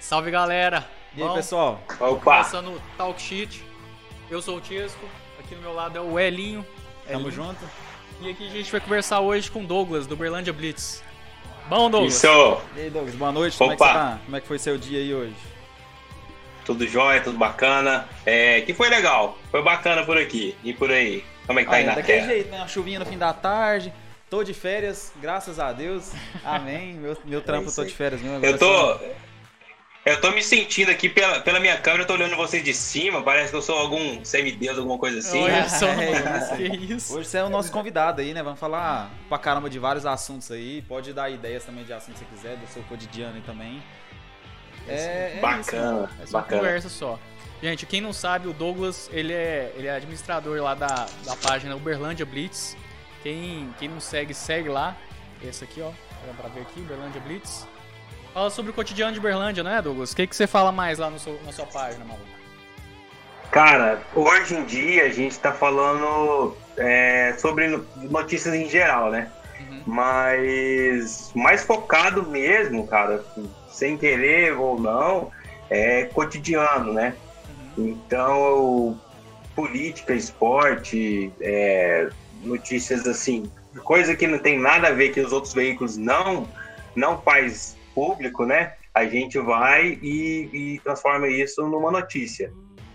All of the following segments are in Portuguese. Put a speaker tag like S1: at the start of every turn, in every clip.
S1: Salve galera!
S2: E aí,
S1: Bom,
S2: pessoal?
S3: Opa!
S1: Começando o Talk Shit. Eu sou o Tiesco, aqui do meu lado é o Elinho.
S2: Tamo
S1: Elinho.
S2: junto?
S1: E aqui a gente vai conversar hoje com o Douglas, do Berlândia Blitz. Bom, Douglas?
S3: Isso! é
S2: E aí, Douglas, boa noite. Como é que
S3: Opa!
S2: você tá? Como é que foi seu dia aí hoje?
S3: Tudo jóia, tudo bacana. É, que foi legal. Foi bacana por aqui e por aí. Como é que tá aí
S2: é,
S3: na
S2: daquele
S3: terra?
S2: jeito, né? Uma chuvinha no fim da tarde. Tô de férias, graças a Deus. Amém. Meu, meu trampo, eu
S3: isso
S2: tô
S3: aí.
S2: de férias mesmo. agora
S3: Eu tô.
S2: só-
S3: Eu tô me sentindo aqui pela, pela minha câmera, eu tô olhando vocês de cima, parece que eu sou algum semideus, alguma coisa assim.
S1: Olha só,
S2: É
S1: que isso.
S2: Hoje você é o nosso convidado aí, né? Vamos falar pra caramba de vários assuntos aí. Pode dar ideias também de assuntos que você quiser, do seu cotidiano aí também. É, é isso, mano.
S3: Bacana,
S1: É só uma
S3: bacana.
S1: conversa só. Gente, quem não sabe, o Douglas, ele é, ele é administrador lá da, da página Uberlândia Blitz. Quem, quem não segue, segue lá. Esse aqui, ó. Dá pra ver aqui, Uberlândia Blitz. Fala sobre o cotidiano de Uberlândia, né, Douglas? O que, que você fala mais lá no seu- na sua página, maluco?
S3: Cara, hoje em dia a gente tá falando é, sobre no- notícias em geral, né?
S1: Uhum.
S3: Mas mais focado mesmo, cara, sem querer ou não, é cotidiano, né? Então, eu- política, esporte, é, notícias assim, coisa que não tem nada a ver que os outros veículos não não faz público, né? A gente vai e, e transforma isso numa notícia.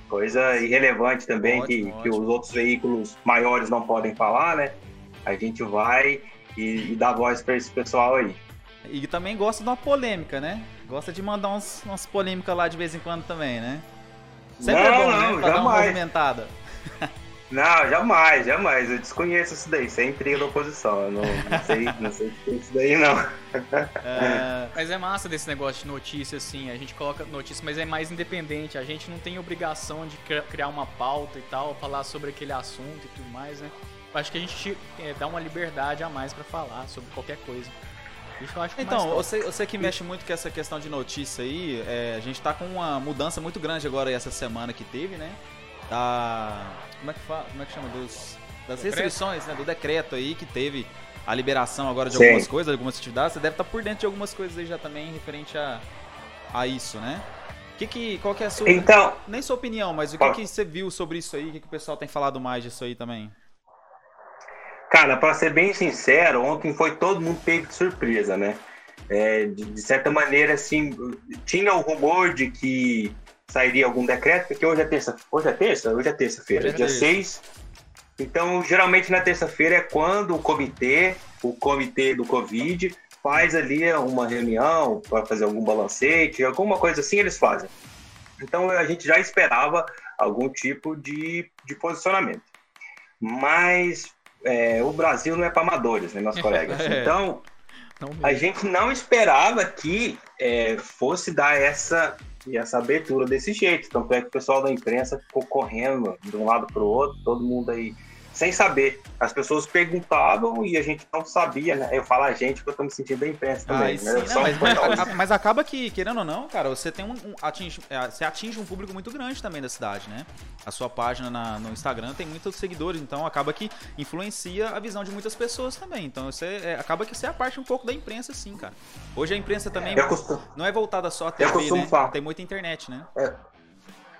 S3: Coisa irrelevante também
S2: Ótimo,
S3: que, que
S2: ótimo.
S3: os outros veículos maiores não podem falar, né? A gente vai e, e dá voz para esse pessoal aí.
S2: E também gosta de uma polêmica, né? Gosta de mandar uns, umas polêmicas lá de vez em quando também, né? Sempre é
S3: Não,
S2: bom, né?
S3: não,
S2: Pra dar uma
S3: jamais.
S2: movimentada.
S3: Não, jamais, jamais. Eu desconheço isso daí. Isso é intriga da oposição. Eu não, não sei, não sei o que é isso daí, não.
S2: É,
S1: Mas é massa desse negócio de notícia, assim. A gente coloca notícia, mas é mais independente. A gente não tem obrigação de cri- criar uma pauta e tal, falar sobre aquele assunto e tudo mais, né? Eu acho que a gente é, dá uma liberdade a mais pra falar sobre qualquer coisa. Isso eu acho que é mais
S2: Então,
S1: top.
S2: você, você que mexe muito com essa questão de notícia aí, é, a gente tá com uma mudança muito grande agora essa semana que teve, né? Da. Como é que, fala, como é que chama? Dos, das
S1: Decreto?
S2: restrições, né? Do decreto aí que teve a liberação agora de
S3: Sim.
S2: algumas coisas, algumas atividades. Você deve estar por dentro de algumas coisas aí já também referente a, a isso, né? Que que, qual que é a sua.
S3: Então,
S2: Nem sua opinião, mas o que,
S3: Fala.
S2: que você viu sobre isso aí? O que, que o pessoal tem falado mais disso aí também?
S3: Cara, pra ser bem sincero, ontem foi todo mundo pego de surpresa, né? É, de, de certa maneira, assim, tinha o rumor de que sairia algum decreto, porque hoje é terça, hoje é terça, hoje é terça-feira,
S2: Hoje é
S3: dia
S2: terça.
S3: 6. Então, geralmente na terça-feira é quando o comitê, o comitê do Covid, faz ali uma reunião para fazer algum balancete, alguma coisa assim eles fazem. Então, a gente já esperava algum tipo de, de posicionamento. Mas é, o Brasil não é para amadores, né, meus colegas?
S2: É.
S3: Então,
S1: Não mesmo.
S3: a gente não esperava que é, fosse dar essa, essa abertura desse jeito. Tanto é que o pessoal da imprensa ficou correndo de um lado para o outro, todo mundo aí sem saber. As pessoas perguntavam e a gente não sabia, né? Eu falo a gente porque eu tô me sentindo da imprensa também.
S2: Aí
S3: né?
S2: sim,
S3: Eu
S2: né?
S3: sou um
S2: mas,
S3: jornalista.
S2: mas- mas acaba que, querendo ou não, cara, você tem um, um- atinge, é, você atinge um público muito grande também da cidade, né? A sua página na- no Instagram tem muitos seguidores, então acaba que influencia a visão de muitas pessoas também. Então você é, acaba que você é a parte um pouco da imprensa, sim, cara. Hoje a imprensa também
S3: Eu costumo-
S2: não é voltada só à TV,
S3: costumo
S2: né?
S3: falar.
S2: Tem muita internet, né?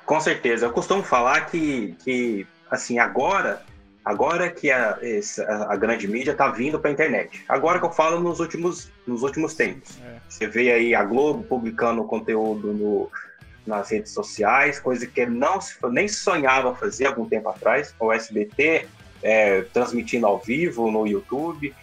S3: Com certeza. Eu costumo falar que, que assim, agora, agora que a, essa- a grande mídia está vindo para a internet. Agora que eu falo nos últimos, nos últimos tempos.
S1: É.
S3: Você vê aí a Globo publicando conteúdo no, nas redes sociais, coisa que não se- nem sonhava fazer algum tempo atrás. O SBT é, transmitindo ao vivo no YouTube.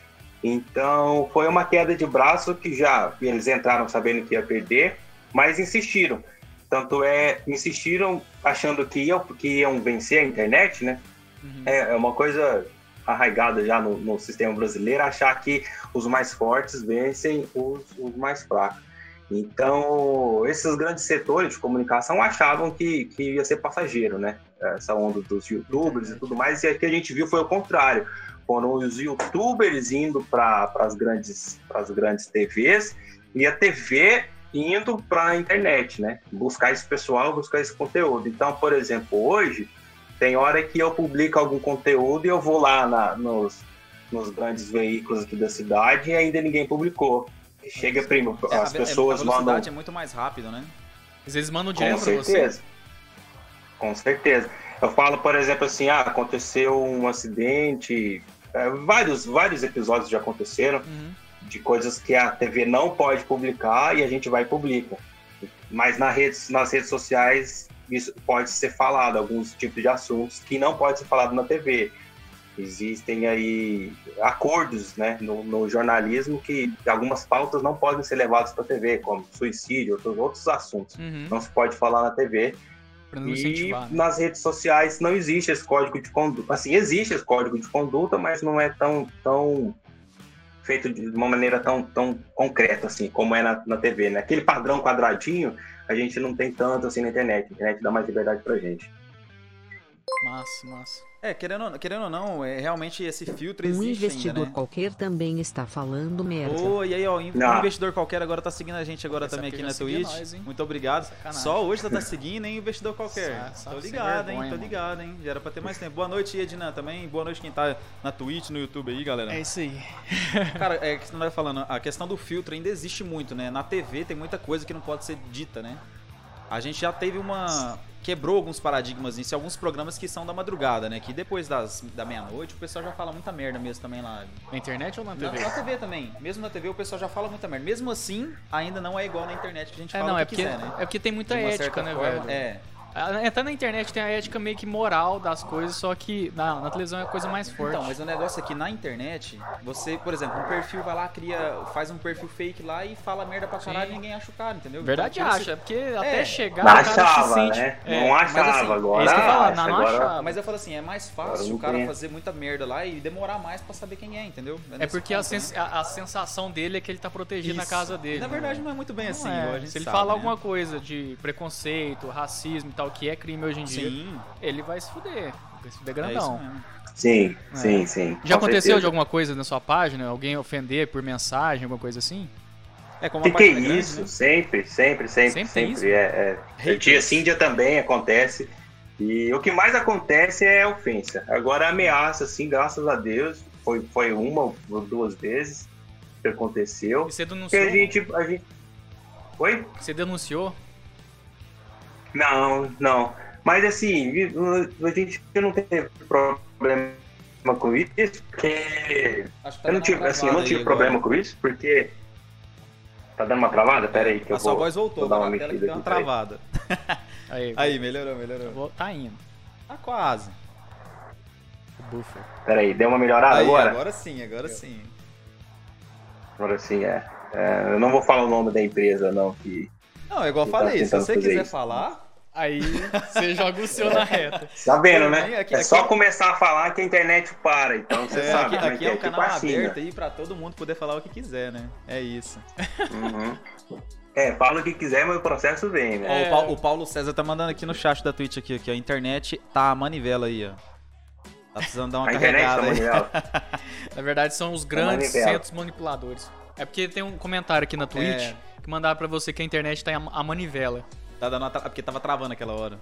S3: Então, foi uma queda de braço que já eles entraram sabendo que ia perder, mas insistiram. Tanto é, insistiram achando que iam, que iam vencer a internet, né?
S1: Uhum.
S3: É, é uma coisa arraigada já no, no sistema brasileiro achar que os mais fortes vencem os, os mais fracos. Então, esses grandes setores de comunicação achavam que, que ia ser passageiro, né? Essa onda dos youtubers e tudo mais. E aqui a gente viu foi o contrário. Foram os youtubers indo para as grandes, pras grandes TVs e a TV indo para a internet, né? Buscar esse pessoal, buscar esse conteúdo. Então, por exemplo, hoje tem hora que eu publico algum conteúdo e eu vou lá na- nos, nos grandes veículos aqui da cidade e ainda ninguém publicou. Chega primo,
S2: É, a
S3: as
S2: ve- é-
S3: pessoas
S2: a
S3: mandam.
S2: velocidade é muito mais rápido, né?
S1: Às vezes mandam
S3: Com
S1: direto pra você.
S3: certeza. Com certeza. Eu falo, por exemplo, assim, ah, aconteceu um acidente, é, vários, vários episódios já aconteceram
S1: Uhum.
S3: de coisas que a TV não pode publicar e a gente vai e publica. Mas na rede, nas redes sociais isso pode ser falado, alguns tipos de assuntos que não pode ser falado na TV. Existem aí acordos né, no, no jornalismo que algumas pautas não podem ser levadas para a TV, como suicídio, outros, outros assuntos.
S1: Uhum.
S3: Não se pode falar na TV,
S1: Pra não
S3: Então, e
S1: incentivar. né?
S3: nas redes sociais não existe esse código de conduta. Assim, existe esse código de conduta, mas não é tão, tão feito de uma maneira tão, tão concreta assim, como é na, na TV, né? Aquele padrão quadradinho, a gente não tem tanto assim na internet. A internet dá mais liberdade pra gente.
S1: Massa, massa.
S2: É, querendo, ou- querendo ou não, é, realmente esse filtro
S4: Um
S2: existe
S4: investidor
S2: ainda, né?
S4: qualquer também está falando merda.
S2: Ô, e aí, ó, um
S3: Não.
S2: investidor qualquer agora tá seguindo a gente agora
S1: Essa
S2: também
S1: aqui
S2: aqui
S1: já
S2: na
S1: seguia
S2: Twitch.
S1: nós, hein?
S2: Muito obrigado.
S1: Sacanagem.
S2: Só hoje tá, tá seguindo, hein, investidor qualquer.
S1: Sa- sa-
S2: tô
S1: sem
S2: ligado,
S1: vergonha,
S2: hein, tô
S1: mano.
S2: ligado, hein. Já era pra ter mais tempo. Boa noite, Ednan, também. Boa noite quem tá na Twitch, no YouTube aí, galera.
S1: É isso aí.
S2: Cara, é que você não vai falando, a questão do filtro ainda existe muito, né? Na TV tem muita coisa que não pode ser dita, né? A gente já teve uma. Quebrou alguns paradigmas nisso, alguns programas que são da madrugada, né? Que depois das, da meia-noite o pessoal já fala muita merda mesmo também lá.
S1: Na internet ou na
S2: Na,
S1: TV?
S2: na TV também. Mesmo na TV o pessoal já fala muita merda. Mesmo assim, ainda não é igual na internet que a gente
S1: É,
S2: fala
S1: não,
S2: o que
S1: é porque,
S2: quiser, né?
S1: é porque tem muita
S2: De uma
S1: ética,
S2: certa
S1: né,
S2: forma,
S1: velho?
S2: É.
S1: Ah, Até na internet tem a ética meio que moral das coisas, só que na, na televisão é a coisa mais forte.
S2: Então, mas o negócio é que na internet, você, por exemplo, um perfil vai lá, cria, faz um perfil fake lá e fala merda pra caralho e
S1: Sim.
S2: ninguém acha o cara, entendeu?
S1: Verdade
S2: Então, tira esse-
S1: acha, porque até chegar
S3: Não
S1: o cara se
S3: achava,
S1: sente...
S3: né?
S1: É,
S3: não
S2: mas
S3: achava
S2: assim,
S1: é
S3: agora.
S1: isso que eu ia falar,
S3: acha,
S1: não
S3: agora-
S1: achava.
S2: Mas eu falo assim, é mais
S3: Agora
S2: fácil
S3: não
S2: o cara
S3: tem.
S2: fazer muita merda lá e demorar mais pra saber quem é, entendeu?
S1: É
S2: nesse
S1: porque a,
S2: ponto, né?
S1: sens- a- a sensação dele é que ele tá protegido na
S2: Isso.
S1: casa dele.
S2: Na
S1: né?
S2: verdade não é muito bem
S1: Não
S2: assim,
S1: é.
S2: igual a gente
S1: Se ele
S2: sabe,
S1: falar
S2: né?
S1: alguma coisa de preconceito, racismo e tal, que é crime hoje em dia,
S2: Sim,
S1: ele vai se fuder. Vai se fuder
S2: é isso
S1: grandão.
S2: mesmo.
S3: Sim,
S1: É.
S3: sim, sim.
S1: Já
S3: com
S1: aconteceu
S3: certeza.
S1: de alguma coisa na sua página? Alguém ofender por mensagem, alguma coisa assim?
S2: É como
S3: Que
S2: uma
S3: que é
S2: página grande,
S3: isso?
S2: né?
S3: Sempre, sempre, sempre,
S1: Sempre
S3: sempre.
S1: isso?
S3: É, é.
S2: Haters.
S3: Dia sim, dia também acontece. E o que mais acontece é ofensa. Agora, ameaça, assim, graças a Deus, foi, foi uma ou duas vezes que aconteceu.
S1: E você
S3: Que
S1: denunciou?
S3: a gente, a gente. Oi?
S1: Você denunciou?
S3: Não, não. Mas assim, a gente não teve problema com isso, porque
S2: Acho que tá
S3: eu não
S2: dando
S3: tive,
S2: uma
S3: assim, eu não
S2: travada
S3: tive
S2: aí
S3: problema
S2: agora.
S3: com isso, porque. Tá dando uma travada? Pera aí, que eu
S2: A É, sua
S3: vou.
S2: voz voltou,
S3: vou dar
S2: agora
S3: uma
S2: na tela que
S3: mexida
S2: deu uma
S3: aqui, peraí.
S2: travada.
S1: Aí,
S2: Aí, melhorou, melhorou.
S1: vou- tá indo.
S2: Tá quase.
S1: O buffer.
S3: Pera aí, deu uma melhorada
S2: Aí,
S3: Ah, agora?
S2: agora sim, agora sim.
S3: Agora sim, é. É, Eu não vou falar o nome da empresa, não, que.
S2: Não, é igual eu
S3: Ele tá
S2: falei, se
S3: tentando
S2: você
S3: fazer
S2: quiser
S3: isso.
S2: falar,
S1: Aí você joga o seu na reta.
S3: Tá vendo,
S2: Aqui-
S3: né?
S2: aqui-
S3: é só
S2: aqui-
S3: começar a falar que a internet para, então você
S2: é, aqui,
S3: sabe. como
S2: aqui
S3: que assim,
S2: é um canal
S3: fascina.
S2: aberto aí pra todo mundo poder falar o que quiser, né? É isso.
S3: Uhum. É, fala o que quiser, mas o processo vem, né?
S2: Ó, o, Pau- o Paulo César tá mandando aqui no chat da Twitch aqui, que a internet tá a manivela aí, ó. Tá precisando dar uma
S3: a internet tá
S2: carregada aí.
S3: manual.
S1: Na verdade, são os grandes
S3: manivela.
S1: centros manipuladores. É porque tem um comentário aqui na Twitch
S2: É.
S1: que mandava pra você que a internet tá em a a manivela.
S2: Tá dando uma tra- porque tava travando aquela hora.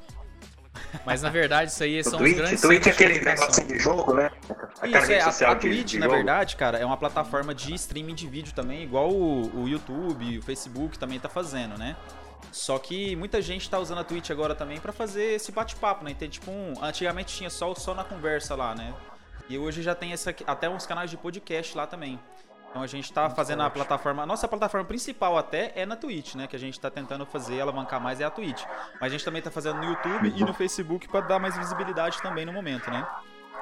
S1: Mas na verdade, isso aí
S3: O
S1: são os
S3: Twitch,
S1: grandes
S3: Twitch é
S1: centros de
S3: aquele negócio
S1: manipulação.
S3: de jogo, né?
S2: Isso, é,
S3: rede
S2: a,
S3: social
S2: a
S3: de- de
S2: Twitch, na
S3: jogo.
S2: verdade, cara, é uma plataforma de streaming de vídeo também, igual o, o YouTube, o Facebook também tá fazendo, né? Só que muita gente tá usando a Twitch agora também pra fazer esse bate-papo, né? Tem tipo um. Antigamente tinha só, só na conversa lá, né? E hoje já tem essa, até uns canais de podcast lá também. Então a gente tá fazendo a plataforma. A nossa plataforma principal até é na Twitch, né? Que a gente tá tentando fazer, alavancar mais é a Twitch. Mas a gente também tá fazendo no YouTube e no Facebook pra dar mais visibilidade também no momento, né?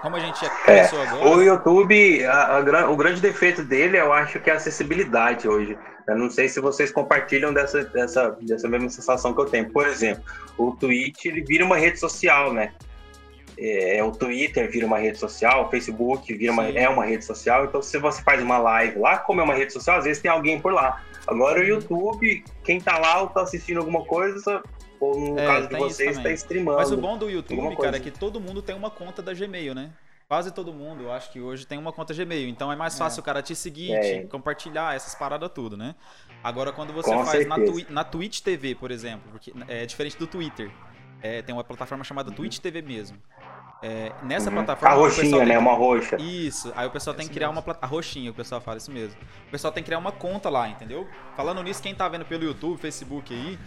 S2: Como a gente já começou agora.
S3: O YouTube, a- a gran- o grande defeito dele, eu acho que é a acessibilidade hoje. Eu não sei se vocês compartilham dessa, dessa, dessa mesma sensação que eu tenho. Por exemplo, o Twitch ele vira uma rede social, né? É, o Twitter vira uma rede social, o Facebook vira uma,
S2: Sim.
S3: é uma rede social. Então, se você faz uma live lá, como é uma rede social, às vezes tem alguém por lá. Agora, o YouTube, quem tá lá ou tá assistindo alguma coisa, ou no
S2: É,
S3: caso de
S2: tem isso
S3: vocês,
S2: também.
S3: tá streamando.
S2: Mas o bom do
S3: alguma
S2: YouTube,
S3: coisa.
S2: cara, é que todo mundo tem uma conta da Gmail, né? Quase todo mundo, eu acho que hoje tem uma conta Gmail. Então é mais fácil o cara te seguir,
S3: É.
S2: te compartilhar, essas paradas tudo, né? Agora, quando você
S3: Com
S2: faz na,
S3: certeza.
S2: Twi- na Twitch TV, por exemplo, porque é diferente do Twitter. É, tem uma plataforma chamada Twitch TV mesmo. É, nessa
S3: Uhum.
S2: plataforma.
S3: A
S2: o pessoal
S3: roxinha,
S2: tem-
S3: né? Uma roxa.
S2: Isso, aí o pessoal tem
S1: Isso
S2: que criar
S1: mesmo.
S2: uma plataforma. A roxinha, o pessoal fala isso mesmo. O pessoal tem que criar uma conta lá, entendeu? Falando nisso, quem tá vendo pelo YouTube, Facebook aí,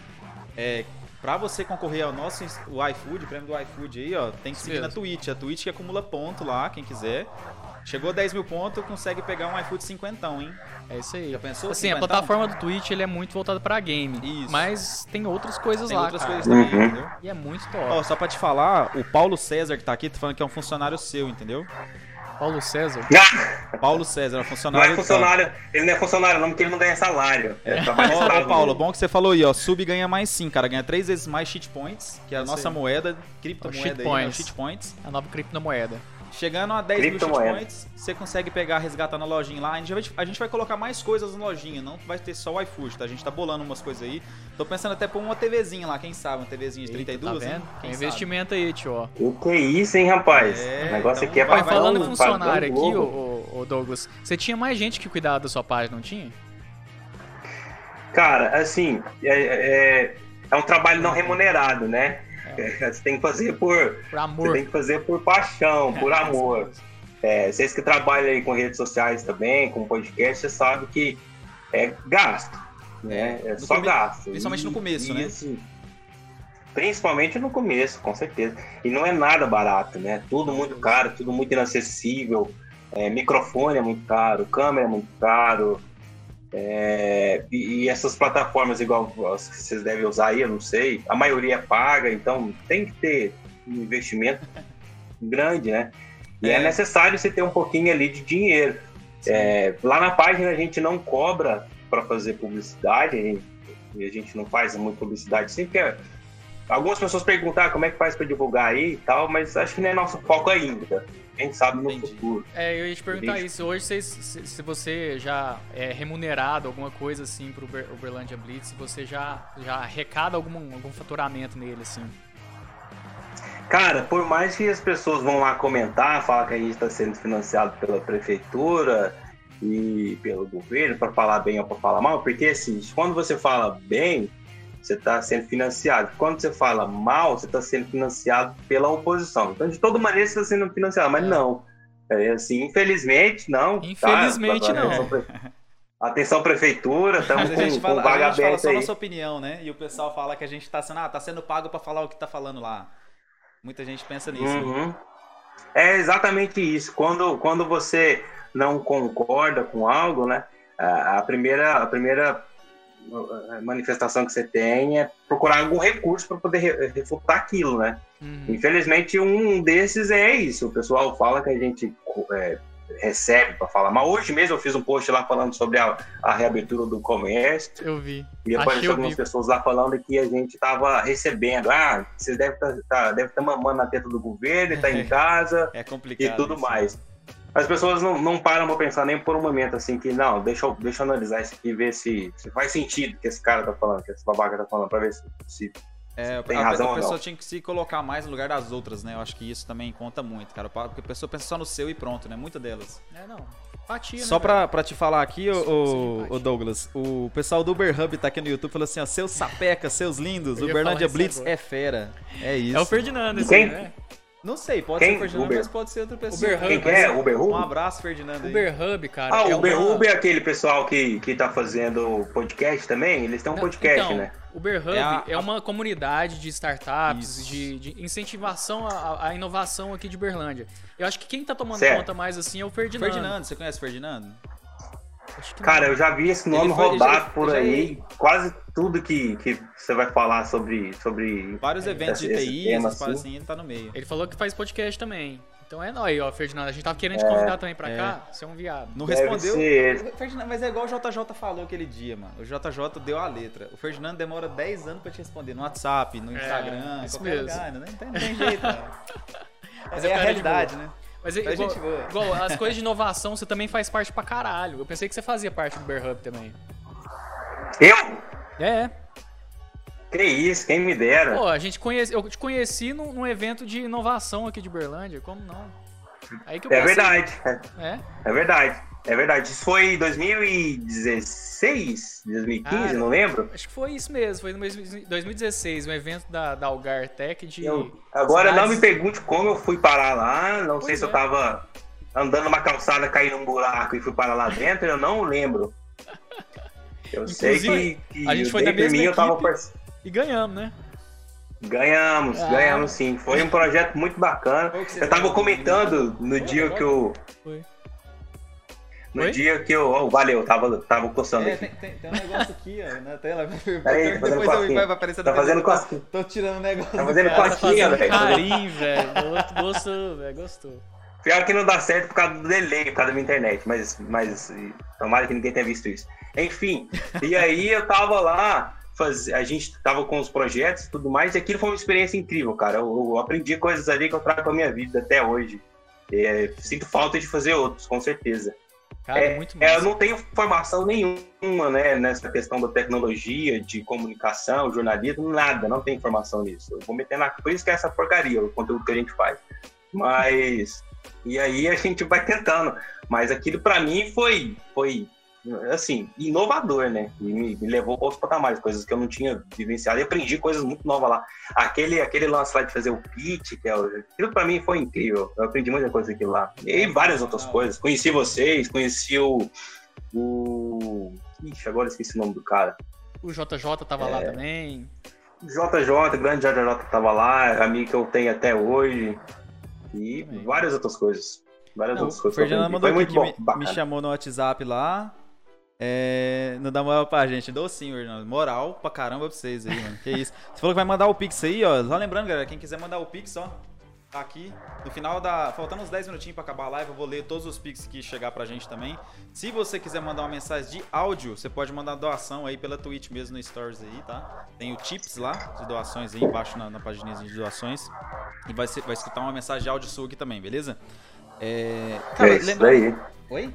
S2: é, Pra você concorrer ao nosso ins- o iFood, o prêmio do iFood aí, ó, tem que seguir na
S1: mesmo.
S2: Twitch. A Twitch que acumula ponto lá, quem quiser. Chegou a 10 mil pontos, consegue pegar um iFood cinquentão, hein?
S1: É isso aí.
S2: Já pensou?
S1: Assim, a
S2: Cinquentão?
S1: plataforma do Twitch ele é muito voltada pra game.
S2: um Isso.
S1: Mas tem outras coisas
S2: Tem
S1: lá,
S2: outras
S1: cara.
S2: coisas também,
S3: Uhum.
S2: entendeu?
S1: E é muito top.
S2: Ó, só pra te falar, o Paulo César que tá aqui, tá falando que é um funcionário seu, entendeu?
S1: Paulo César.
S2: Paulo César, é um
S3: Não
S2: funcionário.
S3: é funcionário, ele não é funcionário não, porque ele não ganha salário. É Ele trabalha
S2: Ó,
S3: escravo.
S2: Ó, Paulo, bom que você falou aí, ó. Sub ganha mais sim, cara. Ganha três vezes mais cheat points, que é a
S1: Isso
S2: nossa
S1: aí. É
S2: moeda, criptomoeda
S1: cheat
S2: aí, né?
S1: points.
S2: Cheat points.
S1: A nova criptomoeda.
S2: Chegando a 10 mil cheat
S3: Criptomoeda.
S2: points, você consegue pegar, resgatar na lojinha lá. A gente, vai, a gente vai colocar mais coisas na lojinha, não vai ter só o iFood, tá? A gente tá bolando umas coisas aí. Tô pensando até pôr uma TVzinha lá, quem sabe? Uma TVzinha de
S1: Eita,
S2: 32,
S1: tá
S2: né?
S1: vendo?
S2: Quem
S1: Tem
S2: sabe?
S1: investimento aí, tio, ó.
S3: O que é isso, hein, rapaz?
S2: É,
S3: o negócio
S2: então
S3: aqui é
S2: vai-
S1: Mas
S3: pra
S2: vai-
S1: falando
S3: pagando-
S1: em funcionário
S3: pagando
S1: aqui,
S3: ovo.
S1: ô, ô- ô Douglas, você tinha mais gente que cuidava da sua página, não tinha?
S3: Cara, assim, é, é, é um trabalho
S2: Uhum.
S3: não remunerado, né?
S2: É.
S3: Você tem que fazer por,
S1: Por
S3: você
S1: amor.
S3: tem que fazer por paixão, por amor. É, vocês que trabalham aí com redes sociais também, com podcast, você sabe que é gasto, né? É
S2: No
S3: só
S2: come-
S3: gasto.
S2: principalmente no começo, né?
S3: assim, principalmente no começo, com certeza. E não é nada barato, né? Tudo muito caro, tudo muito inacessível. É, microfone é muito caro, câmera é muito caro. É, e, e essas plataformas igual as que vocês devem usar aí, eu não sei. A maioria é paga, então tem que ter um investimento grande, né? E é.
S2: É.
S3: necessário você ter um pouquinho ali de dinheiro. É, lá na página a gente não cobra para fazer publicidade, a gente, a gente não faz muito publicidade sim, porque algumas pessoas perguntam ah, como é que faz para divulgar aí e tal, mas acho que não é nosso foco ainda. A gente sabe no
S2: Entendi.
S3: futuro.
S1: É, eu ia te perguntar
S3: Entendi.
S1: isso. Hoje, vocês- se, se você já é remunerado alguma coisa assim pro Uber, Uberlândia Blitz, se você já, já arrecada algum, algum faturamento nele, assim.
S3: Cara, por mais que as pessoas vão lá comentar, falar que a gente está sendo financiado pela prefeitura e pelo governo para falar bem ou para falar mal, porque assim, quando você fala bem, você está sendo financiado. Quando você fala mal, você está sendo financiado pela oposição. Então, de toda maneira, você está sendo financiado, mas
S1: É.
S3: não. É assim, infelizmente, não. tá?
S1: Infelizmente, não.
S3: Atenção, pre- Atenção, prefeitura, estamos
S2: Mas a gente
S3: com,
S2: fala,
S3: com
S2: a
S3: vaga
S2: gente fala
S3: aberta
S2: só
S3: aí.
S2: nossa opinião, né? E o pessoal fala que a gente tá sendo, ah, tá sendo pago pra falar o que tá falando lá. Muita gente pensa nisso. né?
S3: Uhum. É exatamente isso. Quando, quando você não concorda com algo, né? A, a primeira, a primeira uh, manifestação que você tem é procurar algum recurso para poder re- refutar aquilo, né?
S1: Uhum.
S3: Infelizmente, um desses é isso. O pessoal fala que a gente é, recebe para falar. Mas hoje mesmo eu fiz um post lá falando sobre a, a reabertura do comércio.
S1: Eu vi.
S3: E
S1: Achei
S3: apareceu
S1: o
S3: algumas
S1: bico.
S3: pessoas lá falando que a gente estava recebendo. Ah, vocês devem estar mamando na teta do governo, tá em casa
S2: É
S3: e
S2: complicado.
S3: tudo
S2: isso.
S3: mais. As pessoas não, não param pra pensar nem por um momento assim que, não, deixa eu, deixa eu analisar isso aqui e ver se, se faz sentido o que esse cara tá falando, que esse babaca tá falando, pra ver se, se
S2: É,
S3: Tem
S2: a,
S3: razão
S2: a
S3: ou
S2: pessoa
S3: não?
S2: tinha que se colocar mais no lugar das outras, né? Eu acho que isso também conta muito, cara. Porque a pessoa pensa só no seu e pronto, né? Muitas delas.
S1: É, não. Fatia, né,
S2: Só
S1: velho?
S2: pra, pra te falar aqui,
S1: Sim, sim,
S2: o,
S1: Paty.
S2: Douglas, o pessoal do Uber Hub tá aqui no YouTube falou assim, ó, seus sapecas, seus lindos,
S1: Eu ia
S2: Uberlândia
S1: falar isso
S2: Blitz
S1: agora.
S2: é fera. É isso.
S1: É o Ferdinando, esse
S3: Quem?
S1: aí, né?
S2: Não sei, pode
S3: Quem?
S2: ser o Ferdinando,
S3: Uber.
S2: mas pode ser outra pessoa.
S1: Uber Hub.
S3: Quem que é? Uber Hub?
S2: Um abraço, Ferdinando. aí.
S1: Uber Hub, cara.
S3: Ah, o
S1: é
S3: Uber
S1: uma-
S3: Hub é aquele pessoal que, que tá fazendo podcast também? Eles têm um
S1: Não,
S3: podcast,
S1: então,
S3: né?
S1: O Uber Hub
S2: É
S1: é,
S2: a-
S1: uma comunidade de startups,
S2: Isso.
S1: de, de incentivação à, à inovação aqui de Uberlândia. Eu acho que quem tá tomando
S3: Certo.
S1: conta mais assim é o Ferdinando.
S2: Ferdinando, você conhece o Ferdinando?
S1: Acho que não.
S3: Cara, eu já vi esse nome
S2: Ele foi-
S3: rodar
S2: ele já-
S3: por
S2: já-
S3: aí. Quase tudo que, que você vai falar sobre, sobre
S2: Vários eventos de
S3: É, esse
S2: TI,
S3: tema,
S2: essas paradas
S3: assim.
S2: assim, ele tá no meio.
S1: Ele falou que faz podcast também. Então é nóis, ó, Ferdinando. A gente tava querendo te convidar também pra
S2: é.
S1: cá. Você é um viado.
S2: Não
S3: Deve
S2: respondeu.
S3: ser.
S2: Ferdinando, mas é igual o JJ falou aquele dia, mano. O JJ deu a letra. O Ferdinando demora 10 anos pra te responder no WhatsApp, no
S1: É,
S2: Instagram, em
S1: isso
S2: qualquer
S1: mesmo.
S2: lugar. Não tem, não tem jeito, mano.
S1: Mas
S2: é,
S1: é cara
S2: a
S1: de
S2: realidade, né?
S1: Mas
S2: Mas
S1: é igual,
S2: gente boa.
S1: igual as coisas de inovação, você também faz parte pra caralho. Eu pensei que você fazia parte do Uber Hub também.
S3: Eu?
S1: É,
S3: Que isso, quem me dera. É
S1: Pô, a gente conhece, eu te conheci num, num evento de inovação aqui de Berlândia, como não? Aí que eu
S3: é
S1: pensei-
S3: verdade, é,
S1: É?
S3: é verdade, é verdade. Isso foi em 2016, 2015,
S1: Cara.
S3: não lembro.
S1: Acho que foi isso mesmo, foi em 2016, um evento da, da Algar Tech de.
S3: Eu- agora não
S1: cidades-
S3: me pergunte como eu fui parar lá, não sei
S1: Pois
S3: se eu
S1: é.
S3: tava andando numa calçada, caí num buraco e fui parar lá dentro, eu não lembro. Eu sei
S1: Inclusive,
S3: que, que
S1: a gente
S3: eu
S1: foi da
S3: dei por
S1: mesma
S3: mim, eu tava
S1: equipe.
S3: parce-
S1: E ganhamos, né?
S3: Ganhamos,
S1: Ah.
S3: ganhamos sim. Foi um projeto muito bacana. Eu tava comentando no dia que eu.
S1: Foi.
S3: No
S1: Oi?
S3: dia que eu. Oh, valeu, tava, tava coçando
S2: É,
S3: aqui.
S2: tem, tem- tem um negócio aqui, ó, na tela.
S3: Peraí, Tá fazendo
S2: Depois eu,
S3: cosquinha.
S2: vai aparecer na
S3: Tá fazendo
S2: tela.
S3: cosquinha.
S2: Tô tirando o negócio.
S3: Tá fazendo
S1: Cara, tá
S3: cosquinha,
S1: fazendo
S3: velho.
S1: carinho, velho. Gosto- Gostou, velho. Gostou.
S3: Pior que não dá certo por causa do delay, por causa da minha internet, mas, mas tomara que ninguém tenha visto isso. Enfim, e aí eu tava lá, faz, a gente tava com os projetos e tudo mais, e aquilo foi uma experiência incrível, cara. Eu, eu aprendi coisas ali que eu trago pra minha vida até hoje. É, sinto falta de fazer outros, com certeza.
S1: Cara, muito
S3: É,
S1: massa.
S3: eu não tenho formação nenhuma, né, nessa questão da tecnologia, de comunicação, jornalismo, nada, não tenho formação nisso. Eu vou meter na. Por isso que é essa porcaria, o conteúdo que a gente faz. Mas. E aí a gente vai tentando. Mas aquilo pra mim foi, foi assim, inovador, né? E me, me levou para outros patamares, coisas que eu não tinha vivenciado. E aprendi coisas muito novas lá. Aquele, aquele lance lá de fazer o pitch, que é, o- aquilo pra mim foi incrível. Eu aprendi muita coisa aquilo lá. E várias outras coisas. Conheci vocês, conheci o. o... Ixi, agora eu esqueci o nome do cara.
S1: O JJ tava lá também.
S3: JJ, grande JJ que tava lá, amigo que eu tenho até hoje. E
S1: Também.
S3: várias outras coisas. Várias
S2: Não,
S3: outras coisas. que eu
S2: Fernando
S3: aprendi.
S2: mandou aqui que
S3: bom,
S2: me, me
S3: bacana.
S2: chamou no WhatsApp lá. É, não dá moral pra gente. Dou sim, Fernando. Moral pra caramba pra vocês aí, mano. Que isso. Você falou que vai mandar o Pix aí, ó. Só lembrando, galera, quem quiser mandar o Pix, ó. Tá aqui. No final da. Faltando uns 10 minutinhos pra acabar a live, eu vou ler todos os Pix que chegar pra gente também. Se você quiser mandar uma mensagem de áudio, você pode mandar doação aí pela Twitch mesmo no Stories aí, tá? Tem o tips lá de doações aí embaixo na, na pagininha de doações. E vai, ser- vai escutar uma mensagem de áudio sua aqui também, beleza? É. Cara,
S3: é isso
S2: lembra-
S3: daí.
S2: Oi?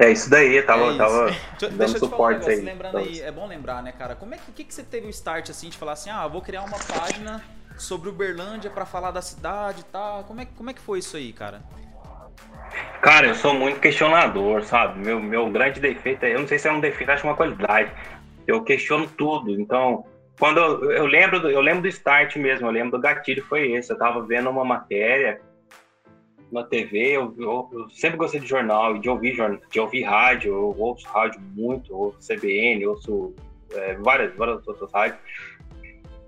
S3: É isso daí, eu tava.
S2: É isso.
S3: tava...
S2: Deixa,
S3: Dando
S2: deixa eu te falar um
S3: suporte
S2: negócio,
S3: aí,
S2: lembrando
S3: vamos.
S2: aí, é bom lembrar, né, cara? Como é que, que, que você teve o start, assim, de falar assim, ah, vou criar uma página sobre Uberlândia pra falar da cidade e tal? Como é, que- como é que foi isso aí, cara?
S3: Cara, eu sou muito questionador, sabe? Meu, meu grande defeito é, eu não sei se é um defeito, acho uma qualidade. Eu questiono tudo. Então, quando eu, eu lembro, do, eu lembro do start mesmo, eu lembro do gatilho foi esse. Eu tava vendo uma matéria na TV, eu, eu- eu sempre gostei de jornal e de ouvir jornal, de ouvir rádio, eu ouço rádio muito, eu ouço CBN, eu ouço é, várias, várias outras rádios.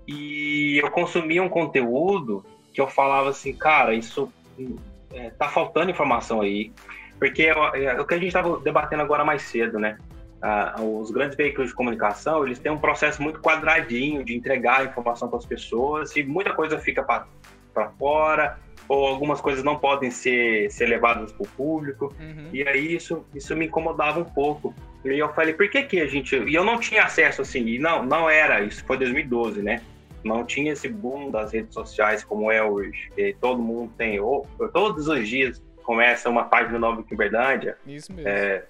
S3: E eu consumia um conteúdo que eu falava assim, cara, isso é, tá faltando informação aí. Porque é, o- é o que a gente estava debatendo agora mais cedo, né? Ah, os grandes veículos de comunicação, eles têm um processo muito quadradinho de entregar a informação para as pessoas e muita coisa fica para fora ou algumas coisas não podem ser, ser levadas para o público.
S1: Uhum.
S3: E aí isso, isso me incomodava um pouco. E aí eu falei, por que que a gente... E eu não tinha acesso, assim, e não, não era, isso foi 2012, né? Não tinha esse boom das redes sociais como é hoje. que todo mundo tem, ou, todos os dias começa uma página nova aqui em Uberlândia,
S1: Isso mesmo.
S3: é,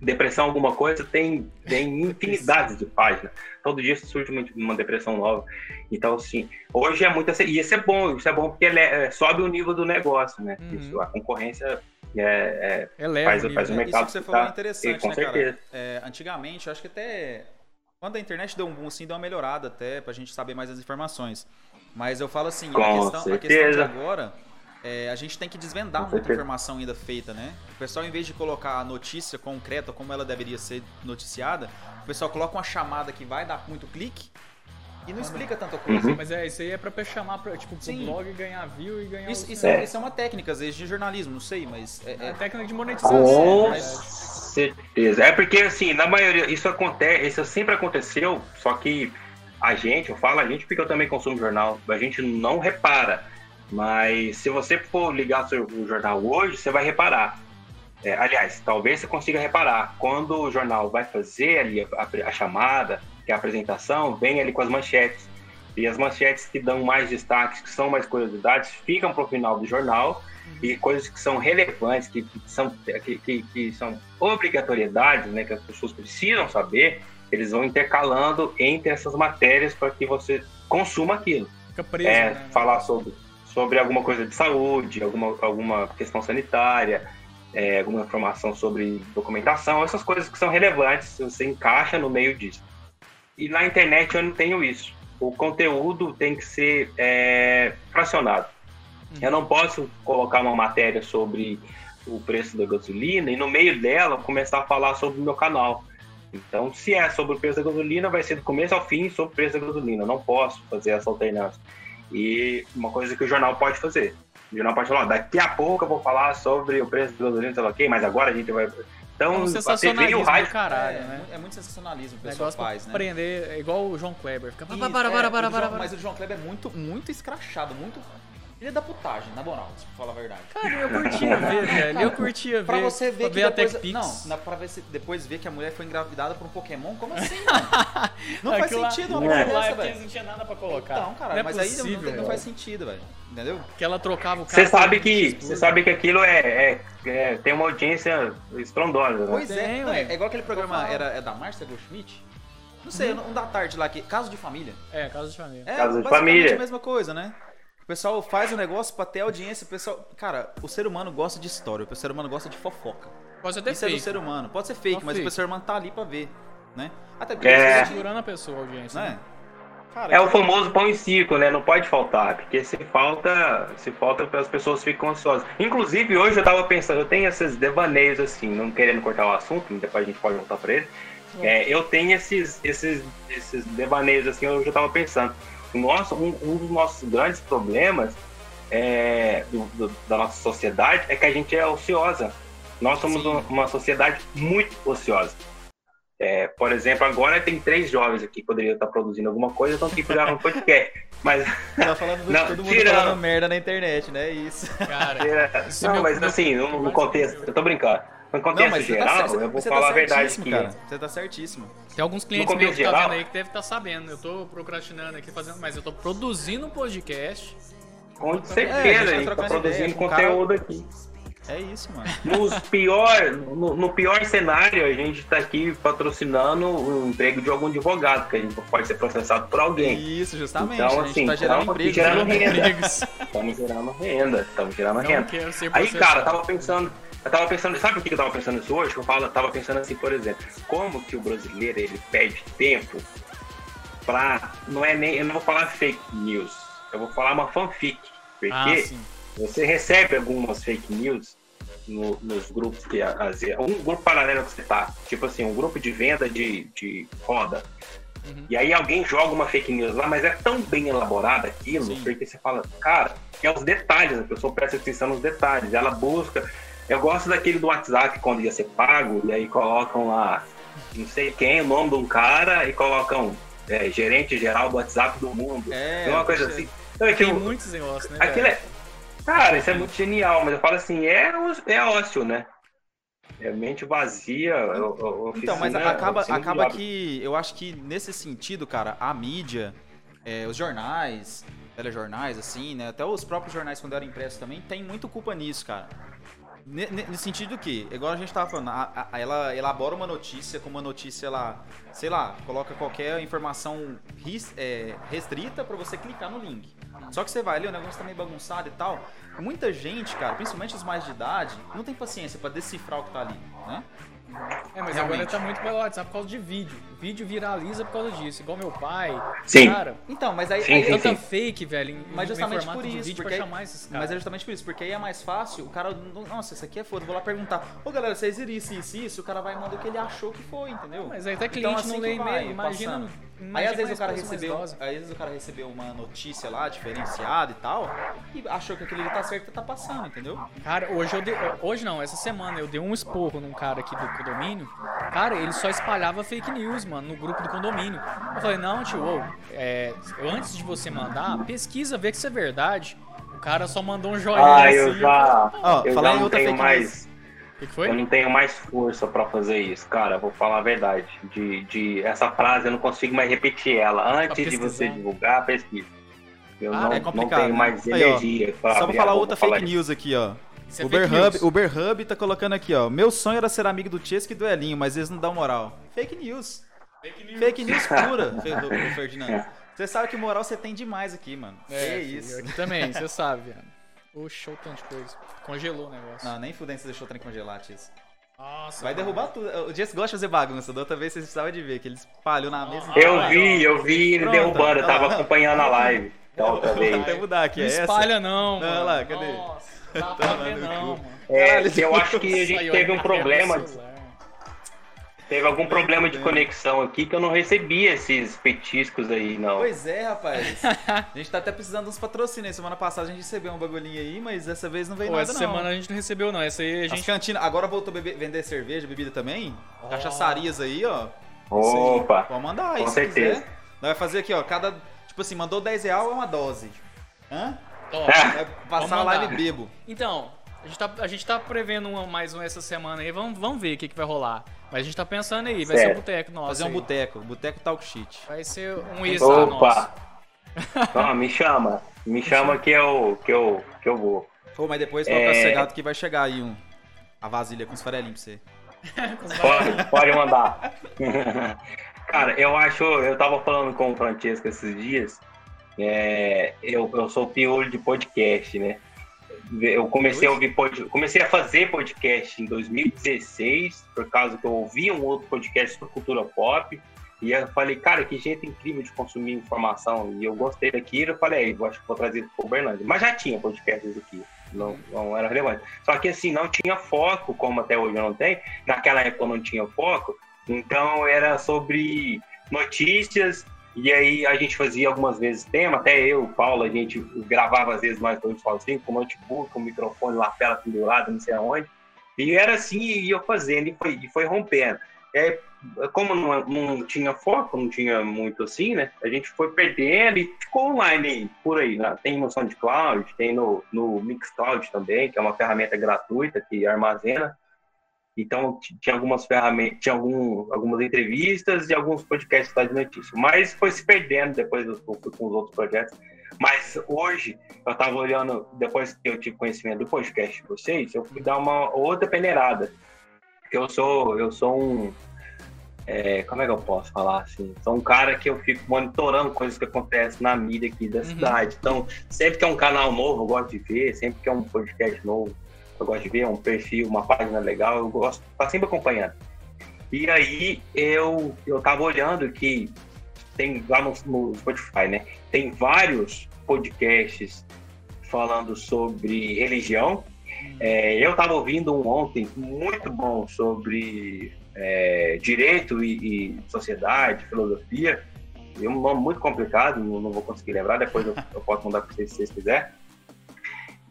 S3: depressão alguma coisa, tem, tem infinidades de páginas. Todo dia surge uma, uma depressão nova. Então, assim, hoje é muito... E isso é bom, isso é bom porque ele é- sobe o nível do negócio, né?
S1: Uhum.
S3: Isso, a concorrência é- é
S1: Eleva
S3: faz-
S1: o nível,
S3: faz o
S1: né?
S3: mercado
S2: isso que você falou é
S3: tá-
S2: interessante,
S3: com
S2: né,
S3: certeza.
S2: cara? É, antigamente, eu acho que até. Quando a internet deu um boom, assim, deu uma melhorada até pra gente saber mais as informações. Mas eu falo assim,
S3: Com
S2: a, questão, a questão de
S3: certeza.
S2: agora, é, a gente tem que desvendar
S3: Com
S2: muita
S3: certeza.
S2: informação ainda feita, né? O pessoal, em vez de colocar a notícia concreta, como ela deveria ser noticiada, o pessoal coloca uma chamada que vai dar muito clique e não explica tanta coisa.
S3: Uhum.
S1: Mas é, isso aí é pra chamar pra, tipo, pro
S2: Sim.
S1: blog ganhar view e ganhar.
S2: Isso,
S1: o-
S2: isso,
S1: é.
S2: é. isso é uma técnica, às vezes, de jornalismo, não sei, mas é- é-
S1: técnica de monetização.
S3: Com
S1: né?
S3: certeza. É porque, assim, na maioria, isso acontece, isso sempre aconteceu, só que a gente, eu falo a gente porque eu também consumo jornal, a gente não repara. Mas se você for ligar seu- o jornal hoje, você vai reparar. É, aliás, talvez você consiga reparar. Quando o jornal vai fazer ali a, a- a chamada, que é a apresentação, vem ali com as manchetes. E as manchetes que dão mais destaques, que são mais curiosidades, ficam para o final do jornal e coisas que são relevantes, que, que são, que, que, que são obrigatoriedades, né, que as pessoas precisam saber, eles vão intercalando entre essas matérias para que você consuma aquilo.
S1: Fica preso.
S3: É,
S1: né?
S3: falar sobre, sobre alguma coisa de saúde, alguma, alguma questão sanitária, é, alguma informação sobre documentação, essas coisas que são relevantes, você encaixa no meio disso. E na internet eu não tenho isso. O conteúdo tem que ser é, fracionado. Eu não posso colocar uma matéria sobre o preço da gasolina e no meio dela começar a falar sobre o meu canal. Então, se é sobre o preço da gasolina, vai ser do começo ao fim sobre o preço da gasolina. Eu não posso fazer essa alternância. E uma coisa que o jornal pode fazer. O jornal pode falar, ó, daqui a pouco eu vou falar sobre o preço da gasolina, sei lá o quê, mas agora a gente vai...
S1: É
S3: Então,
S1: um
S3: a TV e o
S1: sensacionalismo do
S3: rádio...
S1: caralho,
S2: é,
S1: né?
S2: é muito sensacionalismo que o pessoal
S1: Negócio pra
S2: faz, né?
S1: prender, é igual o João Kleber. Fica,
S2: Isso,
S1: para,
S2: é,
S1: para,
S2: o
S1: para,
S2: João-
S1: para, para.
S2: Mas o João Kleber é muito, muito escrachado, muito. Ele é da putagem, na moral, se falar a verdade.
S1: Cara, eu curtia ver, velho. Eu curtia ver.
S2: Pra você ver
S1: pra
S2: que
S1: ver a
S2: depois...
S1: TechPix.
S2: Não, na, pra ver se- depois ver que a mulher foi engravidada por um Pokémon, como assim? mano? Não faz
S1: Aquilo lá-
S2: sentido uma
S1: aquilo
S2: mulher
S1: lá é
S2: dessa,
S1: porque eles
S2: velho.
S1: não tinha nada pra colocar.
S2: Então, cara,
S1: Não é
S2: mas aí não-
S1: possível,
S2: não, tem- não
S1: velho.
S2: faz sentido, velho. Entendeu?
S1: Que ela trocava o cara.
S3: Você sabe que,
S1: tudo.
S3: você sabe que aquilo é, é- é- tem uma audiência estrondosa, né?
S2: Pois
S1: tem,
S2: é, não, é,
S1: ué.
S2: é igual aquele programa
S1: falando.
S2: era, é da Márcia Goldschmidt? Não sei, um da tarde lá, que, Caso de Família.
S1: É, casa Uhum. de família.
S2: É,
S3: Casa de
S2: basicamente
S3: família.
S2: a mesma coisa, né? O pessoal faz o negócio pra ter audiência. O pessoal. Cara, o ser humano gosta de história, o ser humano gosta de fofoca.
S1: Pode ser até
S2: Isso é do
S1: feio.
S2: ser humano. Pode ser fake,
S1: Só
S2: mas
S1: fake.
S2: o ser humano tá ali pra ver, né? Até porque
S3: É.
S2: isso,
S1: Segurando a pessoa, a audiência.
S2: né? Cara,
S3: É o famoso pão e circo, né? Não pode faltar, porque se falta, se falta, as pessoas ficam ansiosas. Inclusive, hoje eu tava pensando, eu tenho esses devaneios assim, não querendo cortar o assunto, depois a gente pode voltar pra ele. É, eu tenho esses, esses, esses devaneios assim, hoje eu tava pensando. O nosso, um, um dos nossos grandes problemas é, do- do- da nossa sociedade é que a gente é ociosa. Nós somos uma, uma sociedade muito ociosa. É, por exemplo, agora tem três jovens aqui que poderiam estar produzindo alguma coisa, estão aqui gravar um podcast. Mas
S2: tá falando do,
S3: Não,
S2: todo mundo
S3: tirando.
S2: falando merda na internet, né? Isso.
S1: Cara, Isso
S3: é, não,
S1: meu-
S3: mas
S1: meu-
S3: assim, no, no contexto, eu tô brincando. No contexto geral,
S2: cer-
S3: eu vou
S2: você tá
S3: falar a verdade
S2: certíssimo,
S3: que
S2: cara. Você tá certíssimo.
S1: tem alguns clientes
S3: contexto
S1: meus que tá
S3: geral-
S1: vendo aí que deve estar sabendo. Eu tô procrastinando aqui fazendo, mas eu tô produzindo um podcast.
S3: com
S2: É, a gente
S3: certeza
S2: vai
S3: a gente tá
S2: trocar essa
S3: produzindo
S2: ideia com o cara.
S3: conteúdo aqui.
S2: É isso, mano.
S3: Nos pior, no, no pior cenário, a gente tá aqui patrocinando o emprego de algum advogado, que a gente pode ser processado por alguém.
S2: Isso, justamente.
S3: Então,
S2: a gente
S3: assim,
S2: tá gerando
S3: calma que
S2: emprego.
S3: gerando
S2: né?
S3: renda.
S1: Amigos,
S3: Estamos gerando renda, estamos gerando
S1: não é
S3: renda.
S1: quero ser
S3: Aí, cara,
S1: processado.
S3: tá eu tava pensando, eu tava pensando, sabe o que eu tava pensando isso hoje? Eu falo, tava pensando assim, por exemplo, como que o brasileiro ele perde tempo pra. Não é nem. Eu não vou falar fake news, eu vou falar uma fanfic. Porque
S1: Ah, sim.
S3: você recebe algumas fake news no- nos grupos que a- as- um grupo paralelo que você tá, tipo assim, um grupo de venda de, de roda.
S1: Uhum.
S3: E aí alguém joga uma fake news lá, mas é tão bem elaborada aquilo,
S2: Sim.
S3: porque você fala, cara, é os detalhes, a pessoa presta atenção nos detalhes, ela busca. Eu gosto daquele do WhatsApp quando ia ser pago, e aí colocam lá, não sei quem, o nome de um cara, e colocam é, gerente geral do WhatsApp do mundo.
S2: É,
S3: É uma coisa
S2: você-
S3: assim. Então, é que
S1: Tem
S3: eu-
S1: muitos negócios, né?
S3: Aquilo
S1: velho?
S3: é. Cara, isso é muito genial, mas eu falo assim, é, ó- é ócio, né? É mente vazia. é o- o-
S2: Então, mas
S3: oficina-
S2: acaba,
S3: oficina do
S2: acaba
S3: diabo.
S2: que eu acho que nesse sentido, cara, a mídia, é, os jornais, telejornais, assim, né? Até os próprios jornais quando eram impressos também, tem muito culpa nisso, cara. Ne- ne- No sentido que, igual a gente tava falando, a- a- ela elabora uma notícia com uma notícia, ela, sei lá, coloca qualquer informação ris- é, restrita pra você clicar no link. Só que você vai ler, o negócio tá meio bagunçado e tal. Muita gente, cara, principalmente os mais de idade, não tem paciência pra decifrar o que tá ali, né?
S1: É, mas
S2: Realmente.
S1: agora tá muito pelo WhatsApp por causa de vídeo. Vídeo viraliza por causa disso. Igual meu pai.
S3: Sim.
S1: Cara,
S2: Então, mas aí,
S3: Sim,
S2: aí
S3: sim,
S1: tanta
S3: sim.
S1: fake, velho. Em,
S2: Mas
S1: em
S2: justamente
S1: formato
S2: por
S1: de
S2: isso,
S1: vídeo pra
S2: porque aí-
S1: chamar esses
S2: Mas é
S1: caras.
S2: justamente por isso, porque aí é mais fácil, o cara. não- Nossa, isso aqui é foda, vou lá perguntar. Ô galera, vocês iriam isso, isso, isso, o cara vai e manda o que ele achou que foi, entendeu?
S1: Mas aí até
S2: Então,
S1: cliente
S2: assim
S1: não
S2: que
S1: lê
S2: vai,
S1: e-mail. Imagina.
S2: passando.
S1: imagina
S2: Aí às vezes o
S1: mais
S2: cara
S1: pessoas mais
S2: recebeu.
S1: idosas.
S2: Aí, às vezes o cara recebeu uma notícia lá, diferenciada e tal, e achou que aquilo ele tá certo e tá passando, entendeu?
S1: Cara, hoje eu dei, hoje não, essa semana eu dei um esporro num cara aqui do condomínio. Cara, ele só espalhava fake news, mano, no grupo do condomínio. Eu falei, não, tio, ô, é, antes de você mandar, pesquisa, vê que isso é verdade. O cara só mandou um joinha
S3: Ah,
S1: assim.
S3: eu já.
S2: Ó,
S3: Eu
S2: falar
S3: já
S2: em
S3: não
S2: outra
S3: tenho
S2: fake news.
S3: mais.
S1: O que, que
S3: Eu
S1: foi?
S3: não tenho mais força pra fazer isso, cara. Vou falar a verdade. De, de essa frase eu não consigo mais repetir ela.
S2: Tá
S3: Antes de
S1: pesquisar.
S3: você divulgar, pesquisa. Eu
S1: Ah,
S3: não,
S1: é
S3: não
S2: complicado,
S3: tenho
S2: né?
S3: mais
S2: Aí, ó,
S3: energia. pra
S2: Só
S3: abrir
S2: pra
S3: a
S2: falar
S3: boca
S2: outra
S3: pra
S2: fake
S3: isso.
S2: news aqui, ó.
S1: Isso é fake
S2: Uber Hub,
S1: news.
S2: Uber Hub tá colocando aqui, ó. Meu sonho era ser amigo do Chesco e do Elinho, mas eles não dão moral. Fake news.
S1: Fake news.
S2: Fake news pura, Fer- do- Ferdinando. Você sabe que moral você tem demais aqui, mano.
S1: É,
S2: que
S1: filho,
S2: isso.
S1: Aqui também, você sabe, velho. Oxe, o tanto de coisa. Congelou o negócio.
S2: Não, nem fudendo você deixou o trem congelar, Tiz.
S1: Nossa.
S2: Vai
S1: mano.
S2: derrubar tudo. O Jess gosta de fazer bagunça. Da outra vez vocês precisavam de ver, que ele espalhou na mesa.
S3: Eu
S1: Ah,
S3: vi, eu vi ele
S2: Pronto, então,
S3: derrubando. Eu tava
S2: ó.
S3: acompanhando a live. da outra
S2: Vou
S3: vez.
S2: até mudar aqui,
S1: Não
S2: é essa?
S1: espalha não,
S2: Não,
S1: mano.
S2: olha lá, cadê?
S1: Nossa, dá pra
S2: Tá lá
S1: ver
S2: no
S1: não,
S2: cu.
S1: mano.
S3: É,
S2: Caralho,
S3: eu acho que a gente
S1: Saiu aí,
S3: teve um
S1: quebra o
S3: problema.
S1: celular.
S3: Teve algum problema
S2: É.
S3: de conexão aqui que eu não recebi esses petiscos aí, não.
S2: Pois é, rapaz. A gente tá até precisando de uns patrocínios. Semana passada a gente recebeu um bagulhinho aí, mas dessa vez não veio
S1: Pô,
S2: nada
S1: essa
S2: não.
S1: semana a gente não recebeu, não. Essa aí a
S2: As
S1: gente.
S2: cantinas- agora voltou a beber- vender cerveja, bebida também?
S1: Ó.
S2: Cachaçarias aí, ó. é, Isso aí,
S3: Opa!
S2: Pode mandar aí,
S3: Com
S2: se
S3: certeza.
S2: quiser. Nós vai fazer aqui, ó. Cada. Tipo assim, mandou 10 reais é uma dose. Hã?
S1: Ó,
S3: É.
S2: Vai
S1: Vamos
S2: passar a live
S1: mandar.
S2: e bebo.
S1: Então, a gente tá, a gente tá prevendo uma- mais um essa semana aí. Vamos, vamos ver o que, que vai rolar. Mas a gente tá pensando aí, vai ser um
S3: Certo.
S1: boteco nosso.
S2: Fazer um
S1: aí.
S2: boteco. Boteco talk shit.
S1: Vai ser um isso lá nosso.
S3: Opa! Ó, me chama. Me chama que eu, que eu, que eu vou.
S2: Pô, mas depois coloca
S3: É.
S2: sossegado que vai chegar aí um. A vasilha com os farelinhos pra você.
S3: Pode, pode mandar. Cara, eu acho. Eu tava falando com o Francesco esses dias. é, eu, eu sou piolho de podcast, né? Eu comecei a ouvir pod- comecei a fazer podcast em 2016, por causa que eu ouvi um outro podcast sobre cultura pop. E eu falei, cara, que jeito incrível de consumir informação. E eu gostei daquilo. Eu falei, "É, eu acho que vou trazer pro Bernardo. Mas já tinha podcasts aqui. Não, não era relevante. Só que assim, não tinha foco, como até hoje eu não tem. Naquela época eu não tinha foco. Então era sobre notícias. E aí a gente fazia algumas vezes tema, até eu, o Paulo, a gente gravava às vezes mais dois sozinho, com notebook, com microfone, lapela pendurada, não sei aonde. E era assim, e eu fazendo, e foi, e foi rompendo. E aí, como não, não tinha foco, não tinha muito assim, né? A gente foi perdendo e ficou online aí, por aí. né? Tem no SoundCloud, tem no, no Mixcloud também, que é uma ferramenta gratuita que armazena. Então, t- tinha algumas ferramentas, tinha algum, algumas entrevistas e alguns podcasts lá de notícia. Mas foi se perdendo depois do- com com os outros projetos. Mas hoje, eu estava olhando, depois que eu tive conhecimento do podcast de vocês, eu fui dar uma outra peneirada. Porque eu sou, eu sou um. é, como é que eu posso falar assim? Sou um cara que eu fico monitorando coisas que acontecem na mídia aqui da
S1: Uhum.
S3: cidade. Então, sempre que é um canal novo, eu gosto de ver, sempre que é um podcast novo, eu gosto de ver, um perfil, uma página legal, eu gosto, tá sempre acompanhando. E aí eu, eu tava olhando que tem lá no, no Spotify, né? Tem vários podcasts falando sobre religião. É, eu tava ouvindo um ontem muito bom sobre é, direito e, e sociedade, filosofia. É um nome muito complicado, não, não vou conseguir lembrar, depois eu, eu posso mandar para vocês se vocês quiserem.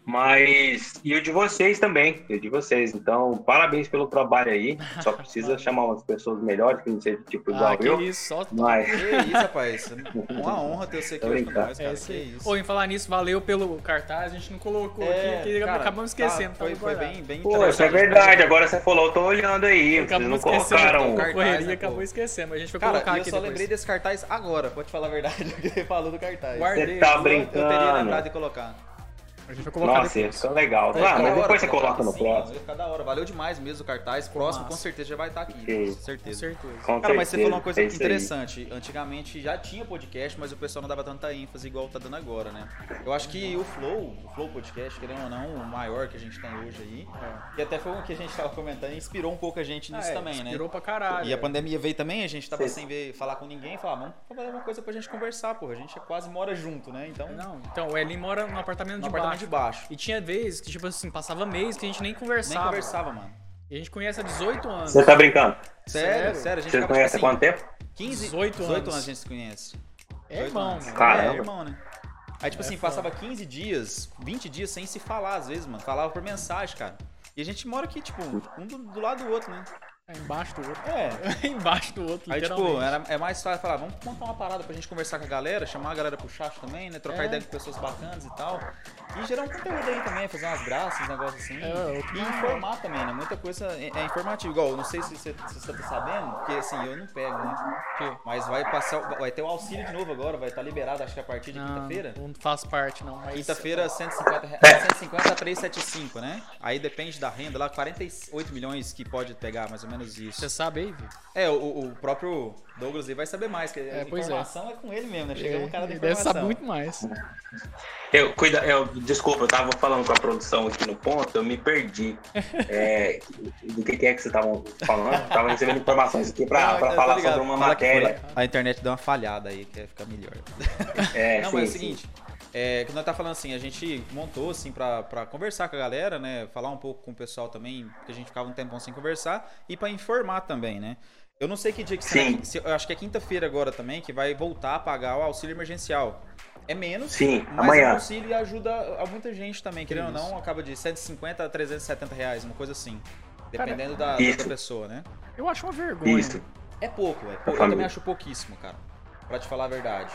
S3: Mas. E o de vocês também. E o de vocês. Então, parabéns pelo trabalho aí. Só precisa chamar umas pessoas melhores, que não seja tipo igual
S1: Ah, que
S3: eu.
S1: isso, só.
S2: Que
S3: Mas.
S2: isso, rapaz. É Uma honra ter você aqui
S3: Tô
S2: hoje com
S3: brincando.
S2: nós,
S1: É
S2: cara.
S1: isso
S2: Que
S1: aí.
S2: isso.
S1: Ou em falar nisso, valeu pelo cartaz, a gente não colocou
S2: É,
S1: aqui, que
S2: cara,
S1: acabamos
S2: tá,
S1: esquecendo.
S2: foi,
S1: tava
S2: foi
S1: guardado.
S2: bem, bem
S3: Pô, isso é verdade. Agora você falou, eu tô olhando aí. Vocês não
S1: Acabamos esquecendo,
S3: colocaram.
S1: então,
S2: Cartaz,
S1: correria
S2: né,
S1: acabou
S2: pô?
S1: esquecendo, mas a gente vai
S2: Cara,
S1: colocar
S2: e eu
S1: aqui
S2: só
S1: depois.
S2: lembrei desse cartaz agora. Pode falar a verdade o que ele falou do cartaz.
S1: Guardei,
S3: Você tá
S1: eu-
S2: Eu teria
S3: brincando.
S2: lembrado de colocar.
S1: A gente vai colocar
S3: Nossa,
S1: depois.
S3: isso é legal.
S2: Vai
S3: Ah,
S2: ficar
S3: mas
S2: da
S3: depois
S2: hora,
S3: você coloca no
S2: assim, ó,
S3: próximo.
S2: vai ficar da hora. Valeu demais mesmo o cartaz. Próximo,
S1: Massa.
S2: com certeza, já vai estar aqui.
S3: Ok.
S2: Com certeza.
S1: Com certeza.
S3: Com
S2: Cara, mas você falou
S3: certeza,
S2: uma coisa
S3: é isso aí.
S2: interessante. Antigamente já tinha podcast, mas o pessoal não dava tanta ênfase igual tá dando agora, né? Eu acho que o Flow, o Flow Podcast, querendo ou não, o maior que a gente tem hoje aí, e até foi o que a gente tava comentando, inspirou um pouco a gente nisso
S1: Ah, é,
S2: também, né?
S1: Inspirou pra caralho.
S2: E a pandemia veio também, a gente tava
S3: Sim.
S2: sem ver, falar com ninguém, falar, vamos fazer uma coisa pra gente conversar, porra. A gente quase mora junto, né? Então, no
S1: Não, então, o Elin mora no apartamento de
S2: apartamento
S1: baixo.
S2: de baixo.
S1: E tinha vezes que, tipo assim, passava mês que a gente nem
S2: Nem
S1: conversava.
S2: conversava, mano.
S1: E a gente conhece há 18 anos.
S3: Você tá brincando?
S2: Sério,
S1: Sério?
S2: sério, a gente
S3: Você
S2: ficava,
S3: conhece há
S2: tipo assim,
S3: quanto tempo?
S2: 15,
S1: 18 anos.
S2: a gente se conhece.
S1: É
S2: 18
S1: irmão, É
S2: anos.
S1: mano.
S3: Caramba.
S2: É, irmão, né? Aí, tipo assim, passava 15 dias, 20 dias sem se falar, às vezes, mano. Falava por mensagem, cara. E a gente mora aqui, tipo, um do, do lado do outro, né?
S1: É embaixo do outro.
S2: É.
S1: É embaixo do outro,
S2: Aí,
S1: literalmente.
S2: tipo, era, é mais fácil falar, vamos montar uma parada pra gente conversar com a galera, chamar a galera pro chat também, né? Trocar
S1: É.
S2: ideia com pessoas bacanas e tal. E gerar um conteúdo aí também, fazer umas graças, negócio assim.
S1: É, eu-
S2: E informar também, né? Muita coisa é, é informativa. Igual, eu não sei se você, se você tá sabendo, porque assim, eu não pego, né?
S1: Quê?
S2: Mas vai passar, o- vai ter o auxílio de novo agora, vai estar liberado, acho que a partir de
S1: Não,
S2: quinta-feira.
S1: não faz parte, não. Ah. Mas...
S2: Quinta-feira, 150, re- 150 a 375, né? Aí depende da renda lá, 48 milhões que pode pegar, mais ou menos isso.
S1: Você sabe aí, Vi?
S2: É, o, o próprio Douglas aí vai saber mais, que a
S1: É, pois é.
S2: informação é. com ele mesmo, né? Chega um cara da
S1: Ele deve
S2: informação.
S1: saber muito mais.
S3: Eu, cuida, eu, desculpa, eu tava falando com a produção aqui no ponto, eu me perdi. É, do que, que é que vocês estavam falando? Eu tava recebendo informações aqui pra,
S2: Não,
S3: pra
S2: eu tô
S3: falar
S2: Ah, tá ligado.
S3: sobre uma
S2: Fala que foi.
S3: matéria.
S2: A internet deu uma falhada aí, que ficar melhor.
S3: É,
S2: Não,
S3: sim,
S2: mas é o
S3: sim.
S2: seguinte, é, que nós tá falando assim, a gente montou assim pra, pra conversar com a galera, né? Falar um pouco com o pessoal também, porque a gente ficava um tempão sem conversar, e pra informar também, né? Eu não sei que dia que
S3: Sim.
S2: será que- se- Eu acho que é quinta-feira agora também, que vai voltar a pagar o auxílio emergencial. É menos,
S3: Sim,
S2: mas é um
S3: amanhã.
S2: auxílio e ajuda a muita gente também. Querendo ou
S1: Isso.
S2: não, acaba de 150 a 370 reais, uma coisa assim.
S1: Cara,
S2: Dependendo da, da
S3: isso.
S2: pessoa, né?
S1: Eu acho uma vergonha.
S3: Isso.
S2: É pouco, é pouco. Eu
S3: família.
S2: também acho pouquíssimo, cara. Pra te falar a verdade.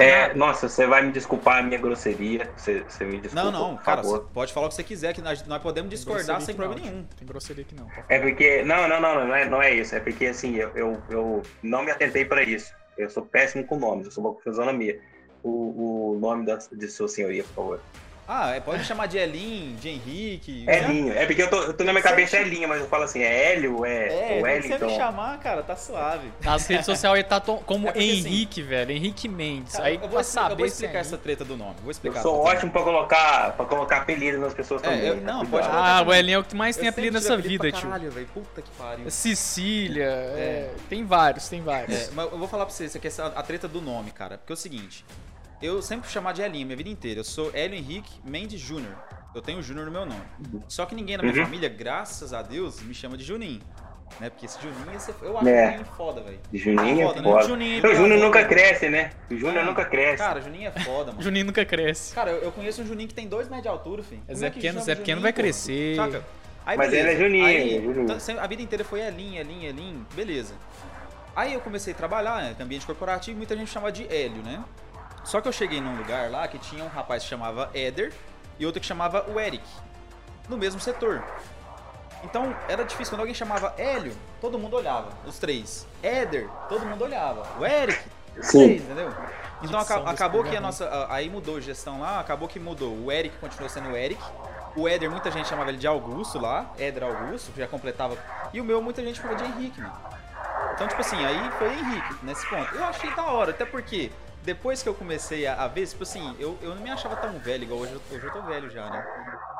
S3: É, nossa, você vai me desculpar a minha grosseria. Você, você me desculpa.
S2: Não, não,
S3: por
S2: cara,
S3: favor.
S2: você pode falar o que você quiser, que nós, nós podemos discordar sem problema
S1: Não,
S2: nenhum.
S1: Tem grosseria que não.
S3: É porque. Não, não, não, não é, não é isso. É porque, assim, eu, eu, eu não me atentei para isso. Eu sou péssimo com nomes, eu sou bom com fisionomia. O, o nome da, de sua senhoria, por favor.
S2: Ah, é, pode me chamar de Elin, de Henrique.
S3: É
S2: né?
S3: Linho. É porque eu tô, eu tô na minha
S2: Certo.
S3: cabeça é Linho, mas eu falo assim, é Hélio, é,
S2: É,
S3: o
S2: tem que você me
S3: Wellington.
S2: chamar, cara, tá suave.
S1: Nas redes sociais ele tá tom- como
S2: É porque, assim,
S1: Henrique, velho. Henrique Mendes.
S2: Cara,
S1: Aí
S2: eu, vou
S1: pra
S2: explicar,
S1: saber
S2: eu vou
S1: se é
S2: explicar essa
S1: Henrique.
S2: treta do nome. Vou
S3: Eu
S2: explicar.
S3: sou
S2: pra você.
S3: ótimo pra colocar, pra colocar apelido nas pessoas
S2: É,
S3: também. né?
S2: eu- não,
S3: Cuidado.
S2: pode-
S1: Ah, o Elinho é o que mais
S2: Eu
S1: tem apelido
S2: sempre tive
S1: nessa
S2: apelido
S1: vida,
S2: pra
S1: tio.
S2: Caralho, velho, puta que pariu.
S1: Cecília, é, tem vários, tem vários.
S2: É, mas eu vou falar pra vocês, essa questão, a treta do nome, cara. Porque é o seguinte, eu sempre fui chamado de Elinho minha vida inteira. Eu sou Hélio Henrique Mendes Júnior. Eu tenho Júnior no meu nome. Só que ninguém na minha
S3: Uhum.
S2: família, graças a Deus, me chama de Juninho. Né? Porque esse Juninho, esse- eu acho
S3: É.
S2: Juninho foda, velho.
S3: Juninho
S2: Foda,
S3: é
S2: né?
S3: foda.
S2: Juninho,
S3: o Júnior
S2: cara,
S3: nunca
S2: cara.
S3: cresce, né? O Júnior nunca cresce.
S2: Ah, Cara, Juninho é foda, mano.
S1: Juninho nunca cresce.
S2: Cara, eu, eu conheço um Juninho que tem dois metros de altura, filho.
S1: É
S2: Como
S1: Zé
S2: que
S1: Pequeno,
S2: chama
S1: Zé Pequeno
S2: Juninho,
S1: vai
S2: pô?
S1: crescer.
S2: Saca? Aí,
S3: Mas
S2: beleza.
S3: ele é Juninho,
S2: Aí,
S3: ele é Juninho.
S2: tá- sempre- a vida inteira foi Elin, Elin, Elin, beleza. Aí eu comecei a trabalhar, né, no ambiente corporativo, muita gente chamava de Hélio, né? Só que eu cheguei num lugar lá que tinha um rapaz que chamava Éder e outro que chamava o Eric, no mesmo setor. Então era difícil, quando alguém chamava Hélio, todo mundo olhava, os três. Éder, todo mundo olhava. O Eric, os
S3: Sim.
S2: três, entendeu?
S1: Dicção
S2: Então aca-
S1: desse
S2: acabou que a
S1: programa,
S2: nossa. a- Aí mudou a gestão lá, acabou que mudou. O Eric continuou sendo o Eric. O Éder, muita gente chamava ele de Augusto lá, Éder Augusto, que já completava. E o meu, muita gente chamava de Henrique, mano. Então, tipo assim, aí foi Henrique nesse ponto. Eu achei da hora, até porque depois que eu comecei a, a ver, tipo assim, eu, eu não me achava tão velho, igual hoje, eu- hoje eu tô velho já, né?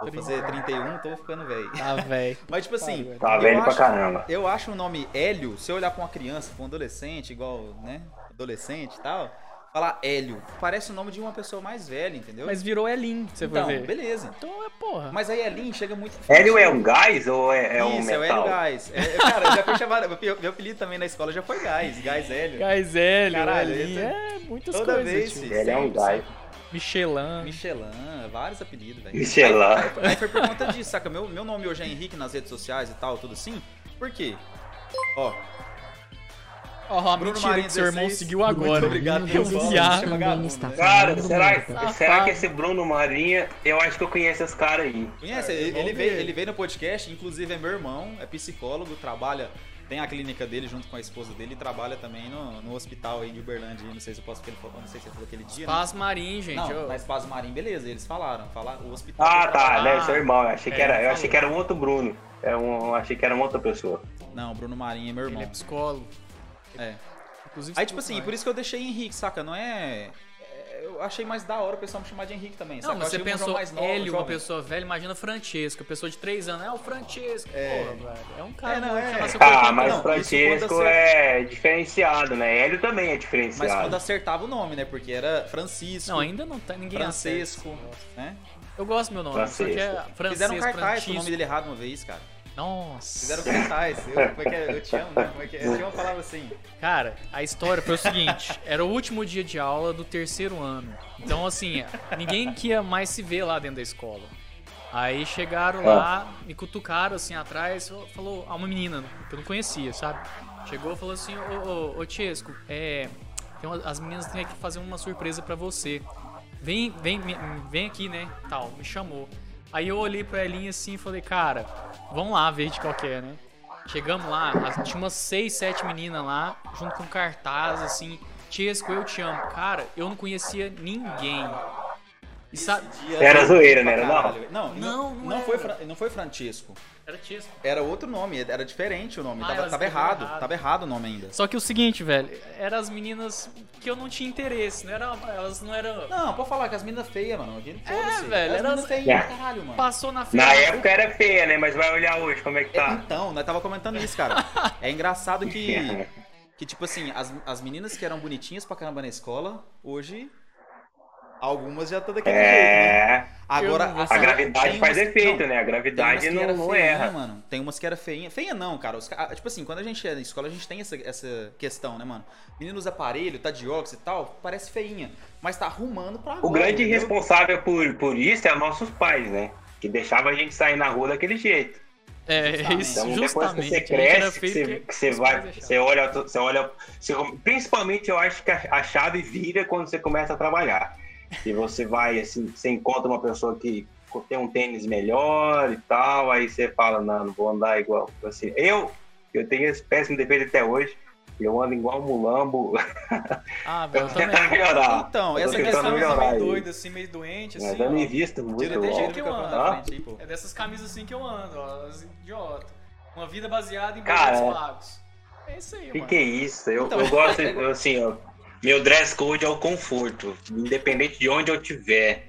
S2: Vou fazer 31, tô ficando velho.
S1: Ah, velho.
S2: Mas, tipo assim,
S1: Pariu,
S3: tá
S2: eu
S3: velho pra
S2: acho-
S3: caramba.
S2: eu acho o nome Hélio, se eu olhar pra uma criança, pra um adolescente, igual, né? Adolescente e tal, falar Hélio, parece o nome de uma pessoa mais velha, entendeu?
S1: Mas virou Elin, você
S2: então,
S1: vai ver.
S2: beleza.
S1: Então é porra.
S2: Mas aí Elinho chega muito.
S3: Hélio é um gás ou é, é um
S2: Isso, é o Hélio
S3: metal?
S2: Gás. É, cara, eu já fui chamado. Meu, meu apelido também na escola já foi Gás, Gás Hélio.
S1: Gás Hélio,
S2: Caralho,
S1: Elin,
S2: isso
S1: é muitas
S2: Toda
S1: coisas,
S2: vez,
S1: tio.
S2: filho.
S3: Hélio é um
S2: Sempre,
S3: gás.
S1: Michelin.
S2: Michelin, vários apelidos, velho.
S3: Michelin.
S2: Aí, aí- aí foi por conta disso, saca? Meu, meu nome hoje é Henrique nas redes sociais e tal, tudo assim. Por quê? Ó,
S1: Ó, a
S2: Ah, Bruno
S1: mentira que
S2: Marinho,
S1: seu irmão
S2: 16.
S1: seguiu agora. é
S2: Muito obrigado,
S1: Meu
S2: meu
S1: Deus,
S2: irmão.
S1: viado.
S2: Chama
S4: Também
S2: vagabundo,
S4: está
S2: né?
S3: Cara,
S4: falando
S3: será,
S4: merda.
S3: será
S1: Safado.
S3: que esse Bruno Marinha, eu acho que eu conheço esse cara aí.
S2: Conhece?
S1: É,
S2: ele,
S1: irmão
S2: ele veio,
S1: dele.
S2: ele veio no podcast, inclusive é meu irmão, é psicólogo, trabalha, tem a clínica dele junto com a esposa dele e trabalha também no, no hospital aí de Uberlândia. Não sei se eu posso que ele falou, não sei se ele falou aquele dia. né?
S1: Paz Marim, gente.
S2: Não,
S1: ó.
S2: na Espaço Marim, beleza, eles falaram, falar o hospital.
S3: Ah,
S2: ele
S3: tá,
S2: trabalha.
S3: deve ser o irmão. Eu achei,
S1: É,
S3: que era, eu
S1: falou.
S3: achei que era um outro Bruno. É um, eu achei que era uma outra pessoa.
S2: Não, Bruno Marim é meu
S1: Ele é
S2: irmão.
S1: psicólogo. né?
S2: É.
S1: Inclusive,
S2: Aí, tipo assim,
S1: estudou
S2: por
S1: com
S2: isso que eu deixei Henrique, saca? Não é. é, Eu achei mais da hora o pessoal me chamar de Henrique também.
S1: nós.
S2: saca?
S1: Não, mas
S2: Eu
S1: você
S2: achei um jovem
S1: pensou
S2: mais novo,
S1: Hélio, uma
S2: jovem.
S1: pessoa velha, imagina Francesco, pessoa de 3 anos. É o Francesco,
S2: É.
S1: porra, velho. É um cara
S2: É, não,
S1: que
S2: é.
S1: chama seu
S3: Ah,
S1: corpo-
S3: mas
S2: isso quando
S3: Francesco
S2: você-
S3: é diferenciado, né? Hélio também é
S2: Mas quando
S3: diferenciado.
S2: acertava o nome, né? Porque era Francisco.
S1: Não, ainda não tá ninguém
S2: Francesco,
S1: acerta.
S2: né?
S1: Eu gosto do meu nome, só que é Francesco,
S2: Fizeram um cartaz com o nome
S1: Francisco.
S2: dele errado uma vez, cara.
S1: Nossa.
S2: Fizeram cartaz. Eu, como é que é? Eu te amo, né? Como é que é? Eu te amo falava assim.
S1: Cara, a história foi o seguinte: era o último dia de aula do terceiro ano. Então, assim, ninguém queria mais se ver lá dentro da escola. Aí chegaram lá, me cutucaram assim atrás, falou- falou a uma menina que eu não conhecia, sabe? Chegou e falou assim: Ô, ô, ô Tiesco, é, tem uma- as meninas têm que fazer uma surpresa pra você. Vem, vem, me- vem aqui, né? Tal, me chamou. Aí eu olhei pra Elinha assim e falei: Cara, vamos lá ver de qualquer, né? Chegamos lá, as- tinha umas 6, 7 meninas lá, junto com cartaz, assim, Tiesco, eu te amo. Cara, eu não conhecia ninguém. E sabe.
S2: Dia
S3: Era
S2: doido
S3: zoeira,
S2: pra
S3: né? Era não?
S2: caralho. Não, não,
S1: Não,
S2: não,
S1: não
S2: não,
S1: era.
S2: foi, Fra- não foi Francisco.
S1: Era Tiesco.
S2: Era outro nome, era diferente o nome.
S1: Ah,
S2: tava,
S1: elas
S2: tava
S1: escreveram
S2: errado,
S1: errado.
S2: Tava errado o nome ainda.
S1: Só que o seguinte, velho, eram as meninas que eu não tinha interesse, não era, elas não eram.
S2: Não, pode falar que as meninas feias, mano. Aqui, foda-se.
S1: É, velho,
S2: As
S1: era-
S2: meninas feias,
S3: É.
S2: caralho, mano.
S1: Passou na frente.
S3: Na época era feia, né? Mas vai olhar hoje como é que
S2: É,
S3: tá.
S2: Então, nós tava comentando isso, cara. É engraçado
S3: É.
S2: que, que tipo assim, as, as meninas que eram bonitinhas pra caramba na escola, hoje Algumas já tá daquele jeito, né?
S3: É,
S2: Agora,
S1: Eu não vou
S2: a-
S3: a
S1: saber.
S3: gravidade
S2: tem
S3: faz
S2: umas-
S3: efeito,
S2: não,
S3: né? A
S2: Tem umas
S3: gravidade
S2: que
S3: não,
S2: era né?
S3: não
S2: feinha,
S3: erra.
S2: mano. Tem umas que era feinha. Feia não, cara. Os ca- ah, tipo assim, quando a gente é na escola, a gente tem essa, essa questão, né, mano? Menino usa aparelho, tá de óculos e tal, parece feinha. Mas tá arrumando pra agora.
S3: O grande
S2: entendeu?
S3: responsável por, por isso é nossos pais, né? Que deixava a gente sair na rua daquele jeito.
S1: É, é isso,
S3: Então, depois que
S1: justamente.
S3: você
S1: A gente era
S3: cresce, que
S1: feio
S3: você,
S1: porque
S3: que você
S1: os
S3: vai,
S1: pais deixavam.
S3: você olha, você olha. você- principalmente eu acho que a, a chave vira quando você começa a trabalhar. E você vai, assim, você encontra uma pessoa que tem um tênis melhor e tal, aí você fala, não, não vou andar igual. Assim, eu, eu tenho esse péssimo defeito até hoje. Eu ando igual um mulambo.
S1: Ah, velho, eu
S3: Eu vou
S1: também.
S3: tentar melhorar.
S2: Então,
S3: Eu
S2: essa
S3: tô tentando
S2: questão
S1: camisa
S3: melhorar
S1: meio
S3: aí.
S1: doida, assim, meio doente,
S3: Mas
S1: assim.
S3: eu me
S1: ó.
S3: visto muito
S2: Tira
S1: até
S2: até
S1: jeito
S3: logo.
S1: que
S2: jeito
S1: eu
S2: que eu
S1: ando.
S3: Ah.
S2: frente aí, pô.
S1: É dessas camisas assim que eu ando, ó. as Idiota. Uma vida baseada em
S3: Cara,
S1: boletos pagos. É isso aí,
S3: Que
S1: mano.
S3: que é isso? Eu,
S2: Então.
S3: eu gosto, eu, assim, ó, meu dress code é o conforto, independente de onde eu estiver.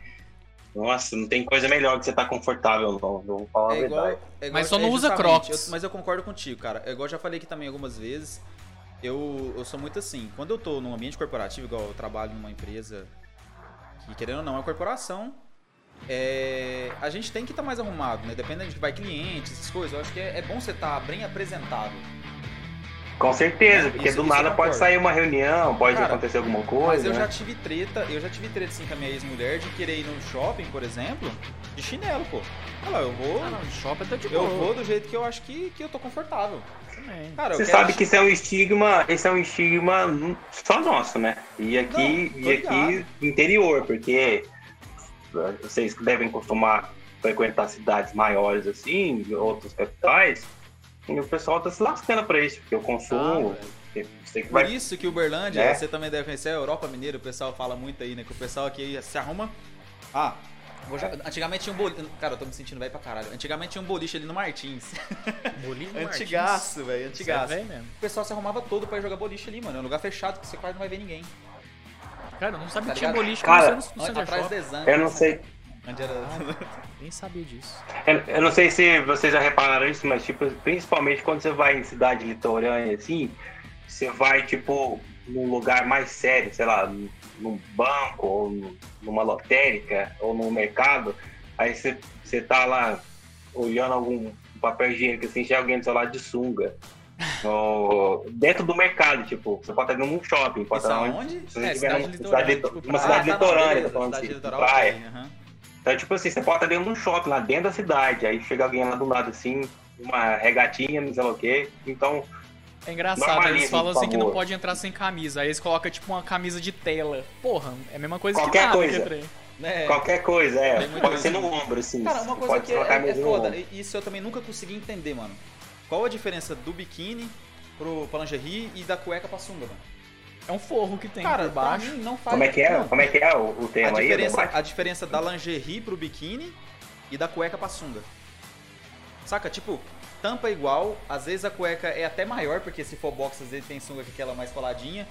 S3: Nossa, não tem coisa melhor que você tá confortável, não. Não vou falar a
S2: É igual,
S3: verdade.
S2: é igual-
S1: Mas só
S2: é
S1: não usa
S2: justamente,
S1: Crocs.
S2: eu- mas eu concordo contigo, cara. É igual eu já falei aqui também algumas vezes. Eu, eu sou muito assim. Quando eu tô num ambiente corporativo, igual eu trabalho numa empresa que, querendo ou não, é uma corporação, é, a gente tem que estar mais arrumado, né? Dependendo de vai clientes, essas coisas. Eu acho que é, é bom você estar bem apresentável.
S3: Com certeza,
S2: É,
S3: porque
S2: isso-
S3: do
S2: isso eu
S3: nada
S2: concordo.
S3: pode sair uma reunião, pode
S2: Cara,
S3: acontecer alguma
S2: Mas
S3: coisa.
S2: eu
S3: né?
S2: já tive treta, eu já tive treta assim com a minha ex-mulher de querer ir num shopping, por exemplo, de chinelo, pô. Olha lá, eu vou.
S1: Ah, não, de shopping tá de
S2: eu
S1: boa.
S2: vou do jeito que eu acho que, que eu tô confortável.
S1: também.
S2: Cara, eu
S3: Você
S2: quero
S3: sabe que isso é um estigma, esse é um estigma hum, só nosso, né? E aqui,
S2: Não, tô
S3: e aqui interior, porque eh, vocês que devem costumar frequentar cidades maiores assim, outras capitais, e o pessoal tá se lascando pra isso, porque o consumo,
S1: Ah, velho.
S3: você que
S2: Por
S3: vai
S2: isso que Uberlândia,
S3: É.
S2: você também deve conhecer, a Europa Mineira, o pessoal fala muito aí, né? Que o pessoal aqui se arruma. Ah, vou já- antigamente tinha um boliche. Cara, eu tô me sentindo velho pra caralho. Antigamente tinha um boliche ali no Martins.
S1: Bolívia Martins.
S2: Antigaço, velho,
S1: Isso é
S2: antigaço.
S1: velho mesmo.
S2: O pessoal se arrumava todo pra ir jogar boliche ali, mano. É um lugar fechado que você quase não vai ver ninguém.
S1: Cara, eu não sabia
S2: Tá
S1: que tinha
S2: ligado?
S1: boliche
S3: Cara,
S1: no
S2: An-
S1: Center
S2: Atrás
S1: Shopping.
S2: de Zan.
S3: Eu não sei,
S2: Onde era...
S1: Nem sabia disso.
S3: eu, eu não sei se vocês já repararam isso, mas tipo, principalmente quando você vai em cidade litorânea assim, você vai tipo num lugar mais sério, sei lá, num- num banco ou num- numa lotérica ou num mercado, aí você, você tá lá olhando algum papel higiênico assim, já alguém do seu lado de sunga. Ou dentro do mercado, tipo, você pode estar num shopping, pode
S2: Isso
S3: estar
S2: aonde?
S3: Se você
S1: É,
S3: tiver
S1: cidade
S3: numa
S1: litorânea,
S3: cidade lito-
S1: tipo,
S3: uma
S1: praia, né?
S3: cidade
S2: tá, não,
S3: litorânea,
S2: beleza,
S3: tô falando
S2: cidade
S3: assim,
S2: litoral,
S3: praia.
S2: sim, aham.
S3: Então, tipo assim, você pode estar dentro de um shopping, lá dentro da cidade, aí chega alguém lá do lado assim, uma regatinha, não sei lá o quê. Então,
S1: É engraçado,
S3: Normaliza,
S1: eles falam
S3: por
S1: assim que não
S3: favor.
S1: pode entrar sem camisa. Aí eles colocam tipo uma camisa de tela. Porra, é a mesma coisa
S3: Qualquer
S1: que nada
S3: coisa.
S1: que eu entrei.
S2: Né?
S3: qualquer coisa, é.
S2: Tem muito
S3: Pode
S2: isso,
S3: ser no
S2: né?
S3: ombro, assim.
S2: Cara, uma coisa
S3: pode
S2: que
S3: ser
S2: é,
S3: uma camisa
S2: é
S3: no
S2: foda,
S3: ombro.
S2: e isso eu também nunca consegui entender, mano. Qual a diferença do biquíni pro pra lingerie e da cueca pra sunga, mano?
S1: É um forro que tem
S2: Cara,
S1: por baixo.
S2: pra mim não faz...
S3: Como é que é?
S2: não.
S3: Como é que é o, o
S2: A
S3: tema aí?
S2: diferença,
S3: Debate?
S2: a diferença da lingerie pro biquíni e da cueca pra sunga. Saca? Tipo, tampa é igual, às vezes a cueca é até maior, porque se for box, às vezes tem sunga que é aquela mais coladinha.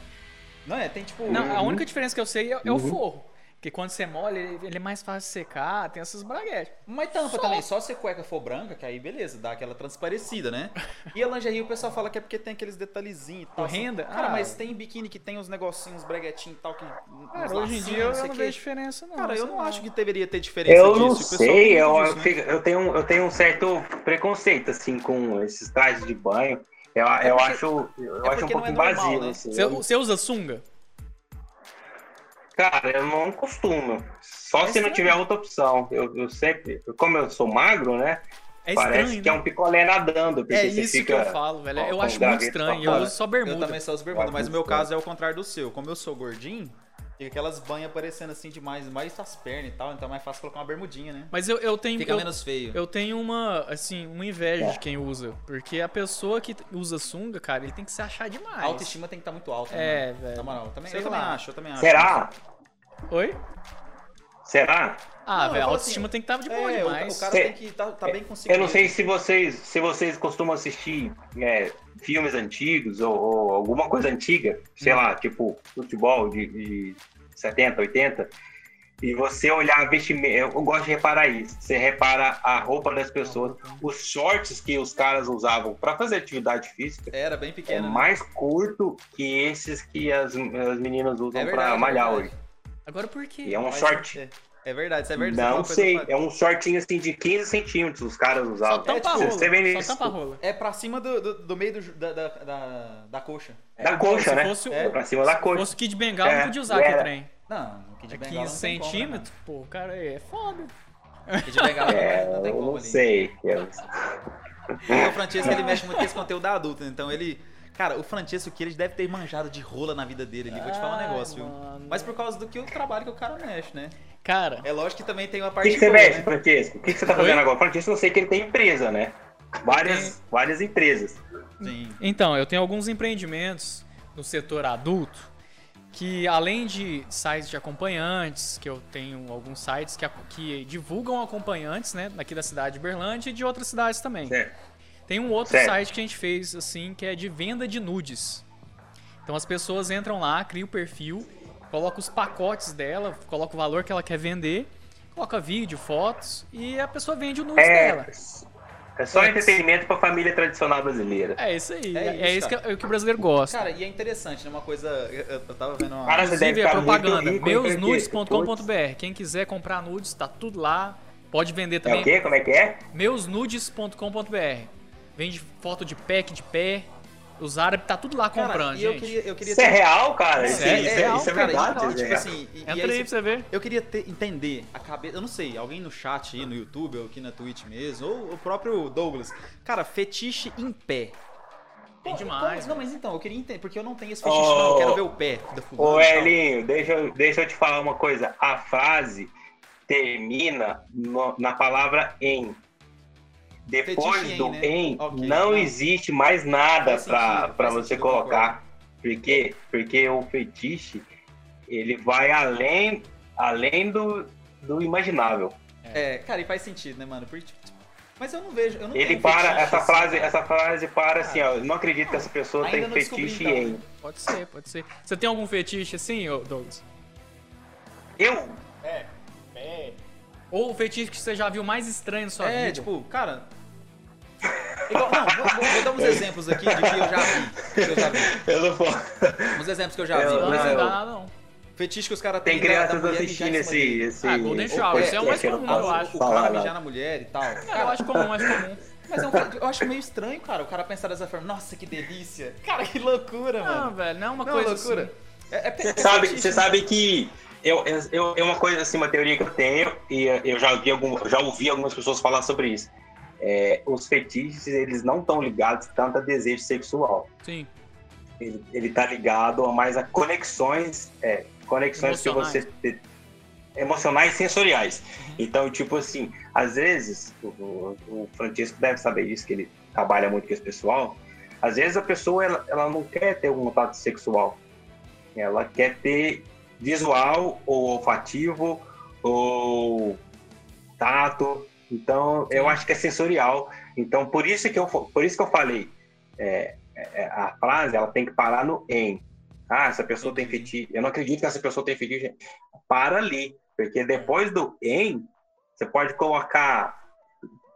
S2: Não é? Tem tipo...
S1: Não, a
S3: Uhum.
S1: única diferença que eu sei é, é o
S3: Uhum.
S1: forro. Porque quando você molha, ele, ele é mais fácil de secar, tem essas braguetes.
S2: Mas tampa
S1: Só.
S2: também, só se a cueca for branca, que aí beleza, dá aquela transparecida, né? E a lingerie o pessoal fala que é porque tem aqueles detalhezinhos e tal.
S1: Correnda?
S2: Cara,
S1: Ah.
S2: mas tem biquíni que tem uns negocinhos, uns breguetinhos e tal. Que, uns
S1: Cara, hoje em
S2: lacinhos,
S1: dia eu não,
S2: sei o quê.
S1: vejo diferença, não.
S2: Cara, eu
S1: sei
S2: não é
S1: lá.
S2: acho que deveria ter diferença
S3: Eu
S2: disso. é
S3: não
S2: O pessoal tem
S3: sei, eu,
S2: muito
S3: eu
S2: disso, né?
S3: fico- eu tenho, eu tenho um certo preconceito, assim, com esses trajes de banho. Eu, eu
S2: porque-
S3: acho, eu
S2: é
S3: acho um
S2: porque não é
S3: pouquinho
S2: normal,
S3: vazio,
S2: né?
S3: assim.
S1: Você,
S3: Eu-
S1: você usa sunga?
S3: Cara, eu não costumo. Só
S2: É
S3: se não
S2: estranho.
S3: tiver outra opção. Eu, eu sempre, como eu sou magro, né?
S1: É
S3: parece
S1: estranho,
S3: que é
S1: né?
S3: um picolé nadando. Porque
S1: É
S3: você
S1: isso
S3: fica...
S1: que eu falo, velho.
S3: ó,
S1: Eu
S3: com
S1: acho muito
S3: gaveta
S1: estranho.
S3: pra
S1: Eu
S3: fora.
S1: uso só
S2: Eu
S1: bermuda.
S2: também sou as bermudas, mas o meu caso é o contrário do seu. Como eu sou gordinho, fica aquelas banhas aparecendo assim demais, mais as pernas e tal, então é mais fácil colocar uma bermudinha, né?
S1: Mas eu, eu tenho.
S2: Fica
S1: eu-
S2: menos feio.
S1: Eu tenho uma, assim, uma inveja
S3: É.
S1: de quem usa. Porque a pessoa que usa sunga, cara, ele tem que se achar demais.
S2: A autoestima tem que estar muito alta, né?
S1: É,
S2: mano? Na
S1: velho.
S2: moral, eu também,
S1: Sei
S2: eu também
S1: lá.
S2: acho, eu também acho.
S3: Será?
S1: Oi?
S3: Será?
S1: Ah,
S2: Não,
S1: velho,
S2: eu
S1: a
S2: falo
S1: autoestima tem que estar de boa
S2: É, o,
S1: demais.
S2: o cara
S3: Cê-
S2: tem que tá, tá bem consigo.
S3: É, Eu não sei
S2: mesmo.
S3: se vocês, se vocês costumam assistir é, filmes antigos ou, ou alguma coisa antiga, sei
S1: Hum.
S3: lá, tipo futebol de, de 70, 80, e você olhar a vestimenta. Eu gosto de reparar isso. Você repara a roupa das
S1: Ah,
S3: pessoas,
S1: então.
S3: os shorts que os caras usavam para fazer atividade física.
S2: Era bem
S3: É
S2: pequena. né?
S3: mais curto que esses que as, as meninas usam
S2: É
S3: pra
S2: verdade, é
S3: malhar
S2: verdade.
S3: hoje.
S1: Agora por quê?
S3: E é um
S2: Mas-
S3: short.
S2: É, é verdade, isso é verdade.
S3: Não
S2: isso é uma
S3: sei,
S2: coisa-
S3: é um shortinho assim de 15 centímetros os caras
S1: Só
S3: usavam. É,
S1: tampa a
S3: tipo,
S1: rola.
S3: você vê nisso.
S1: Só tampa a rola.
S3: um-
S2: É pra cima do, do, do meio do ju- da, da, da, da coxa.
S3: Da coxa,
S1: Se
S3: né?
S1: fosse, o-
S2: É,
S3: Pra cima da
S1: se
S3: coxa.
S1: fosse o Kid Bengal,
S3: É,
S1: não podia usar aquele
S3: era.
S1: trem.
S2: Não, no Kid
S1: É
S2: Bengala
S1: 15
S2: não tem como, né,
S1: centímetros? Pô, o cara é foda.
S2: mano? Kid Bengala
S3: É,
S2: não, não tem
S3: eu
S2: como
S3: não
S2: ali.
S3: sei. é Eu-
S2: Porque o Francesco, ele mexe muito com esse conteúdo da adulta, então ele... Cara, o Francesco que ele deve ter manjado de rola na vida dele ali, vou te falar um
S1: Ai,
S2: negócio, viu?
S1: mano.
S2: Mas por causa do que o trabalho que o cara mexe, né?
S1: Cara,
S2: É lógico que também tem uma
S3: O
S2: parte
S3: que, que você
S2: boa,
S3: mexe,
S2: né?
S3: Francesco? O que, que você tá
S1: Oi?
S3: fazendo agora? Francesco, eu sei que ele tem empresa, né? Várias, várias empresas.
S2: Sim.
S1: Então, eu tenho alguns empreendimentos no setor adulto que, além de sites de acompanhantes, que eu tenho alguns sites que, a- que divulgam acompanhantes, né? Aqui da cidade de Berlândia e de outras cidades também.
S3: Certo.
S1: Tem um outro
S3: Certo.
S1: site que a gente fez, assim, que é de venda de nudes. Então as pessoas entram lá, criam o perfil, coloca os pacotes dela, coloca o valor que ela quer vender, coloca vídeo, fotos e a pessoa vende o nude dela.
S3: É, é só
S1: É.
S3: entretenimento pra família tradicional brasileira.
S1: É isso aí.
S2: É
S1: É,
S2: isso,
S1: isso que,
S2: cara.
S1: é o que o brasileiro gosta.
S2: Cara, e é interessante, né? Uma coisa... Eu, eu- eu tava vendo uma...
S3: Cara, você
S1: Inclusive,
S3: deve
S1: é
S3: ficar muito
S1: propaganda.
S3: rico, hein, Francesco?
S1: Meusnudes.com.br. Quem quiser comprar nudes, tá tudo lá. Pode vender
S3: É o
S1: também.
S3: quê? Como é que é?
S1: Meusnudes.com.br. Vende foto de pack de pé. Os árabes, tá tudo lá
S2: Cara,
S1: comprando,
S2: e eu
S1: gente.
S2: queria... Eu queria
S3: Isso é real, cara. Isso
S1: um Isso
S3: é,
S1: é-
S3: isso é,
S1: real,
S3: isso é
S2: cara,
S3: verdade.
S2: então,
S3: isso é
S2: tipo
S3: real.
S2: assim, e- e
S1: Entra
S2: aí
S1: aí
S2: você-
S1: pra você ver.
S2: Eu queria ter- entender a cabeça. Eu não sei, alguém no chat aí, no YouTube, ou aqui na Twitch mesmo, ou o próprio Douglas. Cara, fetiche em pé.
S1: Tem
S2: Pô,
S1: demais,
S2: como- não,
S1: mano.
S2: mas então, eu queria entender, porque eu não tenho esse fetiche, não. Eu
S3: Ô,
S2: quero ver o pé da fulana.
S3: Ô,
S2: e tal.
S3: Elinho, deixa, eu- deixa eu te falar uma coisa. A frase termina no- na palavra em. Depois
S2: Fetiche em,
S3: do
S2: né?
S3: em,
S2: Ok,
S3: não,
S2: não.
S3: existe mais nada
S2: Faz
S3: pra
S2: sentido,
S3: pra
S2: faz
S3: você
S2: sentido,
S3: colocar. Por quê? Porque o fetiche, ele vai além, além do, do imaginável.
S2: É, cara, e faz sentido, né, mano? Porque, tipo, mas eu não vejo. Eu não
S3: Ele
S2: tenho
S3: para,
S2: fetiche,
S3: essa
S2: assim,
S3: frase,
S2: cara.
S3: essa frase para assim, ó. Eu não acredito que essa pessoa
S2: Ainda
S3: tem
S2: não descobri,
S3: fetiche
S2: então.
S3: em.
S1: Pode ser, pode ser. Você tem algum fetiche assim, ô, Douglas?
S3: Eu?
S1: Ou o fetiche que você já viu mais estranho na sua
S2: é,
S1: vida?
S2: tipo, cara. Igual, não, vou, vou- vou dar uns exemplos aqui de que eu já vi. Que eu já vi.
S3: Eu não posso.
S2: Uns exemplos que eu já vi. Por
S3: Eu-
S1: não, não,
S2: exemplo,
S1: dá nada, não.
S2: fetiche que os caras
S3: Tem
S2: têm da- da
S3: crianças
S2: mulher mijar em
S3: assistindo
S2: cima
S3: esse,
S2: dele.
S3: esse.
S1: Ah, Golden
S3: o
S1: Shower, isso é o mais
S3: podcast, eu não
S1: comum, eu
S3: posso
S1: acho.
S2: O
S3: falar né?
S2: cara
S3: nada.
S2: mijar na mulher e tal.
S1: Cara, É, eu acho comum, acho comum.
S2: Mas é um, eu acho meio estranho, cara, o cara pensar dessa forma. Nossa, que delícia. Cara, que loucura,
S1: Não,
S2: mano.
S1: velho, não é uma
S2: Não,
S1: coisa
S2: loucura.
S1: assim.
S2: É, é pe-
S3: Você
S2: é
S3: sabe,
S2: fetiche,
S3: você
S2: né?
S3: sabe que eu, eu, eu- é uma coisa assim, uma teoria que eu tenho e eh, eu já vi algum, já ouvi algumas pessoas falar sobre isso. É, os fetiches eles não estão ligados tanto a desejo sexual.
S1: Sim.
S3: Ele, ele tá ligado a mais a conexões, é, conexões que você
S1: Emocionais.
S3: te- emocionais e sensoriais. Então, tipo assim, às vezes o, o, o Francisco deve saber isso que ele trabalha muito com esse pessoal. Às vezes a pessoa ela, ela não quer ter um contato sexual ela quer ter visual ou olfativo ou tato. Então eu acho que é sensorial. Então por isso que eu fo- por isso que eu falei é, é, a frase ela tem que parar no em. Ah, essa pessoa tem fetiche. Eu não acredito que essa pessoa tem fetiche. Para ali, porque depois do em você pode colocar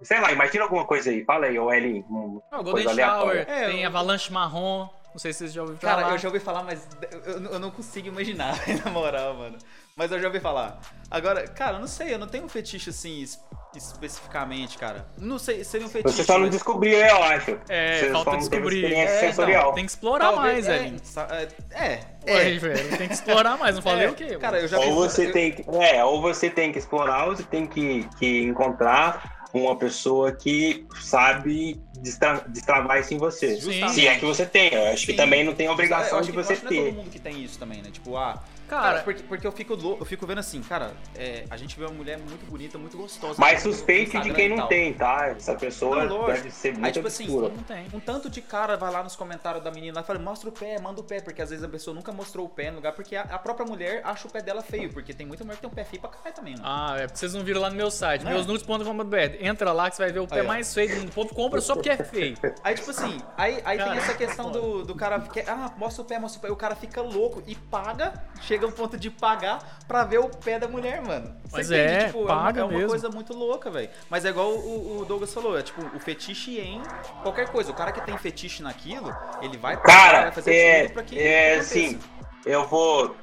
S3: Sei lá, imagina alguma coisa aí. Fala aí, ô Elin. hum,
S1: Não, Golden
S3: Coisa aleatória.
S1: Shower,
S2: É,
S1: tem
S2: eu-
S1: Avalanche Marrom, não sei se vocês já ouviram falar.
S2: Cara, eu já ouvi falar, mas eu, eu não consigo imaginar, na moral, mano. Mas eu já ouvi falar. Agora, cara, eu não sei, eu não tenho um fetiche assim es- especificamente, cara. Não sei, seria um fetiche.
S3: Você só não
S2: mas-
S3: descobriu, eu acho.
S1: É,
S3: Você
S1: falta
S3: só não teve
S1: descobrir.
S3: experiência
S2: É, então,
S3: sensorial.
S1: Tem que explorar mais,
S2: é,
S1: velho.
S2: sa- É, é.
S1: Ué, velho, tem que explorar mais, não falei
S2: é,
S1: o quê?
S2: Cara,
S1: mano?
S2: eu já vi-
S3: ou você
S2: eu-
S3: tem que, é, ou você tem que explorar, ou você tem que, que encontrar uma pessoa que sabe destra- destravar isso em você.
S1: Sim.
S3: Se é que você tem, eu acho que
S2: Sim.
S3: também não tem
S2: é, Eu
S3: obrigação
S2: acho
S3: de
S2: que- eu
S3: você
S2: acho que Não é
S3: ter.
S2: todo mundo que tem isso também, né? Tipo, ah, Cara,
S1: Cara,
S2: porque, porque eu, fico lou- eu fico vendo assim, cara, é, a gente vê uma mulher muito bonita, muito gostosa.
S3: Mas
S2: né, no- no
S3: suspeite de
S2: Instagram
S3: quem
S2: e
S3: não
S2: tal.
S3: tem, tá? Essa pessoa
S2: Não, lógico.
S3: deve ser muito
S2: tipo assim,
S3: obscura.
S1: não tem.
S2: Um tanto de cara vai lá nos comentários da menina e fala, mostra o pé, manda o pé, porque às vezes a pessoa nunca mostrou o pé no lugar, porque a, a própria mulher acha o pé dela feio, porque tem muita mulher que tem um pé feio pra caralho também, mano.
S1: Ah, é porque vocês não viram lá no meu site,
S2: Né?
S1: meusnudes.com.br. Entra lá que você vai ver o pé
S2: Aí, ó.
S1: mais feio do mundo. O povo compra só porque é feio.
S2: Aí, tipo assim, aí, aí tem
S1: Cara, é
S2: essa questão
S1: foda.
S2: do, do cara que, ah, mostra o pé, mostra o pé, o cara fica louco e paga, chega um ponto de pagar pra ver o pé da mulher, mano. Você
S1: Mas
S2: entende?
S1: é,
S2: tipo,
S1: paga
S2: é uma, é uma
S1: mesmo.
S2: coisa muito louca, velho. Mas é igual o, o Douglas falou, é tipo, o fetiche em qualquer coisa. O cara que tem fetiche naquilo, ele vai
S3: Cara,
S2: vai fazer
S3: é-
S2: tudo pra que
S3: é
S2: aconteça.
S3: assim, Eu vou.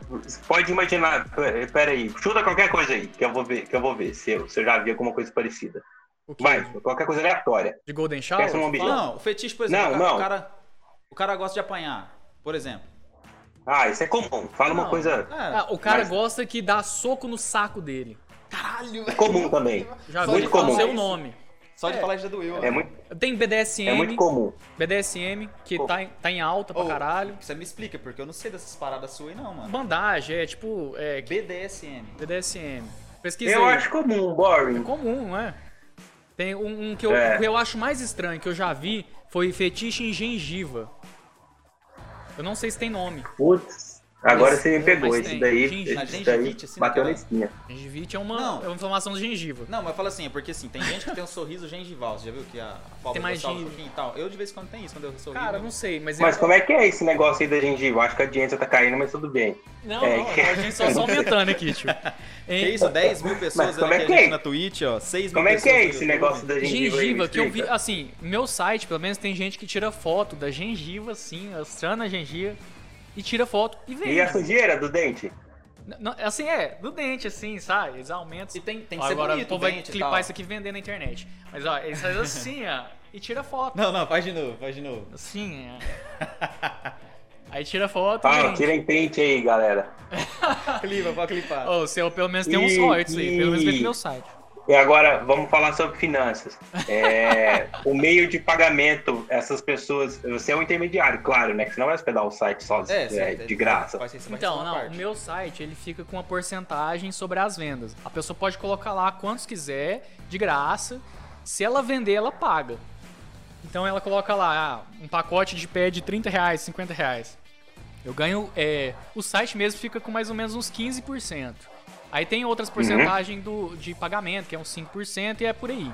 S3: Pode imaginar. Pera pera aí. Chuta qualquer coisa aí, que eu vou ver, que eu vou ver se eu, se eu já vi alguma coisa parecida.
S1: O que?
S3: Vai, qualquer coisa aleatória.
S1: De Golden Shower?
S3: Peça um
S1: você
S3: objeto.
S1: fala?
S2: Não, o fetiche, por exemplo,
S3: Não,
S2: o, cara,
S3: não.
S2: O, cara, o cara gosta de apanhar, por exemplo.
S3: Ah, isso é comum. Fala uma
S2: Não,
S3: coisa
S2: é.
S1: Ah, o cara
S3: Mas-
S1: gosta que dá soco no saco dele.
S2: Caralho, velho.
S3: comum também.
S1: Já
S2: Só
S1: vi
S3: de
S1: falar
S3: comum.
S1: seu nome.
S2: Só de
S1: É.
S2: falar isso já doeu.
S3: É muito,
S1: Tem BDSM,
S3: é muito comum. Oh.
S1: BDSM, que tá em, tá em alta pra
S2: Ô.
S1: caralho.
S2: Você me explica, porque eu não sei dessas paradas suas aí não, mano.
S1: Bandagem, é tipo. É,
S2: BDSM.
S1: BDSM. Pesquisa
S3: Eu
S1: aí.
S3: acho comum,
S1: É
S3: boring.
S1: comum, não é? Tem um, um que, eu,
S3: É.
S1: que eu acho mais estranho que eu já vi foi fetiche em gengiva. Eu não sei se tem nome.
S3: Putz, agora
S1: Mas-
S2: é,
S3: você me pegou.
S1: mas
S3: Esse
S1: tem.
S3: daí,
S1: Gingivite,
S3: esse daí
S2: gingivite, assim,
S3: bateu na
S2: naquela-
S3: espinha.
S1: Gengivite é uma,
S2: Não.
S1: é uma inflamação da gengiva.
S2: Não, mas fala assim, é porque assim, tem gente que tem um sorriso gengival, você já viu que a pálpebra
S1: mais
S2: sobe um
S1: gengiva.
S2: pouquinho e tal. Eu de vez em quando tenho isso, quando eu né? sorriso.
S1: Cara, eu não sei, mas.
S3: Mas
S1: eu-
S3: como é que é esse negócio aí da gengiva? Acho que a audiência tá caindo, mas tudo bem.
S1: Não,
S3: é
S1: não,
S3: que-
S1: a gente só, só aumentando aqui, tio.
S2: Que
S1: Hein?
S2: isso, 10 mil pessoas
S3: como é
S2: aqui
S3: que
S2: a gente tá
S3: é?
S2: na Twitch, ó. 6 mil
S3: Como é que é
S2: pessoas no
S3: esse
S2: YouTube.
S3: negócio da gengiva? aí? Me
S1: Gengiva, que eu vi,
S3: explica.
S1: assim, meu site, pelo menos, tem gente que tira foto da gengiva, assim, mostrando a gengiva, e tira foto e vende.
S3: E a sujeira do dente?
S1: N- não, assim, é, do dente, assim, sabe? Eles aumentam.
S2: E tem, tem que
S1: Ó,
S2: ser
S1: Agora
S2: bonito
S1: o povo
S2: o
S1: vai
S2: dente e
S1: clipar
S2: tal.
S1: isso aqui e vender na internet. Mas ó, eles fazem assim, ó, e tira foto.
S2: Não, não, faz de novo, faz de novo.
S1: Assim, ó. Aí tira foto.
S3: Ah,
S1: e-
S3: tirem print aí, galera.
S2: Clipa, pode clipar.
S1: Ô, seu pelo menos tem uns
S3: Ih,
S1: sortes aí, pelo menos vem
S3: ih.
S1: no meu site.
S3: E agora vamos falar sobre finanças. É, o meio de pagamento, essas pessoas. Você é um intermediário, claro, né? Que você não vai hospedar o site sozinho, é,
S2: certo,
S3: de
S2: é,
S3: graça.
S2: faz- faz- faz
S1: Então,
S2: uma
S1: não,
S2: parte.
S1: o meu site ele fica com uma porcentagem sobre as vendas. A pessoa pode colocar lá quantos quiser, de graça. Se ela vender, ela paga. Então ela coloca lá ah, um pacote de pé de 30 reais, 50 reais. Eu ganho. é, o site mesmo fica com mais ou menos uns 15%. Aí tem outras porcentagens do, de pagamento, que é uns 5%, e é por aí.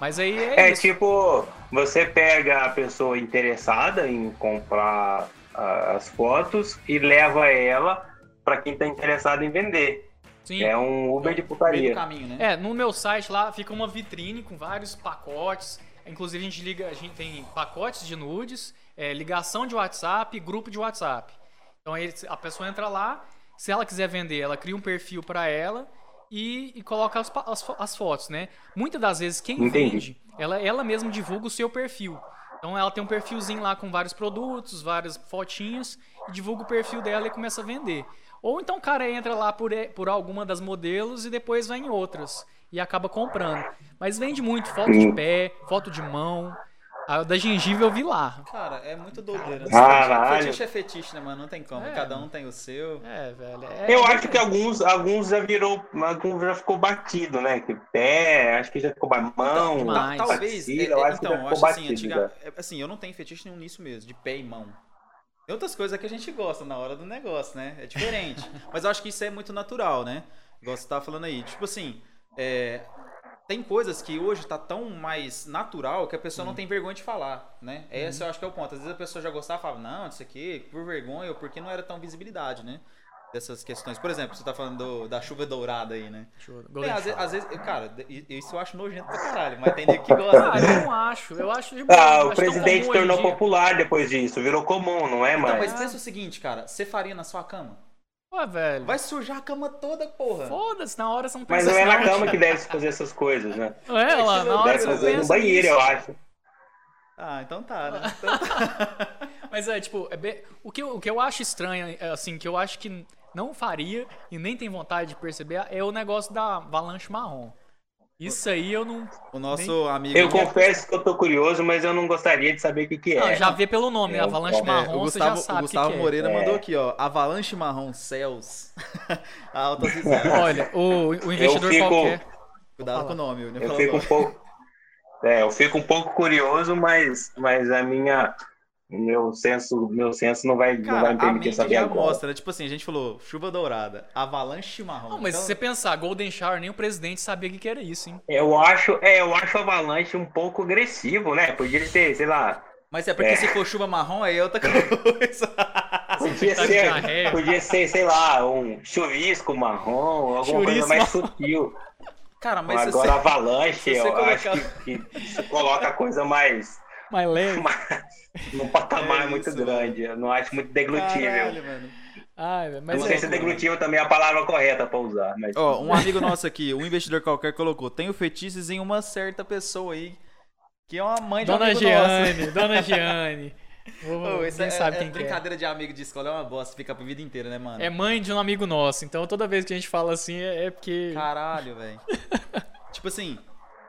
S1: Mas aí é,
S3: É
S1: isso.
S3: tipo, você pega a pessoa interessada em comprar ah, as fotos e leva ela para quem tá interessado em vender.
S1: Sim.
S3: É um Uber de
S2: Meio do
S3: putaria.
S2: caminho, né?
S1: É, no meu site lá fica uma vitrine com vários pacotes. Inclusive a gente liga, a gente tem pacotes de nudes, é, ligação de WhatsApp, grupo de WhatsApp. Então aí a pessoa entra lá, se ela quiser vender, ela cria um perfil pra ela e, e coloca as, pa- as fo- as fotos, né? Muitas das vezes quem
S3: Entendi.
S1: vende, ela, ela mesma divulga o seu perfil. Então ela tem um perfilzinho lá com vários produtos, várias fotinhas, e divulga o perfil dela e começa a vender. Ou então o cara entra lá por, e- por alguma das modelos e depois vai em outras e acaba comprando. Mas vende muito, foto de
S3: Hum.
S1: pé, foto de mão. A da gengiva eu vi lá.
S2: Cara, é muito doideira. né?
S3: Caralho.
S2: Fetiche é fetiche, né, mano? Não tem como.
S1: É.
S2: Cada um tem o seu.
S1: É, velho. é-
S3: Eu acho que alguns, alguns já virou, alguns já ficou batido, né? Que pé, acho que já ficou ba- mão.
S1: Então,
S2: Ta-
S1: Mas-
S2: Tá, talvez.
S3: Axila,
S2: é-
S3: eu
S2: é-
S3: acho que
S2: então, eu
S3: já ficou
S2: acho assim,
S3: batido
S2: antiga, é- assim, eu não tenho fetiche nenhum nisso mesmo, de pé e mão. Tem outras coisas que a gente gosta na hora do negócio, né? É diferente. Mas eu acho que isso é muito natural, né? Igual você tava falando aí. Tipo assim, é, tem coisas que hoje tá tão mais natural que a pessoa não tem vergonha de falar, né? Esse eu acho que é o ponto. Às vezes a pessoa já gostava e falava, não, isso aqui, por vergonha, ou porque não era tão visibilidade, né? Dessas questões. Por exemplo, você tá falando do- da chuva dourada aí, né?
S1: Deixa eu-
S2: Tem,
S3: É,
S1: Golden
S2: às, ve-
S1: Shower.
S2: às vezes, cara, i- isso eu acho nojento pra caralho, mas tem nego que
S1: Cara,
S2: gosta. né?
S1: Ah, eu não acho. Eu acho de boa,
S3: Ah,
S1: Então, eu
S3: o
S1: acho tão
S3: presidente
S1: comum hoje em
S3: tornou
S1: dia.
S3: popular depois disso, virou comum, não é
S2: Então,
S3: mais?
S2: mas pensa o seguinte, cara, você faria na sua cama?
S1: Ué, velho.
S2: Vai sujar a cama toda, porra.
S1: Foda-se, na hora são
S3: Mas não é na cama que deve se fazer essas coisas, né?
S1: É, lá, na hora
S3: Deve
S1: você não
S3: fazer no
S1: pensa
S3: banheiro,
S1: nisso.
S3: eu acho.
S2: Ah, então tá, né? Então tá.
S1: Mas é, tipo, é bem- o, que eu, o que eu acho estranho, é, assim, que eu acho que não faria e nem tem vontade de perceber é o negócio da avalanche marrom. Isso aí eu não.
S2: O nosso amigo.
S3: Eu confesso que eu tô curioso, mas eu não gostaria de saber o que, que é.
S1: Não, já vê pelo nome, né?
S3: É,
S1: Avalanche
S3: é,
S2: É, o
S1: marrom, você já
S2: Gustavo,
S1: sabe.
S2: o
S1: o que
S2: Gustavo
S1: que é.
S2: Moreira
S3: É.
S2: mandou aqui, ó. Avalanche marrom céus. Altas risadas.
S1: Olha, o, o
S3: eu
S1: investidor
S3: fico,
S1: qualquer.
S2: Cuidado com o nome, eu nem
S3: eu
S2: falo
S3: fico um
S2: agora.
S3: pouco. É, eu fico um pouco curioso, mas, mas a minha. Meu senso, meu senso não vai, não
S2: Cara,
S3: vai me
S2: a
S3: permitir
S2: mente
S3: saber
S2: já
S3: agora.
S2: mostra, né? Tipo assim, a gente falou chuva dourada, avalanche marrom.
S1: Não, mas
S2: Então,
S1: se você pensar, Golden Shower, nem o presidente sabia o que que era isso, hein?
S3: Eu acho, é, eu acho o Avalanche um pouco agressivo, né? Podia ser, sei lá.
S2: mas é porque
S3: É.
S2: se for chuva marrom, aí é outra coisa.
S3: Podia
S1: Tá de
S3: ser,
S1: diarreia.
S3: podia ser, sei lá, um chuvisco marrom, alguma coisa
S1: Chuvisco.
S3: mais sutil.
S2: Cara, mas se
S3: Agora
S2: você...
S3: Avalanche,
S2: se você
S3: eu
S2: colocar-
S3: acho que, que isso coloca a coisa mais
S1: My leg.
S3: num patamar
S2: É
S3: muito
S2: isso,
S3: é grande. Eu não acho muito deglutível.
S2: Caralho, mano.
S1: Ai, velho, mas
S3: não
S1: é
S3: sei se
S1: loucura.
S3: deglutivo também é a palavra correta pra usar, mas.
S2: Ó, um amigo nosso aqui, um investidor qualquer, colocou: tenho fetiches em uma certa pessoa aí, que é uma mãe de um
S1: Dona
S2: amigo nosso.
S1: Giane, Dona Giane. Vou,
S2: Ô, isso
S1: quem
S2: é,
S1: sabe
S2: é
S1: quem que é.
S2: brincadeira de amigo de escola é uma bosta, fica pra vida inteira, né, mano?
S1: É mãe de um amigo nosso, então toda vez que a gente fala assim é, é porque.
S2: Caralho, velho. tipo assim,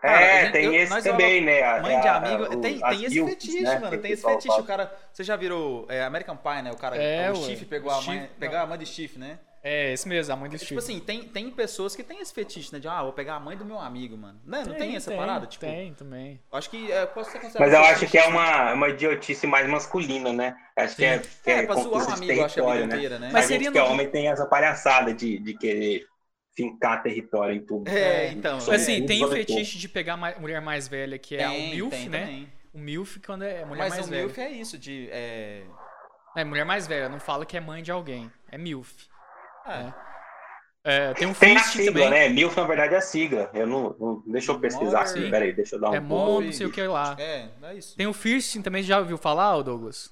S2: cara, a
S3: é,
S2: gente-
S3: tem
S2: eu-
S3: esse
S2: nós
S3: também, né? a-
S2: mãe de
S3: a-
S2: amigo.
S3: o-
S2: tem
S3: as
S2: tem esse
S3: guilds,
S2: fetiche,
S3: né,
S2: mano.
S3: que o
S2: Tem esse
S3: pessoal
S2: fetiche. O
S3: fala.
S2: cara. Você já virou é, American Pie, né? O cara.
S1: É,
S2: o
S1: ué.
S2: Chief pegou a mãe.
S1: Chief-
S2: Pegar a mãe do Chief, né?
S1: É, esse mesmo, a mãe do Steve.
S2: Tipo, assim, tem, tem pessoas que tem esse fetiche, né? De, ah, vou pegar a mãe do meu amigo, mano. Né, Não,
S1: assim,
S2: não tem, essa parada? Tipo,
S1: Tem também.
S2: eu acho que é, posso ser considerado.
S3: Mas eu
S2: um
S3: acho
S2: fetiche,
S3: que é
S2: né?
S3: uma, uma idiotice mais masculina, né? Acho que é, que
S2: É,
S3: é
S2: pra zoar um
S3: conquista de
S2: amigo, eu acho que é a vida
S3: território, né?
S2: inteira, né?
S1: Mas
S3: a gente
S1: seria
S3: que é
S1: no-
S3: homem tem essa palhaçada de, de querer fincar território em tudo.
S2: É, então.
S3: Isso
S2: é.
S1: assim, tem o
S3: Vale tudo.
S1: fetiche de pegar ma- mulher mais velha, que
S2: um
S1: é o MILF, né?
S2: também.
S1: O MILF quando é mulher
S2: Mas
S1: mais
S2: o
S1: velha.
S2: MILF é isso, de. É...
S1: É, mulher mais velha, não fala que é mãe de alguém. É MILF.
S2: Ah,
S1: É, tem o
S3: Tem a
S1: Fist
S3: sigla,
S1: também.
S3: né? MILF, na verdade, é a sigla. Eu não, não- deixa eu pesquisar
S2: Sim.
S3: aqui, peraí, deixa eu dar um
S1: É
S3: Google.
S1: mon, não sei o que lá.
S2: é, é isso.
S1: Tem o Fisting também, já ouviu falar, ô Douglas?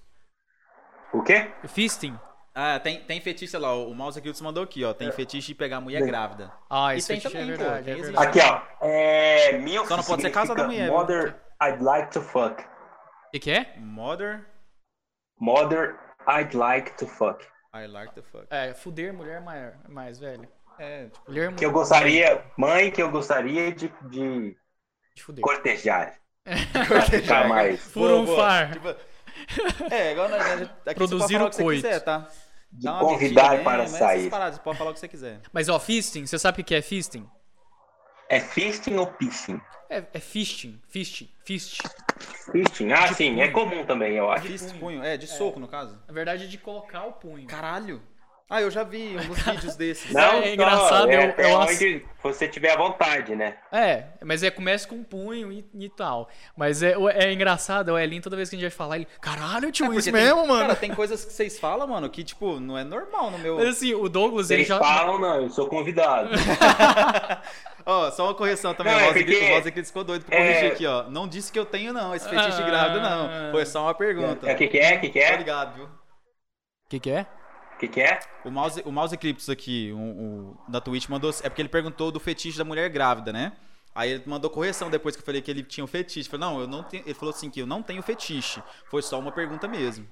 S3: O quê?
S1: O Fisting?
S2: Ah, tem, tem fetiche, sei lá, o Mouse Kiltz mandou aqui, ó. Tem fetiche de pegar a mulher
S3: É. Bem.
S2: grávida.
S1: Ah,
S2: E
S1: isso
S2: tem
S1: fetiche
S2: também,
S1: é
S2: pô,
S1: verdade,
S2: tem
S1: é
S2: esse
S1: verdade.
S3: Aqui, ó. É, MILF
S2: Só não pode ser
S3: significa
S2: casa da mulher, né? viu?
S3: Mother, I'd like to fuck.
S1: O que, que é?
S2: Mother,
S3: Mother, I'd like to fuck.
S2: I like the fuck.
S1: É, fuder mulher mais, mais velha.
S2: É, tipo,
S1: Mulher
S3: Que eu gostaria, mãe, que eu gostaria de, de
S1: de fuder.
S3: cortejar. Ficar mais.
S1: Fura um
S2: boa, boa.
S1: far.
S2: Tipo, é, igual nós, nós- aqui
S1: Produzir
S2: você pode falar
S1: o
S2: o que você
S1: coito.
S2: quiser, tá?
S3: De
S2: Dá uma
S3: convidar
S2: mentira, né?
S3: para
S2: Mas essas
S3: sair.
S2: paradas, você pode falar o que você quiser.
S1: Mas ó, Fisting, você sabe o que é Fisting?
S3: É fisting ou pissing?
S1: É, é Fisting, Fist, Fist.
S3: Fisting, ah, sim, é comum também, eu acho.
S2: Fist, punho. É, de soco, no caso.
S1: Na verdade é de colocar o punho.
S2: Caralho. Ah, eu já vi alguns vídeos desses.
S1: Não. é engraçado, eu-
S3: até
S1: eu
S3: onde você tiver à vontade, né?
S1: É, mas é, começa com um punho e, e tal. Mas é, é engraçado, o Elin, toda vez que a gente vai falar, ele, caralho,
S2: É,
S1: tio,
S2: porque
S1: isso
S2: tem-
S1: mesmo, mano.
S2: Cara, tem coisas que vocês falam, mano, que, tipo, não é normal no meu...
S1: Mas assim, o Douglas, ele
S3: Vocês
S1: já.
S3: falam, não, eu sou convidado.
S2: Ó, só uma correção também.
S3: Não,
S2: o
S3: é
S2: Rosa
S3: porque-
S2: Grito- o Rosa Grito ficou doido pra corrigir
S3: É.
S2: aqui, ó. Não disse que eu tenho, não, esse fetiche de
S1: Ah.
S2: grávida, não. tá. Foi só uma pergunta.
S3: É, que que é, que que é?
S2: Obrigado, viu?
S1: O que, que é?
S3: O que, que é?
S2: O Mouse, o Mouse Eclipse aqui, um, um, da Twitch, mandou. É porque ele perguntou do fetiche da mulher grávida, né? Aí ele mandou correção depois que eu falei que ele tinha um fetiche. Falei, não, eu não tenho. Ele falou assim que eu não tenho fetiche. Foi só uma pergunta mesmo.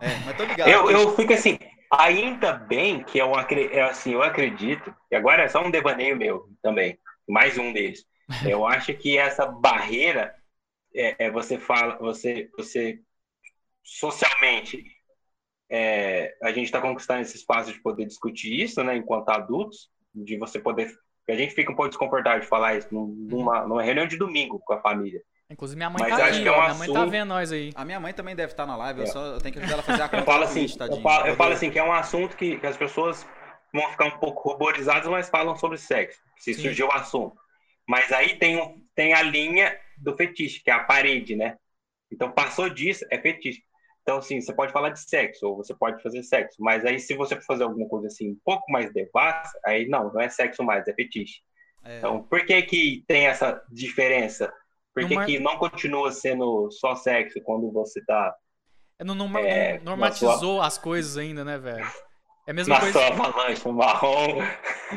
S2: É, mas tô ligado.
S3: Eu, eu fico assim, ainda bem que eu, acre- é assim, eu acredito, e agora é só um devaneio meu também, mais um deles. Eu acho que essa barreira é, é você fala, você, você socialmente é, a gente está conquistando esse espaço de poder discutir isso, né, enquanto adultos, de você poder. A gente fica um pouco desconfortável de falar isso num- numa, numa reunião de domingo com a família.
S1: Inclusive, minha mãe
S3: Mas
S1: tá
S3: acho
S1: aqui,
S3: que é um
S1: ó. Minha mãe tá
S3: assunto-
S1: vendo nós aí.
S2: A minha mãe também deve estar na live, eu
S3: É.
S2: só eu tenho que ajudar ela a fazer a conta
S3: Eu falo
S2: do
S3: assim,
S2: Twitch,
S3: eu
S2: Tá tadinho.
S3: falo, eu falo assim que é um assunto que, que as pessoas vão ficar um pouco ruborizadas, mas falam sobre sexo, se
S1: Sim.
S3: surgiu o assunto. Mas aí tem, um- tem a linha do fetiche, que é a parede, né? Então passou disso, é fetiche. Então, assim, você pode falar de sexo, ou você pode fazer sexo, mas aí se você for fazer alguma coisa assim um pouco mais devassa, aí não, não é sexo mais, é fetiche.
S2: É.
S3: Então, por que que tem essa diferença? Por que,
S1: Numa-
S3: que não continua sendo só sexo quando você tá
S1: Não, norma-
S3: É,
S1: não normatizou as coisas ainda, né, velho? É a mesma
S3: na
S1: coisa.
S3: sua avalanche no marrom?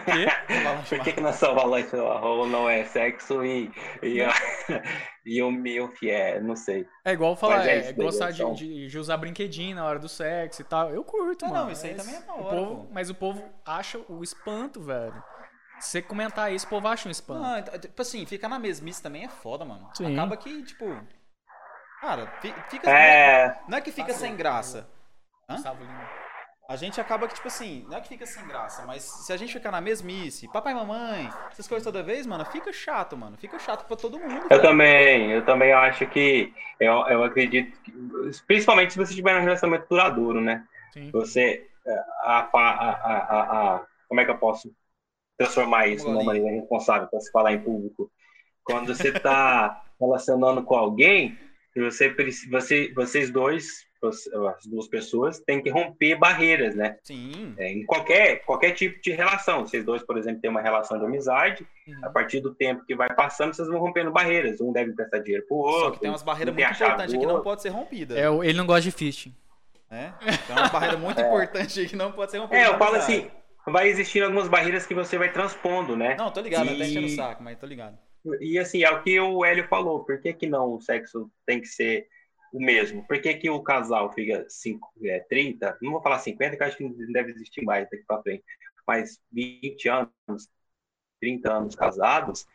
S1: Quê?
S3: Por que, que na sua avalanche marrom não é sexo e, e, e o milf é, não sei.
S1: É igual falar,
S3: Mas é
S1: é,
S3: isso daí,
S1: gostar de,
S3: então.
S1: de- de usar brinquedinho na hora do sexo e tal. Eu curto,
S2: Ah,
S1: mano.
S2: não, isso aí
S1: mas
S2: também é da
S1: o
S2: hora,
S1: povo-
S2: pô.
S1: Mas o povo acha o espanto, velho. Se você comentar isso, o povo acha um espanto.
S2: Não, então, tipo assim, ficar na mesmice também é foda, mano.
S1: Sim.
S2: Acaba que, tipo. Cara, fi- fica.
S3: É,
S2: Não é que fica sem graça. hã?
S1: Gustavo Lima.
S2: A gente acaba que, tipo assim, não é que fica sem graça, mas se a gente ficar na mesmice, papai e mamãe, essas coisas toda vez, mano, fica chato, mano. Fica chato pra todo mundo.
S3: eu
S2: velho.
S3: também, eu também acho que, eu, eu acredito, que, principalmente se você tiver um relacionamento duradouro, né?
S1: Sim.
S3: Você, é, a, fa- a, a, a- a- como é que eu posso transformar isso numa
S2: Golinho.
S3: maneira responsável para se falar em público? Quando você está relacionando com alguém, você, preci- você, vocês dois, você- as duas pessoas, têm que romper barreiras, né?
S2: Sim.
S3: É, em qualquer, qualquer tipo de relação. Vocês dois, por exemplo, têm uma relação de amizade,
S1: Uhum.
S3: a partir do tempo que vai passando, vocês vão rompendo barreiras. Um deve emprestar dinheiro pro
S2: Só
S3: outro.
S2: que tem umas barreiras
S3: não tem
S2: muito
S3: a chave
S2: importantes
S3: do
S2: aqui que não
S3: outro.
S2: pode ser rompida.
S1: É, o- ele não gosta de fishing.
S2: né? Então é uma barreira muito importante aí que não pode ser uma
S3: É, eu falo assim, vai existir algumas barreiras que você vai transpondo, né?
S2: Não, tô ligado, até enchendo o
S3: E-
S2: saco, mas tô ligado.
S3: E assim, é o que o Hélio falou, por que, que não o sexo tem que ser o mesmo? Por que, que o casal fica cinco, é, 30, não vou falar 50, que eu acho que não deve existir mais daqui para frente, mas 20 anos, 30 anos casados,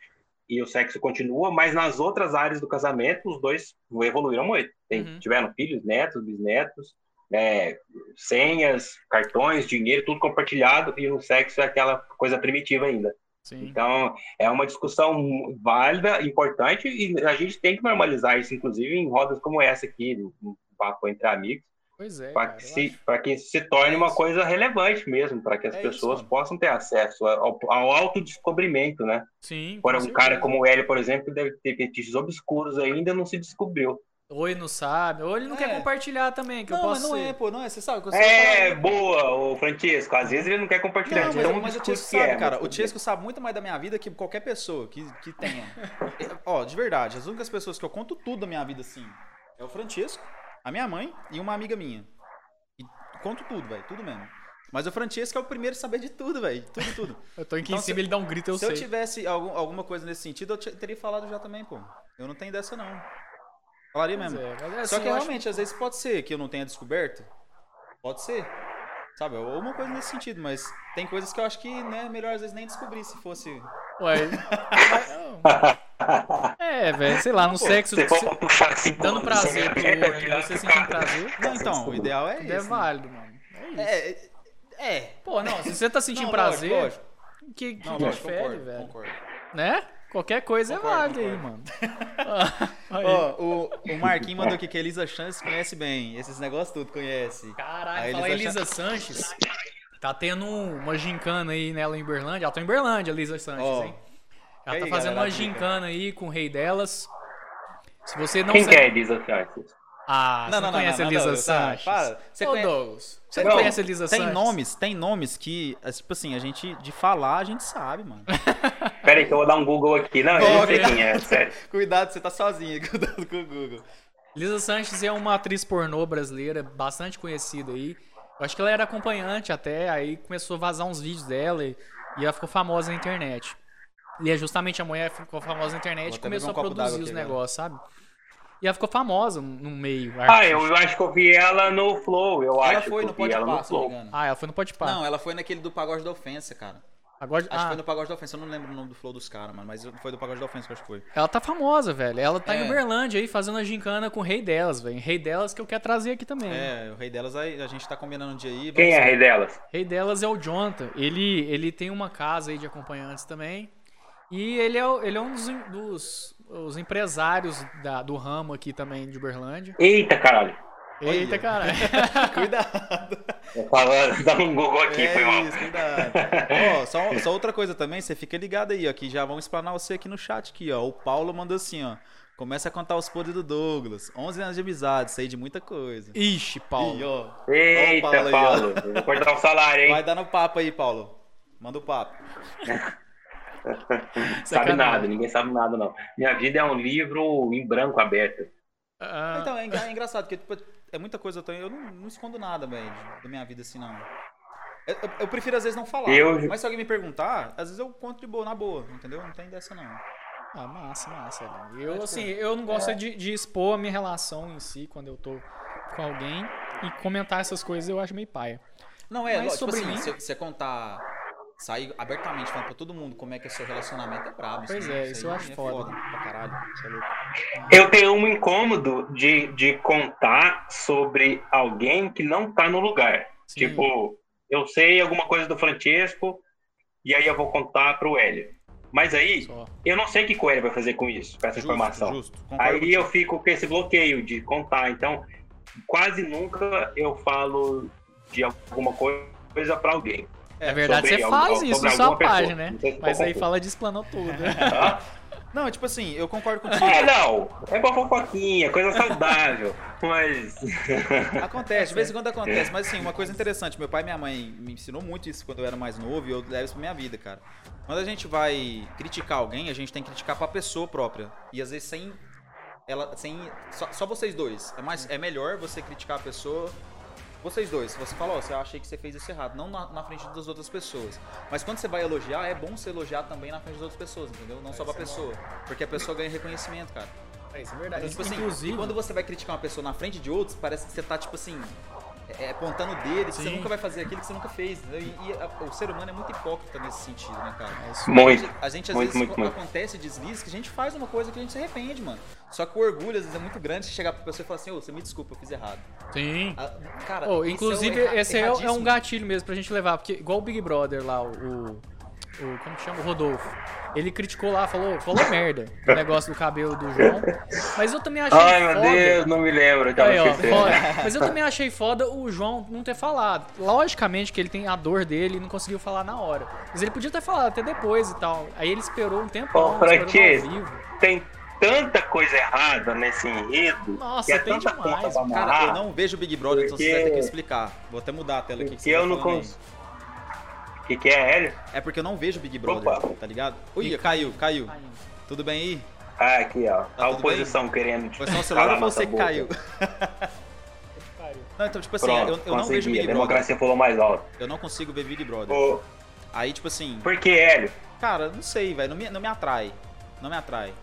S3: e o sexo continua, mas nas outras áreas do casamento os dois evoluíram muito. Tem-
S1: Uhum.
S3: Tiveram filhos, netos, bisnetos, né, senhas, cartões, dinheiro, tudo compartilhado, e o sexo é aquela coisa primitiva ainda.
S1: Sim.
S3: Então, é uma discussão válida, importante, e a gente tem que normalizar isso, inclusive em rodas como essa aqui, um papo entre amigos,
S1: Pois é.
S3: para
S1: cara,
S3: que,
S1: eu
S3: se-
S1: acho.
S3: pra que se torne uma
S2: isso.
S3: coisa relevante mesmo, para que as
S2: É isso,
S3: pessoas
S2: mano.
S3: possam ter acesso ao, ao autodescobrimento, né?
S1: Sim.
S3: Agora,
S1: com
S3: um cara
S1: certeza.
S3: como o Hélio, por exemplo, deve ter fetiches obscuros ainda não se descobriu.
S1: Ou ele não sabe, ou ele não quer
S2: É.
S1: compartilhar também, que
S2: não,
S1: eu
S2: mas
S1: posso
S2: não
S1: ser.
S2: é, pô, não é. Você sabe que eu sou
S3: É, boa, o Francisco. Às vezes ele não quer compartilhar.
S2: Não,
S3: de
S2: mas,
S3: tão
S2: mas o
S3: obscuro
S2: Tiesco
S3: que é,
S2: sabe, cara.
S3: mas-
S2: O Tiesco sabe muito mais da minha vida que qualquer pessoa que, que tenha. É, Ó, de verdade, as únicas pessoas que eu conto tudo da minha vida, assim, é o Francisco, a minha mãe e uma amiga minha. E conto tudo, velho, tudo mesmo. Mas o Francisco é o primeiro a saber de tudo, velho. Tudo, tudo.
S1: Eu tô aqui
S2: Então,
S1: em cima,
S2: se-
S1: ele dá um grito, eu
S2: Se
S1: sei.
S2: eu tivesse algum- alguma coisa nesse sentido, eu te- teria falado já também, pô. Eu não tenho dessa, não. Falaria
S1: Pois
S2: mesmo.
S1: é, mas é
S2: Só
S1: assim,
S2: que
S1: eu acho-
S2: realmente, às vezes pode ser que eu não tenha descoberto. Pode ser. Sabe, ou uma coisa nesse sentido, mas tem coisas que eu acho que né, melhor às vezes nem descobrir se fosse.
S1: Ué. é, velho, sei lá, no sexo,
S3: Se for
S1: se-
S3: puxar assim,
S1: dando
S3: pô,
S1: prazer pro outro e
S3: é,
S1: você sentindo prazer,
S2: Não, então, o ideal é
S1: tudo é
S2: isso. né?
S1: válido, mano. É isso.
S2: É. É.
S1: Pô, não, se você tá sentindo
S2: Não,
S1: prazer,
S2: lógico, lógico.
S1: que, que
S2: um Não, lógico,
S1: difere,
S2: concordo,
S1: velho.
S2: concordo.
S1: Né? Qualquer coisa é
S2: Concordo,
S1: válida aí,
S2: concordo.
S1: mano. Ah, Aí.
S2: Ó, o, o Marquinhos mandou aqui que a Elisa Chance conhece bem. Esses negócios tudo conhece.
S1: Caralho,
S2: A
S1: fala
S2: Elisa
S1: Elisa Sanches. Tá tendo um- uma gincana aí nela em Berlândia. Ela tá em Berlândia, Elisa Sanches,
S2: Ó.
S1: hein?
S2: E
S1: Ela tá
S2: aí,
S1: fazendo
S2: galera, a
S1: uma
S2: dica?
S1: gincana aí com o rei delas. Se você não
S3: Quem
S1: segue-
S3: que é Elisa Francis?
S1: Ah, você não, conhece a Elisa
S2: não,
S1: Sanches?
S2: Para. Você
S1: Ô,
S2: conhece.
S1: Douglas, você
S3: Não,
S1: não conhece a Elisa
S2: Tem
S1: Sanches?
S2: nomes, tem nomes que, é, tipo assim, a gente, de falar, a gente sabe, mano.
S3: Pera aí que eu vou dar um Google aqui. Não, eu não sei quem é, sério.
S2: Cuidado, você tá sozinho, cuidado com o Google.
S1: Elisa Sanches é uma atriz pornô brasileira bastante conhecida aí. Eu acho que ela era acompanhante até, aí começou a vazar uns vídeos dela e, e ela ficou famosa na internet. E é justamente a mulher que ficou famosa na internet
S2: Vou
S1: e
S2: até beber
S1: começou
S2: um
S1: a
S2: copo
S1: produzir
S2: d'água
S1: os
S2: aqui agora.
S1: negócios, sabe? E ela ficou famosa no meio.
S3: Ah,
S1: artístico.
S3: eu, eu acho que eu vi ela no Flow, eu
S2: Ela
S3: acho.
S2: foi
S3: que
S2: no
S3: eu vi
S2: Pode
S3: ela no
S2: Pá, se não me
S3: Flow.
S2: engano.
S1: Ah, ela foi no Pode Pá.
S2: Não, ela foi naquele do Pagode da Ofensa, cara.
S1: Agora,
S2: Acho que
S1: ah,
S2: foi no Pagode da Ofensa, eu não lembro o nome do flow dos caras, mano, mas foi do Pagode da Ofensa que eu acho que foi.
S1: Ela tá famosa, velho. Ela tá
S2: É.
S1: em Uberlândia aí fazendo a gincana com o rei delas, velho. Rei delas que eu quero trazer aqui também. né?
S2: É, o Rei Delas, aí, a gente tá combinando um dia aí.
S3: Quem é a
S2: vamos-
S3: rei delas?
S1: rei delas é o Jonathan. Ele, ele tem uma casa aí de acompanhantes também. E ele é, o- ele é um dos, em- dos- os empresários da- do ramo aqui também de Uberlândia.
S3: Eita, caralho.
S2: Olha.
S1: Eita, caralho.
S2: Cuidado.
S3: Eu Falando, dá um Google aqui, foi
S2: é
S3: mal.
S2: isso, cuidado. Ó, só, só outra coisa também, você fica ligado aí, ó, que já vão explanar você aqui no chat aqui, ó. O Paulo mandou assim, ó. Começa a contar os podres do Douglas. 11 anos de amizade, sei de muita coisa.
S1: Ixi, Paulo.
S2: Ih, ó,
S3: Eita,
S2: Ó o Paulo aí, ó.
S3: Paulo. eu Vou cortar o salário, hein?
S2: Vai dar no papo aí, Paulo. Manda o papo.
S3: sabe
S1: sacanagem.
S3: nada, ninguém sabe nada, não. Minha vida é um livro em branco aberto.
S1: Ah,
S2: Então, é, engra- é engraçado, porque tipo, é muita coisa também. Eu não, não escondo nada, velho, de- da minha vida assim, não. Eu, eu- eu prefiro às vezes não falar.
S3: Eu-
S2: Mas se alguém me perguntar, às vezes eu conto de boa, na boa, entendeu? Não tem dessa, não.
S1: ah, massa, massa. velho. Eu, assim, eu não gosto de, de expor a minha relação em si quando eu tô com alguém. E comentar essas coisas eu acho meio paia.
S2: Não, é,
S1: Mas
S2: lógico, tipo
S1: sobre
S2: assim,
S1: mim-
S2: você, você contar, sair abertamente falando pra todo mundo como é que é seu relacionamento é brabo.
S1: Pois
S2: né?
S1: é, isso eu
S2: aí
S1: acho
S2: é
S1: foda.
S2: pra caralho. Isso é louco.
S3: Eu tenho um incômodo de, de contar sobre alguém que não tá no lugar.
S1: Sim.
S3: Tipo, eu sei alguma coisa do Francesco e aí eu vou contar pro Hélio. Mas aí,
S1: só.
S3: eu não sei o que que o Hélio vai fazer com isso, com essa informação.
S2: Justo, concordo
S3: Aí
S2: contigo.
S3: eu fico com esse bloqueio de contar. Então, quase nunca eu falo de alguma coisa pra alguém.
S1: É verdade,
S3: sobre
S1: você
S3: algum-
S1: faz
S3: sobre
S1: isso na
S3: alguma
S1: sua
S3: pessoa.
S1: página, né?
S3: Não sei se
S1: Mas aí
S3: fofocou.
S1: fala de explanou tudo. né?
S3: Hã?
S2: Não, tipo assim, eu concordo contigo.
S3: É, não. É uma fofoquinha, coisa saudável. Mas.
S2: Acontece, de vez em quando acontece. Mas assim, uma coisa interessante, meu pai e minha mãe me ensinou muito isso quando eu era mais novo e eu levo isso pra minha vida, cara. Quando a gente vai criticar alguém, a gente tem que criticar pra pessoa própria. E às vezes sem. Ela, sem só, só vocês dois. É, mais, é melhor você criticar a pessoa Vocês dois, você falou, você achei que você fez isso errado, não na, na frente das outras pessoas. Mas quando você vai elogiar, é bom você elogiar também na frente das outras pessoas, entendeu? Não só pra pessoa. Porque a pessoa ganha reconhecimento, cara.
S1: É isso, é verdade.
S2: Então, tipo assim,
S1: Inclusive,
S2: quando você vai criticar uma pessoa na frente de outros, parece que você tá, tipo assim, é, apontando o dedo, que você
S1: Sim.
S2: nunca vai fazer aquilo que você nunca fez. entendeu? E, e a- o ser humano é muito hipócrita nesse sentido, né, cara?
S1: é isso.
S2: A
S3: Muito.
S2: gente, a gente, às
S3: Muito,
S2: vezes
S3: muito,
S2: co-
S3: muito.
S2: acontece deslize que a gente faz uma coisa que a gente se arrepende, mano. Só que o orgulho às vezes é muito grande, você chegar pra pessoa e falar assim, ô, você me desculpa, eu fiz errado.
S1: Sim.
S2: Ah, cara,
S1: Oh,
S2: isso é o
S1: inclusive,
S2: erra-
S1: esse aí é, é um
S2: erradíssimo.
S1: gatilho mesmo pra gente levar, porque igual o Big Brother lá, o. o- o- como que chama? O Rodolfo. Ele criticou lá, falou, falou merda do negócio do cabelo do João. Mas eu também achei
S3: Ai, meu
S1: foda.
S3: Deus, não me lembro. então, eu Tava
S1: Aí, ó,
S3: esquecendo.
S1: foda. Mas eu também achei foda o João não ter falado. Logicamente que ele tem a dor dele e não conseguiu falar na hora. Mas ele podia ter falado até depois e tal. Aí ele esperou um tempão,
S3: Ô, pra
S1: esperou
S3: quê?
S1: ao vivo.
S3: Tem tanta coisa errada nesse enredo.
S1: Nossa,
S3: que é
S1: tem
S3: tanta
S1: demais,
S3: conta pra
S2: Cara, eu
S3: amarrar.
S2: não vejo Big Brother, então
S3: Ah, Porque-
S2: você vai ter que explicar. Vou até mudar a tela aqui. que
S3: Porque
S2: você tá
S3: eu não
S2: falando aí.
S3: consigo. O que, que é, Hélio?
S2: É porque eu não vejo Big Brother,
S3: Opa.
S2: tá ligado? Ui, caiu, caiu. Tudo bem aí?
S3: Ah, aqui, ó.
S2: Tá
S3: a
S2: tudo
S3: oposição querendo. te
S2: Foi só o
S3: calar
S2: celular ou foi
S3: nossa
S2: você que
S3: boca.
S2: caiu? Não, então, tipo assim,
S3: Pronto,
S2: eu, eu não vejo Tá
S3: consegui. é A
S2: Big Brother.
S3: democracia falou mais alto.
S2: Eu não consigo ver Big Brother.
S3: Ô,
S2: Aí, tipo assim,
S3: por que, Hélio?
S2: cara, não sei, velho, não me, não me atrai. Não me atrai.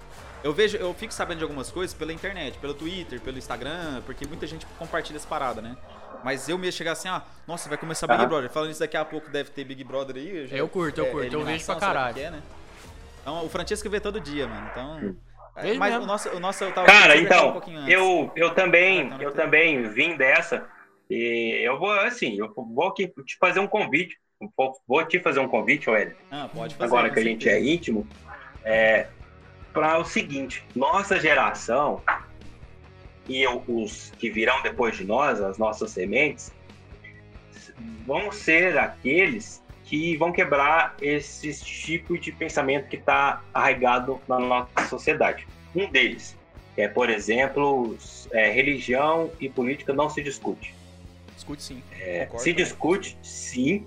S2: Eu vejo, eu fico sabendo de algumas coisas pela internet, pelo Twitter, pelo Instagram, porque muita gente compartilha essa parada, né? Mas eu mesmo chegar assim, ah, nossa, vai começar Big
S3: Aham.
S2: Brother. Falando isso daqui a pouco deve ter Big Brother aí. já-
S1: Eu curto, eu
S2: é,
S1: curto, eu vejo pra
S2: eliminação, sei lá o
S1: caralho.
S2: que é, né? Então, o Francisco vê todo dia, mano. Então. é,
S1: Vejo
S2: mas
S1: mesmo.
S2: o nosso, o nosso eu tava
S3: Hum. Cara,
S2: deixa eu pegar um
S3: então,
S2: pouquinho antes.
S3: eu, eu também,
S2: Então,
S3: eu
S2: tá.
S3: também vim dessa. E eu vou, assim, eu vou aqui te fazer um convite. Vou- Vou te fazer um convite, ô, Hélio.
S2: Ah, pode fazer.
S3: agora
S2: com
S3: que a gente é
S2: certeza.
S3: íntimo, é para o seguinte: nossa geração e o- os que virão depois de nós, as nossas sementes, vão ser aqueles que vão quebrar esse tipo de pensamento que está arraigado na nossa sociedade. Um deles é, por exemplo, s- é, religião e política não se discute.
S1: Escute sim.
S2: Concordo,
S3: É, Se
S2: né?
S3: discute, sim,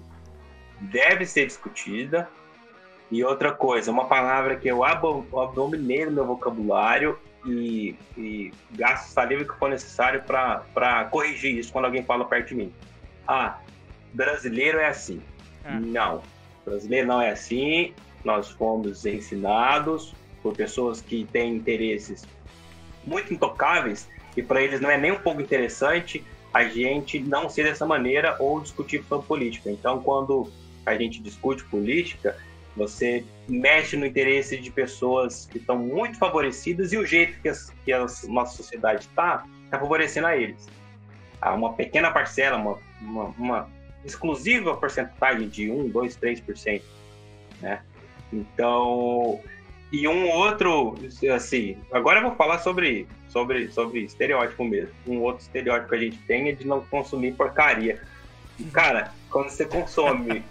S3: deve ser discutida. E outra coisa, uma palavra que eu abo- abominei no meu vocabulário e, e gasto saliva que for necessário para corrigir isso quando alguém fala perto de mim. Ah, brasileiro é assim.
S1: Ah.
S3: Não, brasileiro não é assim. Nós fomos ensinados por pessoas que têm interesses muito intocáveis e para eles não é nem um pouco interessante a gente não ser dessa maneira ou discutir sobre política. Então, quando a gente discute política, você mexe no interesse de pessoas que estão muito favorecidas e o jeito que, as, que a nossa sociedade está, está favorecendo a eles. Há uma pequena parcela, uma, uma, uma exclusiva porcentagem de 1, 2, 3%. Né? Então, e um outro, assim, agora eu vou falar sobre, sobre, sobre estereótipo mesmo. Um outro estereótipo que a gente tem é de não consumir porcaria. E, cara, quando você consome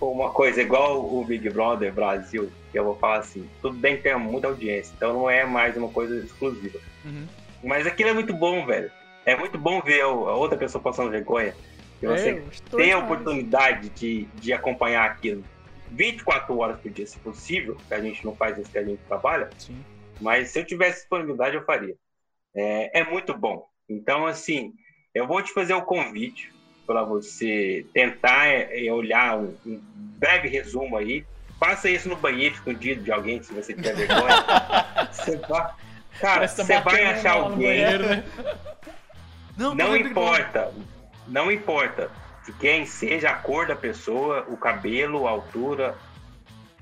S3: uma coisa igual o Big Brother Brasil, que eu vou falar assim, tudo bem que tem muita audiência, então não é mais uma coisa exclusiva.
S1: Uhum.
S3: Mas aquilo é muito bom, velho. É muito bom ver a outra pessoa passando vergonha. E você
S1: É, eu estou
S3: ter a
S1: demais.
S3: oportunidade de, de acompanhar aquilo 24 horas por dia, se possível, que a gente não faz isso que a gente trabalha,
S1: Sim.
S3: mas se eu tivesse disponibilidade, eu faria. É, é muito bom. Então, assim, eu vou te fazer o convite para você tentar é, é, olhar um, um breve resumo aí. Faça isso no banheiro escondido de alguém, se você tiver vergonha. você vai... Cara,
S1: Parece que tá
S3: você vai
S1: batendo
S3: achar
S1: lá no
S3: alguém
S1: banheiro, né?
S2: Não,
S3: não
S2: não é Big Brother.
S3: importa. Não importa de quem seja a cor da pessoa, o cabelo, a altura.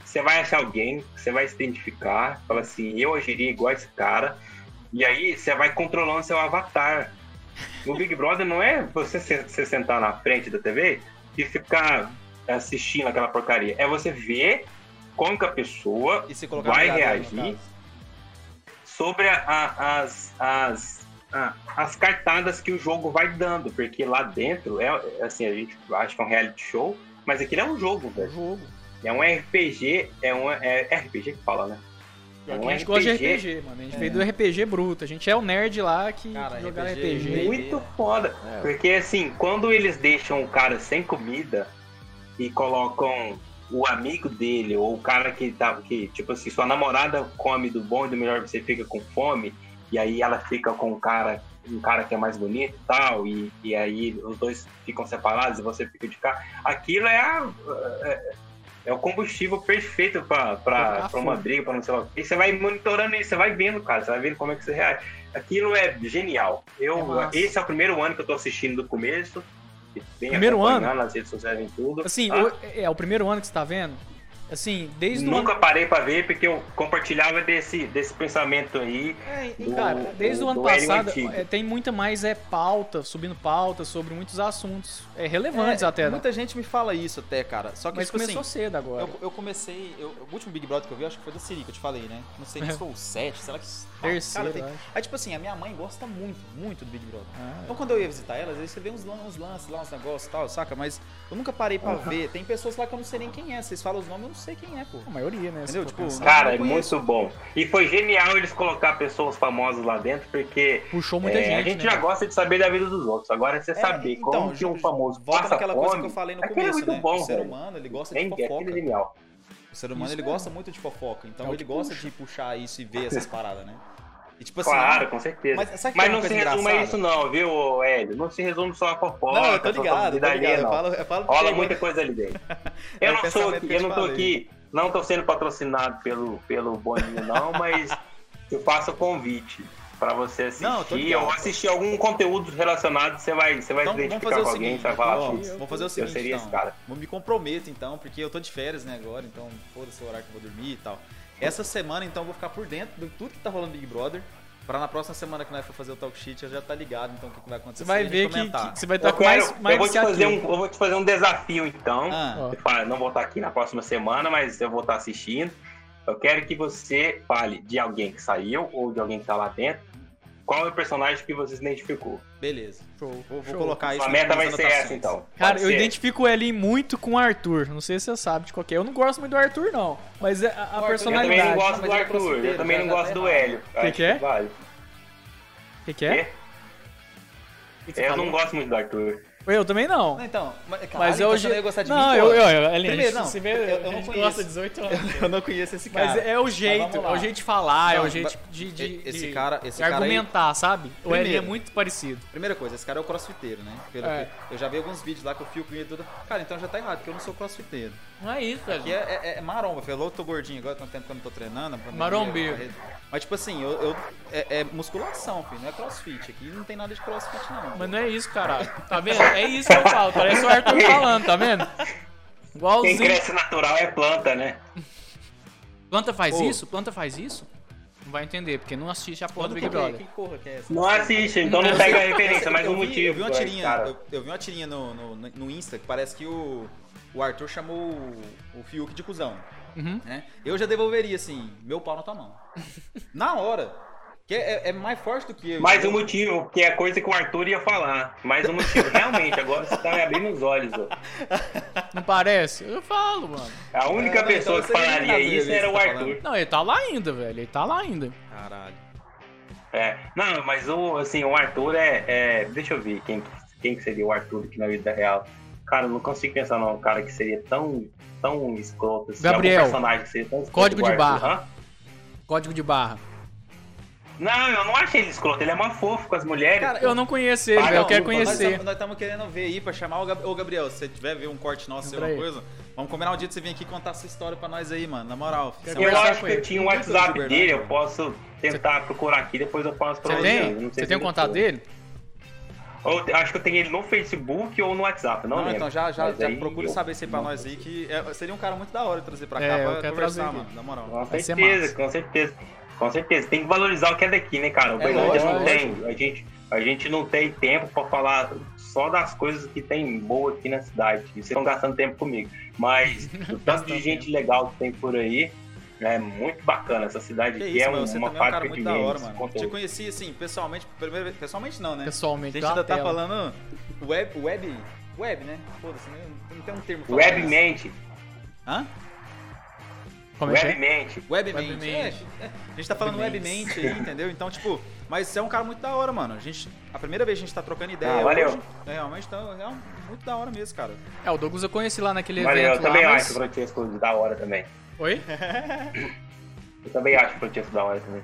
S3: Você vai achar alguém, você vai se identificar, fala assim, eu agiria igual esse cara. E aí você vai controlando seu avatar. No Big Brother não é você se, se sentar na frente da TV e ficar assistindo aquela porcaria. É você ver como que a pessoa
S2: E se colocar
S3: Vai
S2: no lugar dela, no
S3: reagir?
S2: caso.
S3: sobre a- a- as, as, a- as cartadas que o jogo vai dando, porque lá dentro é é assim, a gente acha que é um reality show, mas aquilo é um jogo, velho.
S1: Jogo.
S3: É um RPG, é um é é RPG que fala, né? É
S1: Aqui
S3: um
S1: a gente gosta de
S3: RPG.
S1: RPG, mano. A gente
S2: É.
S1: veio do RPG bruto. A gente é o nerd lá que
S2: Cara,
S1: jogar
S2: RPG.
S1: RPG.
S3: Muito foda. Porque assim, quando eles deixam o cara sem comida e colocam o amigo dele, ou o cara que tá. Que, tipo assim, sua namorada come do bom e do melhor, você fica com fome, e aí ela fica com o cara um cara que é mais bonito e tal, e, e aí os dois ficam separados e você fica de cá. Aquilo é, a- é, é o combustível perfeito pra, pra,
S1: Pra
S3: pra uma
S1: fundo.
S3: briga, pra não sei lá. o quê. E você vai monitorando isso, você vai vendo, cara, você vai vendo como é que você reage. Aquilo é genial.
S1: É
S3: Eu,
S1: massa.
S3: esse é o primeiro ano que eu tô assistindo do começo. e bem
S1: Primeiro ano?
S3: acompanhando Nas redes sociais em tudo.
S1: Assim,
S3: Ah,
S1: o- é, é o primeiro ano que você tá vendo? Assim, desde o
S3: Nunca parei pra ver porque eu compartilhava desse, desse pensamento aí.
S1: É, e,
S3: do-
S1: cara, desde
S3: do-
S1: o ano
S3: do Hélio
S1: passado
S3: antigo.
S1: é, tem muita mais é pauta, subindo pauta sobre muitos assuntos. É relevantes
S2: É,
S1: até, né?
S2: Muita gente me fala isso até, cara. Só que
S1: Mas
S2: tipo
S1: começou
S2: assim,
S1: cedo agora.
S2: eu, eu comecei. eu- o último Big Brother que eu vi, acho que foi da Siri que eu te falei, né? Não sei se foi o 7, será que.
S1: Terceiro,
S2: Cara, tem-
S1: eu acho.
S2: Aí, tipo assim, a minha mãe gosta muito, muito do Big Brother.
S1: Ah,
S2: Então quando eu ia visitar ela, às vezes você vê uns, lan- uns lances lá, uns negócios e tal, saca? Mas eu nunca parei pra ver. Tem pessoas lá que eu não sei nem quem é. Vocês falam os nomes, eu não sei quem é, pô.
S1: a maioria, né? se
S2: Entendeu?
S1: for
S2: Tipo,
S1: pensar.
S3: Cara, é
S2: Eu conheço.
S3: muito bom. E foi genial eles colocar pessoas famosas lá dentro, porque
S1: puxou muita
S3: é,
S1: gente.
S3: a gente
S1: né?
S3: já gosta de saber da vida dos outros. Agora é você
S2: É,
S3: saber como que
S2: Ju-
S3: um famoso
S2: Volta
S3: passa
S2: naquela
S3: fome,
S2: coisa que eu falei no
S3: aquilo é
S2: começo,
S3: muito
S2: né?
S3: bom,
S2: o ser
S3: velho.
S2: humano, ele gosta de
S3: nem que
S2: fofoca. Tipo
S3: aquilo é genial.
S2: O ser humano,
S1: Isso
S2: ele
S1: é.
S2: gosta muito de fofoca. Então,
S1: É o
S2: ele
S1: que
S2: gosta
S1: puxa.
S2: de puxar isso e ver essas paradas, né? E tipo assim...
S3: Claro, com certeza.
S2: Mas
S3: Mas,
S2: sabe que é uma
S3: não se
S2: coisa
S3: resume a
S2: engraçada?
S3: isso não, viu, Hélio? Não se resume só a fofoca.
S2: Não, eu tô
S3: a
S2: ligado, eu tô
S3: vida alheia,
S2: ligado. Eu
S3: não.
S2: falo, eu falo
S3: Rola
S2: porque-
S3: muita coisa ali dentro.
S2: É
S3: Eu
S2: o
S3: não sou
S2: pensamento que eu
S3: aqui, eu
S2: te
S3: não tô
S2: falei.
S3: aqui, não tô sendo patrocinado pelo, pelo Boninho, não, mas eu faço o convite pra você assistir
S2: Não, eu tô ligado.
S3: ou assistir algum conteúdo relacionado, você vai, você vai
S2: Então,
S3: se
S2: vamos
S3: identificar
S2: fazer
S3: com
S2: o
S3: alguém,
S2: seguinte.
S3: você vai falar,
S2: ó,
S3: "Putz,
S1: "Putz,
S2: vamos fazer o
S3: eu
S2: seguinte,
S3: seria
S2: então.
S3: esse cara.
S2: Eu me comprometo, então, porque eu tô de férias, né, agora. Então, foda-se o horário que eu vou dormir e tal. Essa semana, então, eu vou ficar por dentro de tudo que tá rolando Big Brother. Pra na próxima semana que nós for fazer o talk sheet, eu já tá ligado, então, o que que vai acontecer.
S1: Você vai
S2: e a gente
S1: ver que,
S2: comentar.
S1: que você vai estar
S3: Eu,
S1: com mais,
S3: quero-
S1: mais
S3: eu vou te
S1: viciado que
S3: fazer um, eu vou te fazer um desafio então.
S2: Ah,
S1: Ó.
S3: Você fala, não vou estar aqui na próxima semana, mas eu vou estar assistindo. Eu quero que você fale de alguém que saiu ou de alguém que tá lá dentro. Qual é o personagem que você se identificou?
S2: beleza.
S1: Show,
S2: Vou, vou
S1: show.
S2: colocar isso
S3: A
S2: nas
S3: meta vai
S2: minhas
S3: ser
S2: anotações.
S3: essa, então.
S1: Cara,
S3: Pode
S1: eu
S3: ser?
S1: identifico o Elin muito com o Arthur. Não sei se você sabe de qualquer. Eu não gosto muito do Arthur, não. Mas é a, a
S2: Arthur-
S3: Eu também
S1: personalidade.
S3: não
S2: Não,
S3: gosto
S2: mas
S3: do
S2: ele é
S3: Arthur,
S2: grosseiro,
S3: eu também
S2: já
S3: não
S2: tá
S3: gosto do
S2: errado.
S3: Hélio.
S1: que
S3: Acho
S1: é?
S3: vale.
S1: O que, que é?
S3: Quê?
S1: O que que você
S3: Eu
S1: falou?
S3: não gosto muito do Arthur.
S1: Eu também não.
S2: Não, então, mas, caralho,
S1: mas
S2: então
S1: hoje.
S2: você não ia gostar de
S1: não,
S2: mim, pô.
S1: eu, eu, eu- Elin,
S2: Primeiro, não,
S1: você vê,
S2: eu- eu
S1: a
S2: não
S1: gente
S2: conheço.
S1: gosta de 18 anos.
S2: Eu não conheço esse cara.
S1: Mas é o jeito,
S2: vamos
S1: é
S2: lá.
S1: o jeito de falar, é
S2: Não,
S1: o jeito de, de,
S2: e- esse
S1: de-
S2: cara- esse
S1: de
S2: cara aí-
S1: argumentar, sabe? O Elin é
S2: Primeiro.
S1: muito parecido.
S2: Primeira coisa, esse cara é o crossfiteiro, né? Pelo
S1: É.
S2: que- eu já vi alguns vídeos lá que eu fico e tudo. Cara, então já tá errado, porque eu não sou crossfiteiro.
S1: Não é isso,
S2: Aqui é, é- é maromba, falou, eu tô gordinho agora, tanto tempo que eu não tô treinando. pra- é
S1: Marombeiro.
S2: Mas tipo assim, eu, eu- é, é musculação, filho, não é crossfit. Aqui não tem nada de crossfit, não.
S1: Mas não é isso, caralho. Tá vendo? É isso que eu falo. Parece o Arthur falando, tá vendo?
S3: Quem
S1: Igualzinho.
S3: cresce natural é planta, né?
S1: Planta faz
S2: Ô.
S1: isso? Planta faz isso? Não vai entender, porque não assiste a porra
S2: Quando
S1: do
S2: que
S1: Big
S2: eu vi?
S1: Brother.
S2: Que porra que é essa?
S3: Não assiste, então não pega a referência, mas
S2: eu
S3: o
S2: vi-
S3: motivo.
S2: Eu vi uma
S3: é,
S2: tirinha,
S3: cara.
S2: eu, eu vi uma tirinha no, no, no Insta que parece que o, o Arthur chamou o, o Fiuk de cuzão.
S1: Uhum.
S2: né? Eu já devolveria assim, meu pau na tua mão. na hora. Que é, é mais forte do que eu.
S3: Mais um
S2: entendeu?
S3: motivo, que é a coisa que o Arthur ia falar. Mais um motivo. Realmente, agora você tá me abrindo os olhos. Ó.
S1: Não parece? Eu falo, mano.
S3: A única
S2: É, não,
S3: pessoa
S2: então
S3: que
S2: você nem
S3: falaria
S2: sabe disso
S3: isso era
S2: que
S3: o
S2: tá
S3: Arthur.
S2: falando.
S1: Não, ele tá lá ainda, velho. Ele tá lá ainda.
S3: um
S2: Caralho.
S3: É. Não, mas o, assim, o Arthur é, é- Deixa eu ver quem, quem que seria o Arthur aqui na vida real. Cara, eu não consigo pensar num cara que seria tão, tão escroto. Assim,
S1: Gabriel,
S3: algum personagem que seria tão escroto
S1: código
S3: igual
S1: de
S3: o Arthur.
S1: barra.
S3: Hã?
S1: Código de barra.
S3: Não, eu não acho ele escroto. Ele é mais fofo com as mulheres.
S2: Cara,
S1: Eu não conheço ele,
S3: Ah,
S1: velho. Eu
S3: não,
S1: quero
S3: não, mas
S1: conhecer.
S2: Nós estamos querendo ver aí pra chamar o Gab- Ô, Gabriel. Se você tiver ver um corte nosso, sei
S1: Entra
S2: alguma
S1: aí.
S2: coisa, vamos combinar um dia de você vir aqui contar sua história pra nós aí, mano. Na moral.
S1: Quero
S2: você é
S3: Eu
S1: conversar
S3: acho
S1: com
S3: que
S1: ele.
S3: eu tinha o
S2: Não é
S3: WhatsApp
S2: tudo de
S3: dele, eu
S2: verdade,
S3: posso tentar procurar aqui, depois eu passo pra
S1: Você
S3: vocês.
S1: tem?
S3: Eu não sei
S1: Você
S3: se
S1: tem o
S3: ele
S1: contato
S3: foi.
S1: dele?
S3: Ou te- acho que eu tenho ele no Facebook ou no WhatsApp, não,
S1: Ah,
S2: Não,
S3: lembro.
S2: então já, já,
S3: Mas
S2: já
S3: aí
S2: procura
S3: eu-
S2: saber isso aí pra nós aí, que é- seria um cara muito da hora trazer pra cá
S1: É, eu
S2: pra
S1: quero trazer
S2: conversar,
S1: aqui.
S2: mano. Na moral.
S3: Com
S1: Vai ser
S3: certeza,
S1: massa.
S3: com certeza. Com certeza. Tem que valorizar o que é daqui, né, cara? O Berlândia
S2: lógico,
S3: não
S1: lógico.
S3: tem. A gente, a gente não tem tempo pra falar só das coisas que tem boa aqui na cidade. E vocês estão gastando tempo comigo. Mas o tanto de
S1: Gastando
S3: gente legal que tem por aí. É muito bacana. Essa cidade
S2: Que
S3: aqui
S2: isso,
S3: é
S2: mano. Você
S1: tá
S3: uma
S2: também é um cara
S3: fábrica de
S2: muito da hora,
S3: memes.
S2: mano. Te
S3: conteúdo.
S2: conheci, assim, pessoalmente, primeira vez- pessoalmente não, né? A
S1: Pessoalmente,
S2: gente
S1: pela
S2: ainda tá
S1: tela.
S2: falando web, web, web, né? Foda-se, né? não tem um termo pra falar isso.
S3: Webmente.
S2: Hã?
S1: Como é que é?
S3: Webmente.
S2: Webmente.
S1: Webmente.
S2: É, é, a gente tá falando
S1: Webmente.
S2: webmente aí, entendeu? Então, tipo, mas você é um cara muito da hora, mano. A gente, a primeira vez que a gente tá trocando ideia.
S3: Ah, valeu.
S2: hoje, é, realmente tá é um- muito da hora mesmo, cara.
S1: É, o Douglas eu conheci lá naquele
S3: Valeu, eu
S1: evento lá,
S3: também
S1: mas-
S3: acho né? o Francesco da hora também.
S1: Oi?
S3: Eu também acho o Francesco da hora também.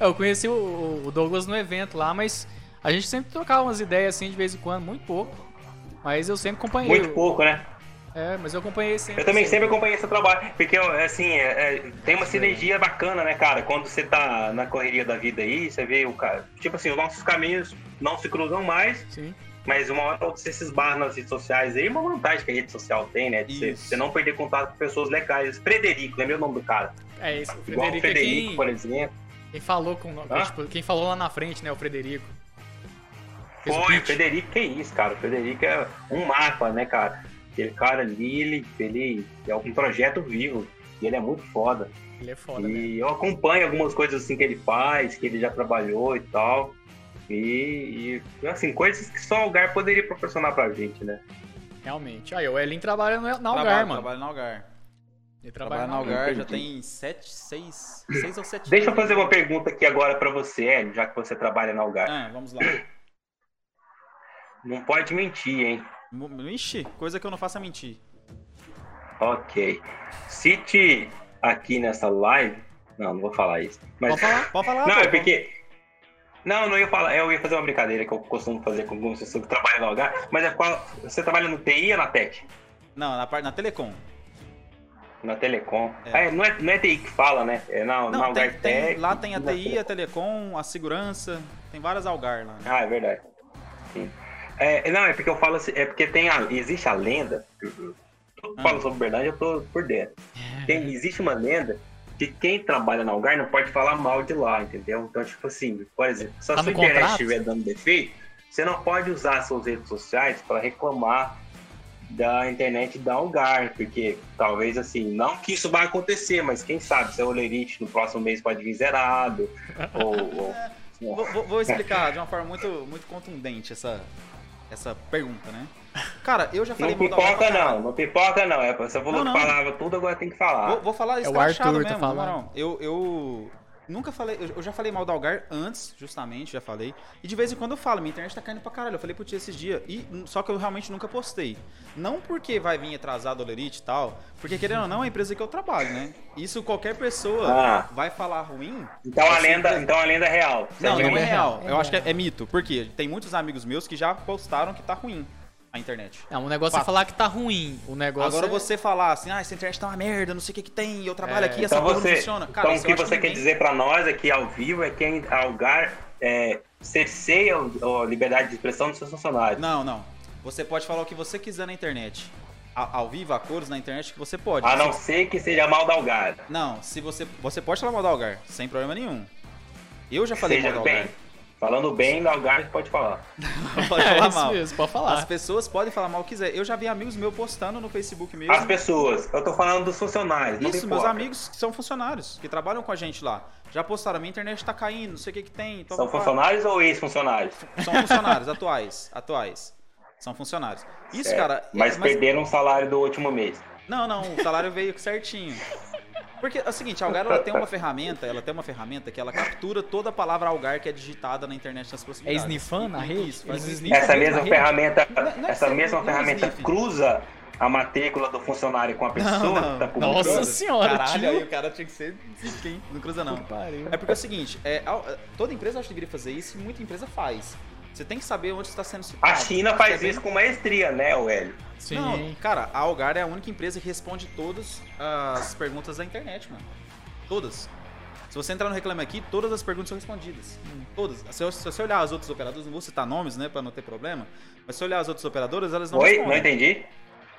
S1: Eu conheci o, o Douglas no evento lá, mas a gente sempre trocava umas ideias assim de vez em quando, muito pouco. Mas eu sempre acompanhei.
S3: Muito pouco, né?
S1: É, mas eu acompanhei sempre.
S3: Eu também
S1: assim.
S3: sempre acompanhei seu trabalho, porque assim, é- é, tem uma sinergia bacana, né, cara? Quando você tá na correria da vida aí, você vê o cara. Tipo assim, os nossos caminhos não se cruzam mais,
S1: Sim.
S3: mas uma hora ou outra você se esbarra nas redes sociais aí, uma vantagem que a rede social tem, né? De você,
S2: Isso.
S3: você não perder contato com pessoas legais. Frederico, lembrei o nome do cara.
S1: É isso. O
S3: Igual o
S1: Frederico, é
S3: Frederico,
S1: quem,
S3: por exemplo.
S1: quem falou com
S3: Hã?
S1: tipo, quem falou lá na frente, né? O Frederico. Fez o
S3: Foi,
S1: pitch.
S3: Frederico, que isso, cara. O Frederico é um mapa, né, cara? Aquele cara ali, ele, ele é um projeto vivo. E ele é muito foda.
S1: Ele é foda, né?
S3: E eu acompanho algumas coisas assim que ele faz, que ele já trabalhou e tal. E, e, assim, coisas que só o Algar poderia proporcionar pra gente, né?
S1: Realmente. Aí, o Elin trabalha no- na Algar,
S2: Trabalho,
S1: mano.
S2: trabalho na Algar.
S1: Ele trabalha
S2: Trabalho na
S1: na Algar.
S2: Algar já
S3: Entendi.
S2: tem sete, seis, seis ou sete
S3: Deixa eu
S2: anos.
S3: fazer uma pergunta aqui agora pra você, Hélio, já que você trabalha na Algar.
S2: Ah, vamos lá.
S3: Não pode mentir, hein?
S2: M- Ixi, coisa que eu não faço é mentir.
S3: Ok. Cite aqui nessa live. Não, não vou falar isso. Mas
S1: Pode falar?
S2: Pode falar,
S3: Não,
S2: pô,
S3: é porque. Não, não ia falar. Eu ia fazer uma brincadeira que eu costumo fazer com algumas pessoas que trabalham no Algar. Mas é qual. Você trabalha no TI ou na Tech?
S2: vamos- Não, na parte na Telecom.
S3: Na Telecom.
S2: É.
S3: Ah, é, não, é, não é TI que fala, né? É na, na
S2: Não,
S3: Algar
S2: tem, tem-
S3: Tech.
S2: lá tem a
S3: na
S2: TI, a Telecom, a segurança, tem várias Algar lá. né?
S3: Ah, é verdade. Sim. É, não, é porque eu falo assim, é porque tem a, existe a lenda. Tudo que
S2: Ah.
S3: fala sobre Uberlândia, eu tô por dentro.
S1: É.
S3: Tem- existe uma lenda que quem trabalha na Algar não pode falar mal de lá, entendeu? Então, tipo assim, por exemplo, se a
S1: Tá
S3: sua
S1: no
S3: internet
S1: contrato?
S3: estiver dando defeito, você não pode usar suas redes sociais para reclamar da internet da Algar, porque talvez assim, não que isso vai acontecer, mas quem sabe se a Olerite no próximo mês pode vir zerado, ou- ou
S2: Vou, vou- vou explicar de uma forma muito, muito contundente essa, essa pergunta, né? Cara, eu já falei mal
S3: Não
S2: da Algar pra
S3: pipoca
S2: caralho.
S3: não, não pipoca não. É, você falou
S2: Não,
S3: que
S2: não.
S3: falava tudo, agora tem que falar.
S2: Vou, vou falar
S1: Ah, o
S2: escrachado
S1: Arthur, tá
S2: mesmo,
S1: falando.
S2: Marão. Eu, eu nunca falei, eu, eu já falei mal da Algar antes, justamente, já falei. E de vez em quando eu falo, minha internet tá caindo pra caralho. Eu falei pro tio esses dias, e, só que eu realmente nunca postei. Não porque vai vir atrasado o Lerite e tal, porque querendo ou não, é a empresa que eu trabalho, né? Isso qualquer pessoa
S3: Ah,
S2: vai falar ruim,
S3: então a
S2: Assim,
S3: lenda,
S2: por-
S3: então a lenda é real. Você
S2: não,
S3: viu,
S2: não é
S3: né?
S2: real.
S1: É
S2: Eu acho que é,
S1: real.
S2: é mito. Porque tem muitos amigos meus que já postaram que tá ruim a internet.
S1: Não, o negócio é
S2: Fato.
S1: falar que tá ruim. O negócio
S2: Agora
S1: é...
S2: você falar assim, ah, essa internet tá uma merda, não sei o que que tem, eu trabalho
S1: É.
S2: aqui, essa
S3: Então,
S2: porra não
S3: você,
S2: funciona. Cara,
S3: então o
S2: isso eu
S3: que
S2: acho
S3: você quer
S2: ninguém-
S3: dizer pra nós aqui ao vivo é que a Algar é, cerceia o- a liberdade de expressão dos seus funcionários.
S2: Não, não. Você pode falar o que você quiser na internet. A- ao vivo, a cores na internet, que você pode.
S3: A
S2: Se-
S3: Ah, não ser que seja mal da Algar.
S2: Não, se você. Você pode falar mal do Algar, sem problema nenhum. Eu já falei
S3: Seja
S2: mal do
S3: bem.
S2: Algar.
S3: Falando bem da Algar, você pode falar.
S2: Pode
S1: É
S2: falar
S1: isso
S2: mal.
S1: mesmo, pode
S2: As
S1: falar.
S2: pessoas podem falar mal o que quiser. Eu já vi amigos meus postando no Facebook mesmo.
S3: As pessoas, eu tô falando dos funcionários. não
S2: Isso,
S3: pipoca.
S2: meus amigos que são funcionários, que trabalham com a gente lá. Já postaram, minha internet tá caindo, não sei o que que tem. tal,
S3: São
S2: tal, tal.
S3: funcionários ou ex-funcionários?
S2: São funcionários, atuais, atuais. São funcionários. Isso,
S3: Certo.
S2: cara... é-
S3: Mas, perderam o salário do último mês.
S2: Não, não, o salário veio certinho. Porque é o seguinte, a Algar ela tem uma ferramenta, ela tem uma ferramenta que ela captura toda a palavra Algar que é digitada na internet nas
S1: É
S2: possibilidades.
S1: snifando a rede? É
S2: Isso, faz
S1: Eles
S2: um
S1: snifam
S3: Essa
S1: mesmo a
S3: mesma
S1: rede?
S3: ferramenta,
S2: Não- não é
S3: essa
S2: que-
S3: mesma
S2: não é
S3: ferramenta
S2: sniff.
S3: cruza a matrícula do funcionário com a pessoa
S2: não.
S3: que tá publicando.
S1: Nossa senhora,
S2: Caralho,
S1: tio.
S2: aí o cara tinha que ser zica, hein? Não cruza não.
S1: Que pariu.
S2: É porque é o seguinte, é, a- toda empresa acho que deveria fazer isso e muita empresa faz. Você tem que saber onde está sendo citado.
S3: A China
S2: é
S3: faz
S2: bem-
S3: isso com maestria, né, o Hélio?
S1: Sim.
S2: Não, cara, a Algar é a única empresa que responde todas as perguntas da internet, mano. Todas. Se você entrar no Reclame Aqui, todas as perguntas são respondidas. Todas. Se, eu- se você olhar as outras operadoras, não vou citar nomes, né, pra não ter problema, mas se você olhar as outras operadoras, elas não
S3: Oi? Não
S2: respondem.
S3: entendi?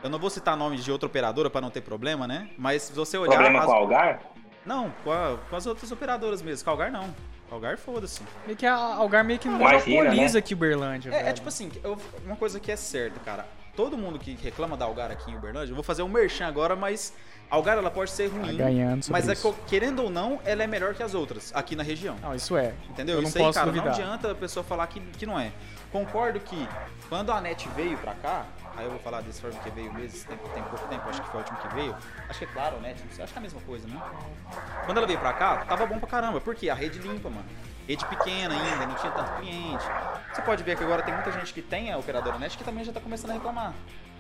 S2: eu não vou citar nomes de outra operadora pra não ter problema, né? Mas se você olhar...
S3: Problema
S2: as-
S3: com o Algar?
S2: Não, com, a- com as outras operadoras mesmo. Com a Algar, não. Com a Algar, foda-se.
S1: Meio que a Algar meio que
S3: Imagina,
S1: monopoliza
S3: né?
S1: aqui Uberlândia,
S2: É, é
S1: velho.
S2: tipo assim, eu- uma coisa que é certa, cara. Todo mundo que reclama da Algar aqui em Uberlândia, eu vou fazer um merchan agora, mas a Algar ela pode ser
S1: Tá
S2: ruim,
S1: ganhando sobre
S2: mas é
S1: isso.
S2: co- querendo ou não, ela é melhor que as outras aqui na região.
S1: Não, isso é.
S2: Entendeu?
S1: Eu não
S2: Isso aí,
S1: posso
S2: cara, não
S1: duvidar.
S2: adianta a pessoa falar que, que não é. Concordo que quando a NET veio pra cá, aí eu vou falar desse forma que veio meses, tem, tem pouco tempo, acho que foi o último que veio. Acho que é claro, a NET, não sei, acho que é a mesma coisa, né? Quando ela veio pra cá, tava bom pra caramba. Por quê? A rede limpa, mano. Rede pequena ainda, não tinha tanto cliente. Você pode ver que agora tem muita gente que tem a operadora NET que também já tá começando a reclamar.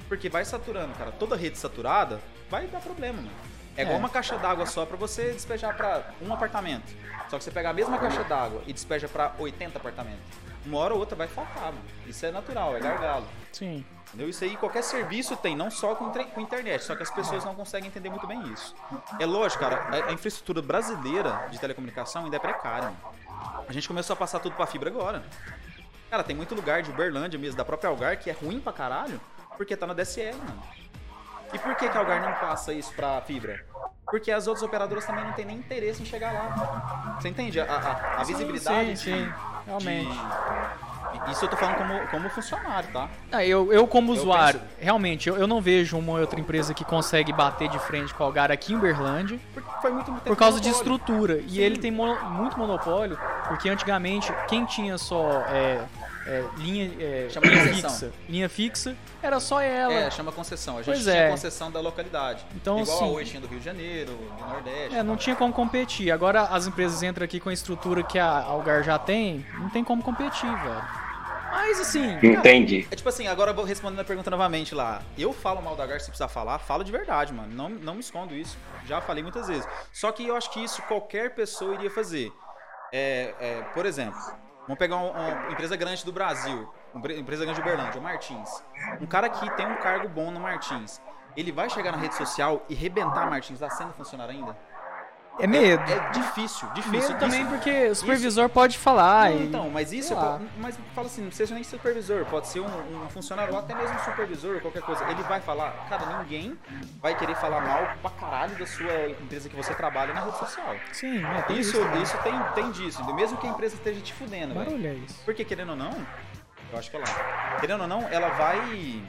S2: Porque vai saturando, cara. Toda rede saturada vai dar problema, mano. É igual uma caixa d'água só pra você despejar pra um apartamento. Só que você pega a mesma caixa d'água e despeja pra 80 apartamentos. Uma hora ou outra vai faltar, mano. Isso é natural, é gargalo.
S1: Sim.
S2: Entendeu? Isso aí qualquer serviço tem, não só com, tre- com internet, só que as pessoas não conseguem entender muito bem isso. É lógico, cara, a, a infraestrutura brasileira de telecomunicação ainda é precária. mano. A gente começou a passar tudo pra fibra agora. Cara, tem muito lugar de Uberlândia mesmo, da própria Algar, que é ruim pra caralho, porque tá na DSL, mano. E por que, que a Algar não passa isso pra fibra? Porque as outras operadoras também não têm nem interesse em chegar lá. Você entende? A, a- a visibilidade.
S1: Sim, sim, realmente.
S2: de- Isso eu tô falando como, como funcionário, tá?
S1: Ah, eu, eu, como
S2: Eu
S1: usuário, realmente, eu, eu não vejo uma outra empresa que consegue bater de frente com a Algar aqui em Uberlândia
S2: Porque foi muito
S1: por causa de estrutura.
S2: Sim.
S1: E ele tem mono- muito monopólio, porque antigamente quem tinha só é, é, linha, é,
S2: Chama
S1: linha
S2: concessão.
S1: fixa, linha fixa era só ela.
S2: É, chama concessão. A gente
S1: Pois
S2: tinha
S1: é.
S2: concessão da localidade.
S1: Então,
S2: Igual a
S1: assim-
S2: Oi tinha do Rio de Janeiro, do Nordeste.
S1: É, não tinha como competir. Agora as empresas entram aqui com a estrutura que a Algar já tem, não tem como competir, velho. Mas assim, cara,
S3: Entendi.
S2: É tipo assim, agora eu vou respondendo a pergunta novamente lá. Eu falo mal da Gar se precisar falar, falo de verdade, mano. Não, não me escondo isso. Já falei muitas vezes. Só que eu acho que isso qualquer pessoa iria fazer. É, é, por exemplo, vamos pegar um- uma empresa grande do Brasil, uma empre- empresa grande de Uberlândia, o Martins. Um cara que tem um cargo bom no Martins. Ele vai chegar na rede social e rebentar Martins lá sendo funcionário ainda?
S1: é medo.
S2: É difícil, difícil.
S1: medo
S2: Isso-
S1: também porque o supervisor pode falar.
S2: não,
S1: e-
S2: então, mas isso
S1: sei
S2: eu
S1: lá.
S2: falo- mas fala assim, não precisa nem supervisor, pode ser um, um funcionário ou até mesmo um supervisor, qualquer coisa. Ele vai falar, cara, ninguém vai querer falar mal pra caralho da sua empresa que você trabalha na rede social.
S1: Sim, é, tem
S2: Isso, um
S1: isso. também.
S2: isso tem, tem disso, mesmo que a empresa esteja te fudendo, velho.
S1: Barulho é isso.
S2: Porque querendo ou não, eu acho que ela. Querendo ou não, ela vai.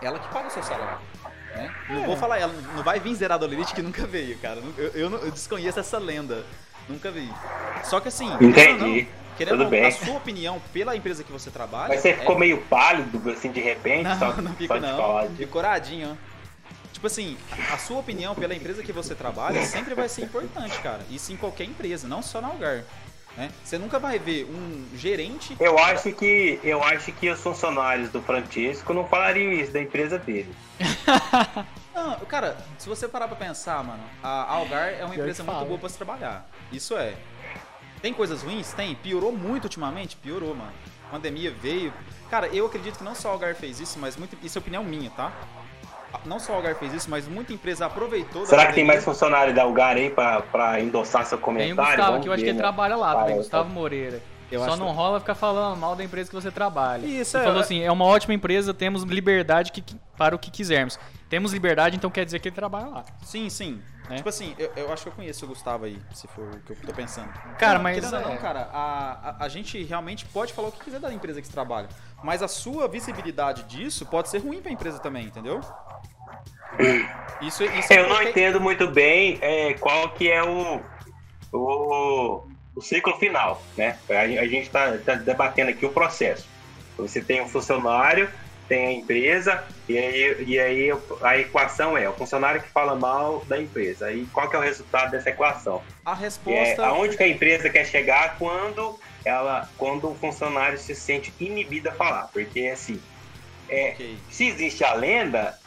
S2: Ela que paga o seu salário. Né? Não vou falar ela, não vai vir Zerado Elite que nunca veio, cara. Eu, eu não- eu desconheço essa lenda. Nunca vi. Só que assim, querendo ou não,
S3: Entendi.
S2: Querendo
S3: Tudo
S2: ou não,
S3: bem.
S2: a sua opinião pela empresa que você trabalha.
S3: Mas você
S2: é-
S3: ficou meio pálido, assim, de repente, só,
S2: Não, não
S3: só
S2: fico
S3: de falar
S2: não.
S3: disso.
S2: Decoradinho. Tipo assim, a sua opinião pela empresa que você trabalha sempre vai ser importante, cara. Isso em qualquer empresa, não só na Algar. né? Você nunca vai ver um gerente.
S3: Eu acho que eu acho que os funcionários do Francisco não falariam isso da empresa dele.
S2: Não, cara, se você parar pra pensar, mano, a Algar é uma
S1: Pior
S2: empresa
S1: que
S2: muito
S1: fala.
S2: boa pra se trabalhar. Isso é. Tem coisas ruins? Tem. Piorou muito ultimamente? Piorou, mano. A pandemia veio. Cara, eu acredito que não só a Algar fez isso, mas muito. Isso é opinião minha, tá? Não só a Algar fez isso, mas muita empresa aproveitou. da
S3: Será que tem
S2: pandemia.
S3: mais funcionário da Algar aí pra, pra endossar seu
S1: Tem o
S3: comentário?
S1: Gustavo,
S3: Vamos
S1: que eu acho
S3: ver,
S1: que ele
S3: né?
S1: trabalha lá também,
S3: Ah, é,
S1: Gustavo Moreira.
S2: Eu
S1: Só
S2: acho-
S1: não rola ficar falando mal da empresa que você trabalha.
S2: Isso,
S1: Ele
S2: é.
S1: falou assim, é uma ótima empresa, temos liberdade que- para o que quisermos. Temos liberdade, então quer dizer que ele trabalha lá.
S2: Sim, sim.
S1: Né?
S2: Tipo assim, eu, eu acho que eu conheço o Gustavo aí, se for o que eu tô pensando.
S1: Cara,
S2: Não,
S1: mas
S2: querendo ou
S1: é.
S2: Não, cara, a, a, a gente realmente pode falar o que quiser da empresa que você trabalha. Mas a sua visibilidade disso pode ser ruim pra empresa também, entendeu? Isso, isso é
S3: Eu não
S2: porque-
S3: entendo muito bem é, qual que é o, o, o ciclo final, né? A, a gente está debatendo aqui o processo. Você tem um funcionário, tem a empresa, e aí, e aí a equação é o funcionário que fala mal da empresa. Aí qual que é o resultado dessa equação?
S2: A
S3: É,
S2: resposta.
S3: aonde que a empresa quer chegar quando ela quando o funcionário se sente inibido a falar porque assim
S2: Ok.
S3: se existe a lenda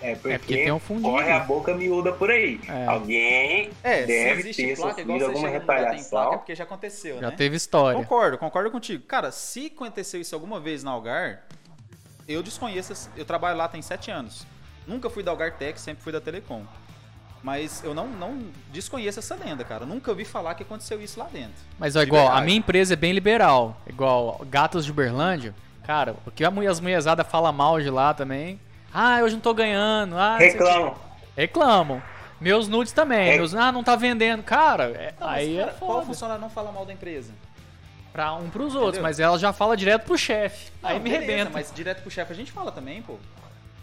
S3: é porque,
S1: É porque tem um fundinho.
S3: corre a
S1: né?
S3: boca miúda por aí
S1: É.
S3: alguém
S2: É,
S3: Deve
S2: se
S3: ter
S2: existe placa, igual
S3: sofrido
S2: você
S3: alguma
S2: chega no lugar, tem
S3: retaliação.
S2: placa, é porque já aconteceu,
S1: Já
S2: né?
S1: teve história.
S2: Concordo, concordo contigo. Cara, se aconteceu isso alguma vez na Algar, eu desconheço. esse- Eu trabalho lá tem sete anos. Nunca fui da Algar Tech, sempre fui da Telecom. Mas eu não, não desconheço essa lenda, cara. Nunca ouvi falar que aconteceu isso lá dentro.
S1: Mas ó,
S2: De
S1: igual, a
S2: verdade.
S1: minha empresa é bem liberal. Igual, Gatos de Uberlândia, cara, o que a mulher- as mulherzadas falam mal de lá também. Ah, hoje não tô ganhando. Ah, não sei o quê.
S3: reclama
S1: Reclamam. Meus nudes também.
S3: É.
S1: Meus, ah, não tá vendendo. Cara, é-
S2: Não, mas,
S1: aí
S2: cara,
S1: é
S2: qual
S1: foda.
S2: funcionário não fala mal da empresa?
S1: Pra um pros outros,
S2: Entendeu?
S1: mas ela já fala direto pro chefe. Aí
S2: Não,
S1: me
S2: beleza,
S1: rebenta.
S2: Mas direto pro chefe a gente fala também, pô.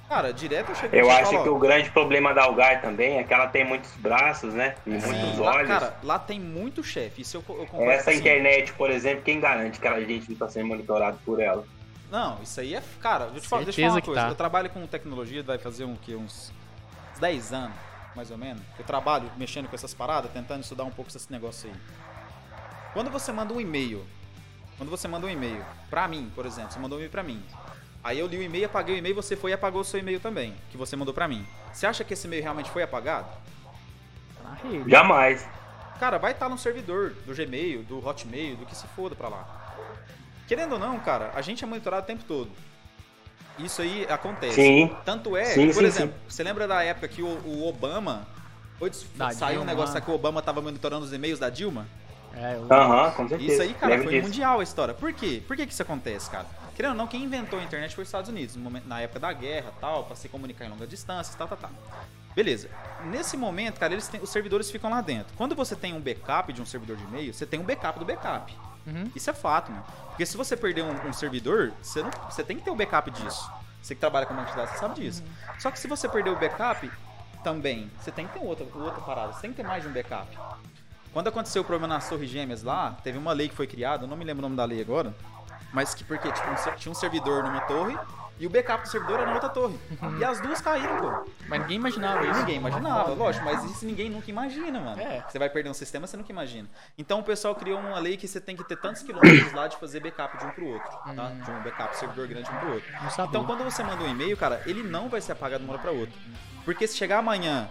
S2: Cara, direto eu chego pro
S3: eu
S2: chefe e
S3: acho
S2: falo,
S3: que
S2: ó,
S3: o grande problema da Algar também é que ela tem muitos braços né e
S1: É.
S3: muitos
S2: Sim, lá,
S3: olhos
S2: Ah, cara, lá tem muito chefe. Isso eu, co- eu concordo
S3: essa
S2: assim.
S3: internet por exemplo quem garante que a gente não está sendo monitorado por ela
S2: Não, isso aí é. Cara, deixa eu te falar, deixa eu falar
S1: Certeza
S2: uma
S1: que
S2: coisa.
S1: tá.
S2: Eu trabalho com tecnologia, vai fazer um, que, uns 10 anos, mais ou menos. Eu trabalho mexendo com essas paradas, tentando estudar um pouco esse negócio aí. Quando você manda um e-mail, quando você manda um e-mail, pra mim, por exemplo, você mandou um e-mail pra mim. Aí eu li o e-mail, apaguei o e-mail, você foi e apagou o seu e-mail também, que você mandou pra mim. Você acha que esse e-mail realmente foi apagado?
S1: rede.
S3: Jamais.
S2: Cara, vai estar no servidor do Gmail, do Hotmail, do que se foda pra lá. Querendo ou não, cara, a gente é monitorado o tempo todo. Isso aí acontece.
S3: Sim.
S2: Tanto é,
S3: Sim,
S2: que, por
S3: sim,
S2: exemplo, você lembra da época que o, o Obama. foi des-
S1: Da
S2: saiu
S1: Dilma.
S2: um negócio lá que o Obama tava monitorando os e-mails da Dilma?
S1: É, eu-
S3: Aham, com certeza.
S2: Isso aí, cara,
S3: Lembro
S2: foi
S3: disso.
S2: mundial a história. Por quê? Por que, que isso acontece, cara? Querendo ou não, quem inventou a internet foi os Estados Unidos, no momento- na época da guerra tal, pra se comunicar em longa distância, tal, tal, tal. Beleza. Nesse momento, cara, eles têm- os servidores ficam lá dentro. Quando você tem um backup de um servidor de e-mail, você tem um backup do backup.
S1: Uhum.
S2: Isso é fato, mano. Porque se você perder um, um servidor, você, não, você tem que ter o backup disso. Você que trabalha com marketing, você sabe disso. Só que se você perder o backup, também, você tem que ter outra, outra parada. Você tem que ter mais de um backup. Quando aconteceu o problema nas Torres Gêmeas lá, teve uma lei que foi criada, eu não me lembro o nome da lei agora, mas que porque tipo, um ser- tinha um servidor numa torre e o backup do servidor era na outra torre. E as duas caíram, pô.
S1: Mas ninguém imaginava
S2: E
S1: isso.
S2: ninguém imaginava, lógico, mas isso ninguém nunca imagina, mano.
S1: É.
S2: Você vai perder um sistema, você nunca imagina. Então o pessoal criou uma lei que você tem que ter tantos quilômetros lá de fazer backup de um pro outro, tá? De um backup servidor grande um pro outro.
S1: Hum. Não sabia.
S2: Então quando você manda um e-mail, cara, ele não vai ser apagado de uma hora pra outra. Porque se chegar amanhã,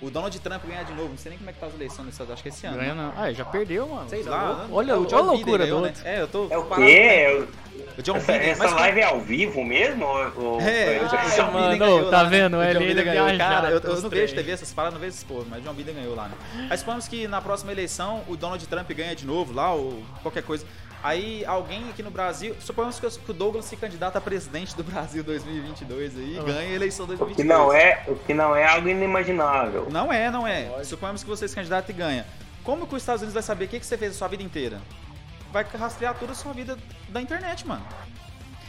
S2: o Donald Trump ganhar de novo, não sei nem como é que tá as eleições, nos Estados Unidos, acho que é esse ano.
S1: Ganha
S2: né?
S1: não. Ah, já perdeu, mano.
S2: Sei lá. né?
S1: Olha,
S2: o
S1: olha a loucura do
S2: né?
S1: outro.
S2: É, eu tô.
S3: É o
S2: parado,
S3: quê?
S2: né?
S3: É o-
S2: O John
S3: Essa,
S2: Biden,
S3: essa
S2: mas
S3: live é ao vivo mesmo? Ou, ou-
S2: É,
S3: eu
S2: o
S3: já-
S1: Ai,
S2: John Biden
S1: mano,
S2: ganhou
S1: tá
S2: lá,
S1: vendo?
S2: né?
S1: É,
S2: O John
S1: ele
S2: Biden
S1: é
S2: ganhou,
S1: viajado,
S2: cara. Eu, eu não
S1: gostei.
S2: vejo TV essas paradas, não vejo esse povo, mas o John Biden ganhou lá, né? Aí suponhamos que na próxima eleição o Donald Trump ganha de novo lá, ou qualquer coisa. Aí alguém aqui no Brasil, suponhamos que o- que o Douglas se candidata a presidente do Brasil 2022 aí, e
S1: Ah.
S2: ganha a eleição
S3: O
S2: 2022.
S3: que não é, o que não é algo inimaginável.
S2: Não é, não é. Suponhamos que você se candidata e ganha. Como que os Estados Unidos vai saber o que, que você fez a sua vida inteira? Vai rastrear toda a sua vida da internet, mano.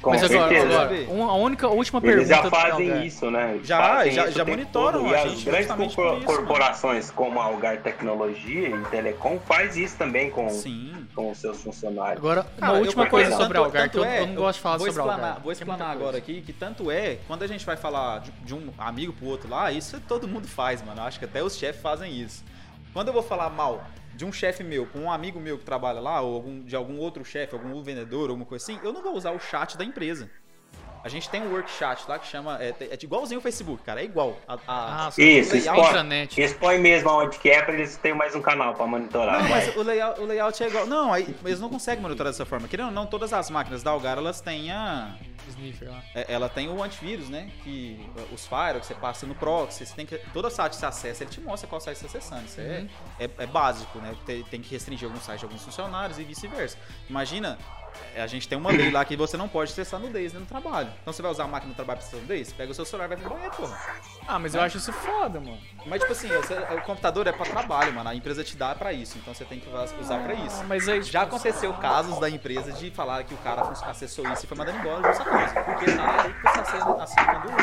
S3: Com
S1: Mas agora,
S3: certeza.
S1: agora, uma- a única a última
S3: Eles
S1: pergunta.
S3: já
S1: do é.
S3: fazem
S1: Algar.
S3: isso, né?
S2: Já,
S3: fazem
S2: já-
S3: isso
S2: já
S3: o tempo
S2: monitoram
S3: todo,
S2: a
S3: e
S2: gente
S3: as grandes
S2: justamente por isso, né?
S3: corporações como a Algar Tecnologia e Telecom faz isso também com,
S2: Sim.
S3: com os seus funcionários.
S1: Agora,
S2: Cara,
S1: uma
S2: eu
S1: última
S2: concordo.
S1: coisa
S3: Tanto-
S1: sobre o Algar, que eu,
S2: é,
S1: eu não gosto de falar
S2: vou
S1: sobre o
S2: explanar-
S1: Algar.
S2: Vou
S1: Tem muita
S2: explanar
S1: coisa.
S2: agora aqui que tanto é, quando a gente vai falar de, de um amigo pro outro lá, isso todo mundo faz, mano. Eu Acho que até os chefes fazem isso. Quando eu vou falar mal de um chefe meu com um amigo meu que trabalha lá, ou algum- de algum outro chefe, algum vendedor, alguma coisa assim, eu não vou usar o chat da empresa. A gente tem um workshop lá que chama. É, é igualzinho o Facebook, cara. É igual. A, a-
S1: Ah,
S3: Isso,
S1: sobre
S2: expõe.
S1: a intranet.
S3: Expõe mesmo aonde que é, pra eles terem mais um canal pra monitorar.
S2: Não,
S3: vai.
S2: mas o layout, o layout é igual. Não, aí, eles não conseguem monitorar dessa forma. Querendo ou não, todas as máquinas da Algar elas têm a.
S1: Sniffer lá.
S2: É, Ela tem o antivírus, né? Que os firewalls você passa no proxy, você tem que. Todo site que você acessa, ele te mostra qual site você está acessando. Isso é-
S1: Uhum.
S2: é, é, básico, né? Tem, tem que restringir algum site de alguns funcionários e vice-versa. Imagina, é, a gente tem uma lei lá que você não pode acessar nudez né, no trabalho. Então você vai usar a máquina do trabalho pra acessar nudez? Pega o seu celular e vai pro banheiro, porra.
S1: Ah, mas eu acho isso foda, mano.
S2: Mas tipo assim, você- o computador é pra trabalho, mano. A empresa te dá pra isso, então você tem que usar pra isso.
S1: Ah, mas aí, tipo,
S2: Já aconteceu casos da empresa de falar que o cara acessou isso e foi mandado embora dessa coisa. Porque tá na lei que você acessa assim quando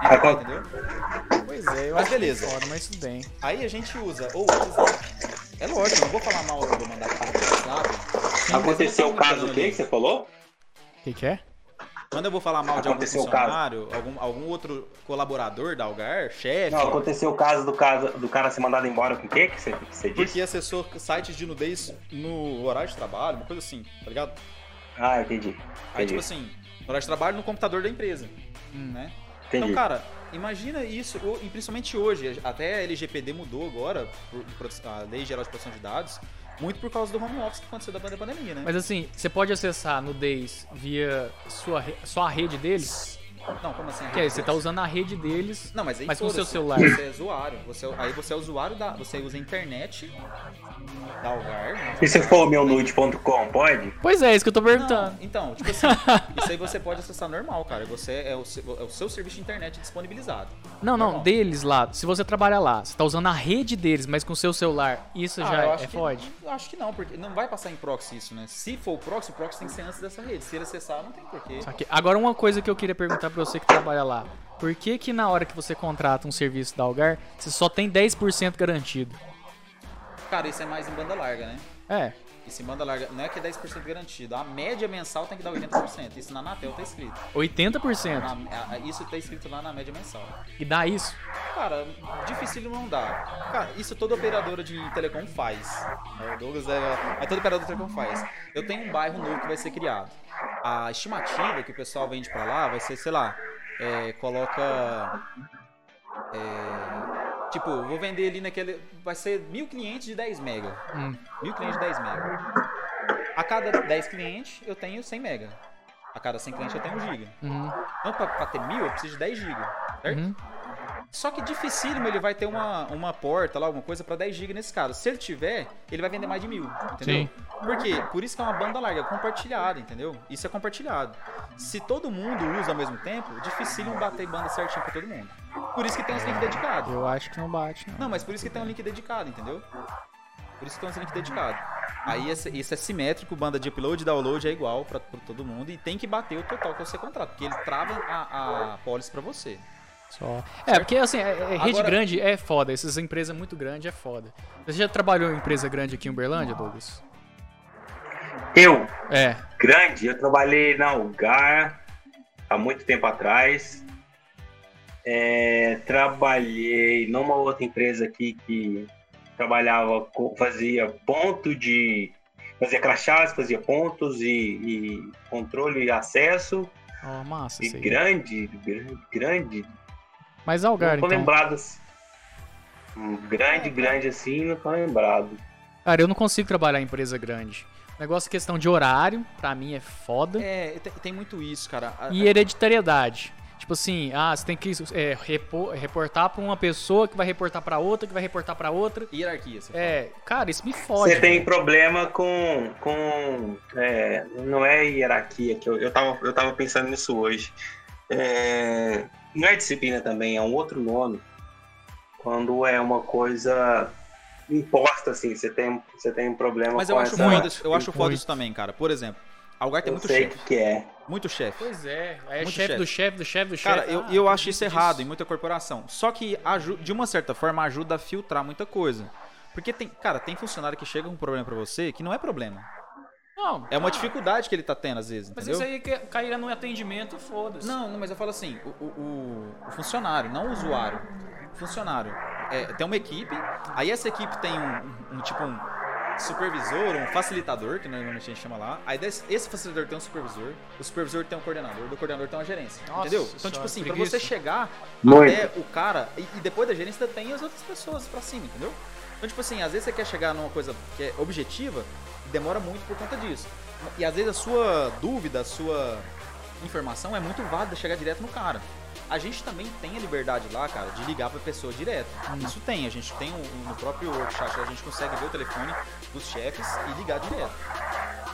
S3: Acon-
S2: usa. Entendeu?
S1: tipo,
S2: Pois é, eu acho beleza.
S1: Foda, mas tudo bem.
S2: Aí a gente usa ou WhatsApp. É lógico, eu não vou falar mal eu vou mandar para o WhatsApp.
S3: Aconteceu
S2: Mas
S3: o
S2: eu não tô
S3: caso
S2: mandando
S3: o quê
S2: ali.
S3: que você falou?
S1: O que, que é?
S2: Quando eu vou falar mal de algum
S3: Aconteceu o caso.
S2: funcionário, algum, algum outro colaborador da Algar, chefe,
S3: Não, aconteceu o caso do, caso do cara ser mandado embora com o quê que você, que você disse?
S2: porque acessou sites de nudez no horário de trabalho, uma coisa assim, tá ligado?
S3: Ah, entendi.
S2: Aí, tipo
S3: Entendi.
S2: assim, no horário de trabalho no computador da empresa,
S1: Hum.
S2: né?
S3: entendi.
S2: Então, cara, imagina isso, o- e principalmente hoje, até a LGPD mudou agora, por- por- a Lei Geral de Proteção de Dados, muito por causa do home office que aconteceu da da pandemia, né?
S1: Mas assim, você pode acessar nudez via sua, re- só a rede deles?
S2: não, como assim?
S1: Que aí, você tá usando a rede deles.
S2: Não, mas aí
S1: Mas com o seu
S2: foda-se,
S1: celular.
S2: Você é usuário, você, aí você é usuário da... Você usa a internet da Algar. né?
S3: E se for meunude.com, pode?
S1: Pois é, é isso que eu tô
S2: Não,
S1: perguntando.
S2: então, tipo assim, isso aí você pode acessar normal, cara. Você é o, seu- é o seu serviço de internet disponibilizado.
S1: Não, não,
S2: Normal.
S1: deles lá. Se você trabalha lá, você tá usando a rede deles, mas com o seu celular, isso
S2: Ah,
S1: já
S2: eu
S1: é,
S2: acho
S1: é
S2: que-
S1: fode.
S2: eu acho que não, porque não vai passar em proxy isso, né? Se for o proxy, o proxy tem que ser antes dessa rede. Se ele acessar, não tem porquê.
S1: Saquei. Agora, uma coisa que eu queria perguntar pra você que trabalha lá. Por que que na hora que você contrata um serviço da Algar, você só tem 10% garantido?
S2: Cara, isso é mais em banda larga, né?
S1: É,
S2: Isso em banda larga não é que é 10% garantido. A média mensal tem que dar 80%. Isso na Anatel tá escrito.
S1: 80%.
S2: Na- a- isso tá escrito lá na média mensal.
S1: E dá isso?
S2: Cara, difícil não dá. Cara, isso toda operadora de telecom faz. né? O Douglas é. Mas toda operadora de telecom faz. Eu tenho um bairro novo que vai ser criado. A estimativa que o pessoal vende pra lá vai ser, sei lá, é, coloca. é, Tipo, vou vender ali naquele. Vai ser mil clientes de 10 mega.
S1: Hum.
S2: Mil clientes de 10 mega. A cada 10 clientes, eu tenho 100 mega. A cada 100 clientes, eu tenho 1 giga.
S1: Uhum.
S2: Então, pra, pra ter mil, eu preciso de 10 giga. Certo?
S1: Uhum.
S2: Só que dificílimo ele vai ter uma, uma porta lá, alguma coisa pra 10 GB nesse caso. Se ele tiver, ele vai vender mais de mil, entendeu?
S1: Sim.
S2: Por quê? Por isso que é uma banda larga, é compartilhada, entendeu? Isso é compartilhado. Se todo mundo usa ao mesmo tempo, é dificílimo bater banda certinho pra todo mundo. Por isso que tem os links dedicados.
S1: Eu acho que não bate, não.
S2: Não, mas por isso que tem um link dedicado, entendeu? Por isso que tem um link dedicado. Aí esse- isso é simétrico, banda de upload e download é igual pra, pra todo mundo e tem que bater o total que você contrata, porque ele trava a, a policy pra você.
S1: Só. É, porque assim, é- é- rede
S2: Agora-
S1: grande é foda. Essas empresas muito grandes é foda. Você já trabalhou em empresa grande aqui em Uberlândia, Douglas?
S3: Eu,
S1: É.
S3: grande, eu trabalhei na Algar há muito tempo atrás. É, trabalhei numa outra empresa aqui que trabalhava, com- fazia ponto de. fazia crachás, fazia pontos e, e controle e acesso.
S1: Ó, massa
S3: E
S1: isso aí.
S3: grande, grande, grande.
S1: Mas Algar,
S3: não tô
S1: então.
S3: lembrado assim. Um Grande, grande assim, não tô lembrado.
S1: Cara, eu não consigo trabalhar em empresa grande. O negócio é questão de horário, pra mim é foda.
S2: É, tem, tem muito isso, cara. A-
S1: E hereditariedade. Tipo assim, ah, você tem que é, repo- reportar pra uma pessoa que vai reportar pra outra, que vai reportar pra outra.
S2: Hierarquia, você fala.
S1: É, cara, isso me fode.
S3: Você tem problema com. com é, não é hierarquia, que eu, eu, tava, eu tava pensando nisso hoje. É, não é disciplina também, é um outro nome. Quando é uma coisa imposta, assim, você tem, você tem um problema
S2: Mas
S3: com
S2: eu acho,
S3: essa...
S2: foda, isso- eu acho foda
S1: Muito.
S2: isso também, cara. Por exemplo, Algar tem
S3: Eu
S2: muito
S3: sei o
S2: chefe.
S3: que que é.
S2: Muito chefe.
S1: Pois é, aí é
S2: Muito
S1: chefe
S2: chefe.
S1: do chefe do chefe do chefe.
S2: Cara, eu,
S1: Ah,
S2: eu acho
S1: disso,
S2: isso errado em
S1: disso.
S2: muita corporação. Só que, aju- de uma certa forma, ajuda a filtrar muita coisa. Porque tem, cara, tem funcionário que chega com um problema pra você que não é problema.
S1: Não,
S2: É uma dificuldade que ele tá tendo, às vezes,
S1: Ah. mas
S2: entendeu?
S1: isso aí que cair no atendimento, foda-se.
S2: Não, não, mas eu falo assim, o, o- o- o funcionário, não o usuário. Funcionário. É, tem uma equipe, aí essa equipe tem um, um- um tipo um supervisor, um facilitador, que normalmente a gente chama lá. Aí desse- esse facilitador tem um supervisor, o supervisor tem um coordenador, do coordenador tem uma gerência.
S1: Nossa
S2: entendeu? Então,
S1: senhora,
S2: tipo assim, pra
S1: preguiça.
S2: você chegar
S3: Muito.
S2: até o cara, e, e depois da gerência ainda tem as outras pessoas pra cima, entendeu? Então, tipo assim, às vezes você quer chegar numa coisa que é objetiva, e demora muito por conta disso. E às vezes a sua dúvida, a sua informação é muito válida chegar direto no cara. A gente também tem a liberdade lá, cara, de ligar pra pessoa direto. Isso tem, a gente tem um- no próprio workshop, a gente consegue ver o telefone dos chefes e ligar direto.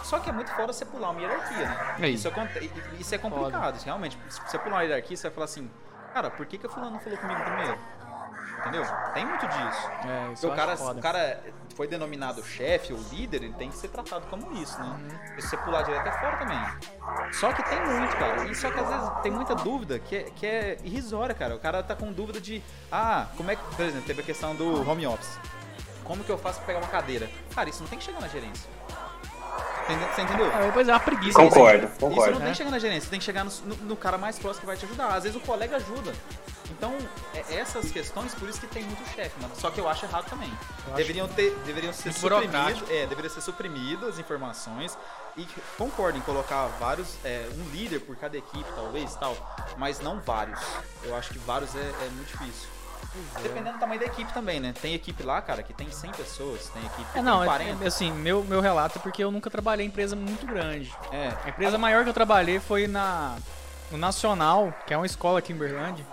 S2: Só que é muito fora você pular uma hierarquia, né?
S1: Aí.
S2: Isso, é, con- i- isso é complicado, isso, realmente. Se você pular uma hierarquia, você vai falar assim, cara, por que, que o fulano não falou comigo primeiro? Entendeu? Tem muito disso.
S1: É,
S2: Porque
S1: isso eu
S2: o cara,
S1: acho foda.
S2: o cara foi denominado chefe ou líder, ele tem que ser tratado como isso, né?
S1: Uhum.
S2: Se você pular direto é fora também. Só que tem muito, cara. E só que às vezes tem muita dúvida que é, que é irrisória, cara. O cara tá com dúvida de, ah, como é que. Por exemplo, teve a questão do home office. Como que eu faço pra pegar uma cadeira? Cara, isso não tem que chegar na gerência. Entende- Você entendeu?
S1: Ah, Depois é uma preguiça.
S3: Concordo,
S2: Isso não
S3: concordo.
S2: tem
S1: né?
S2: que chegar na gerência, tem que chegar no, no- no cara mais próximo que vai te ajudar. Às vezes o colega ajuda. Então, é- essas questões, por isso que tem muito chefe, mano. Só que eu acho errado também.
S1: Eu acho
S2: Deveriam ter, deveriam ser
S1: muito
S2: suprimidas,
S1: burocrático.
S2: é, deveria ser suprimido as informações e concordo em colocar vários, é, um líder por cada equipe, talvez, tal, mas não vários. Eu acho que vários é, é muito difícil.
S1: é.
S2: Dependendo do tamanho da equipe também, né? Tem equipe lá, cara, que tem 100 pessoas, tem equipe que
S1: É, não,
S2: tem
S1: é,
S2: 40.
S1: é, assim, meu, meu relato é porque eu nunca trabalhei em empresa muito grande.
S2: É,
S1: A empresa maior que eu trabalhei foi na no Nacional, que é uma escola aqui em Uberlândia.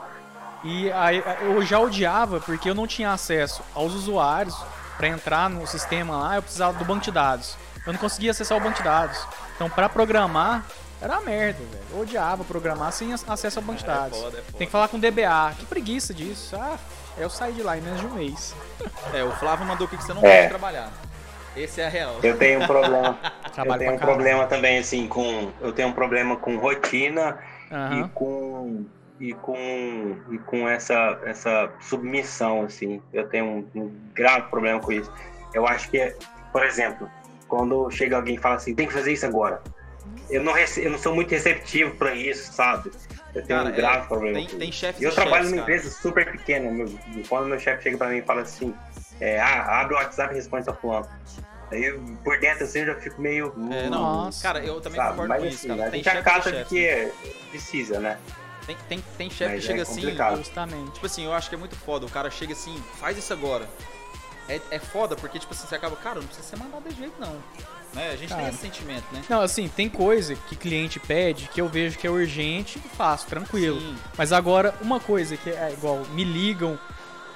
S1: E aí eu já odiava porque eu não tinha acesso aos usuários para entrar no sistema lá, eu precisava do banco de dados. Eu não conseguia acessar o banco de dados. Então, para programar era uma merda, velho. Eu odiava programar sem ac- acesso ao banco de dados.
S2: foda, é foda.
S1: Tem que falar com o DBA. Que preguiça disso. Ah, aí eu saí de lá em menos de um mês.
S2: É, o Flávio mandou aqui que você não
S3: É.
S2: pode trabalhar. Esse é a real.
S3: Eu tenho um problema. eu
S1: Trabalho
S3: tenho um
S1: pra caralho.
S3: problema também, assim, com. Eu tenho um problema com rotina
S1: Aham.
S3: e com e com e com essa essa submissão assim eu tenho um, um grave problema com isso eu acho que é por exemplo quando chega alguém e fala assim tem que fazer isso agora eu não rece- eu não sou muito receptivo para isso sabe eu tenho
S2: Cara,
S3: um
S2: é,
S3: grave problema
S2: tem-
S3: com
S2: tem
S3: isso.
S2: chefes
S3: eu
S2: e
S3: trabalho
S2: chefes,
S3: numa
S2: cara.
S3: empresa super pequena meu, quando meu chefe chega para mim e fala assim é, ah, abre o WhatsApp e responde tá fulano aí eu, por dentro assim eu já fico meio
S2: É, não.
S1: Nossa.
S2: Cara, eu também
S3: sabe?
S2: concordo
S3: Mas
S2: com isso,
S3: assim,
S2: cara.
S3: a
S2: Tem
S3: gente
S2: chefe
S3: acata
S2: e chefe.
S3: que é- precisa, né?
S2: Tem, tem, tem chefe
S3: Mas
S2: que chega
S3: é
S2: assim.
S3: complicado.
S1: Justamente.
S2: Tipo assim, eu acho que é muito foda. O cara chega assim, faz isso agora. É, é foda, porque, tipo assim, você acaba, cara, não precisa ser mandado de jeito, não. Né? A gente
S1: Cara.
S2: tem esse sentimento, né?
S1: Não, assim, tem coisa que cliente pede que eu vejo que é urgente e faço, tranquilo.
S2: Sim.
S1: Mas agora, uma coisa que é igual, me ligam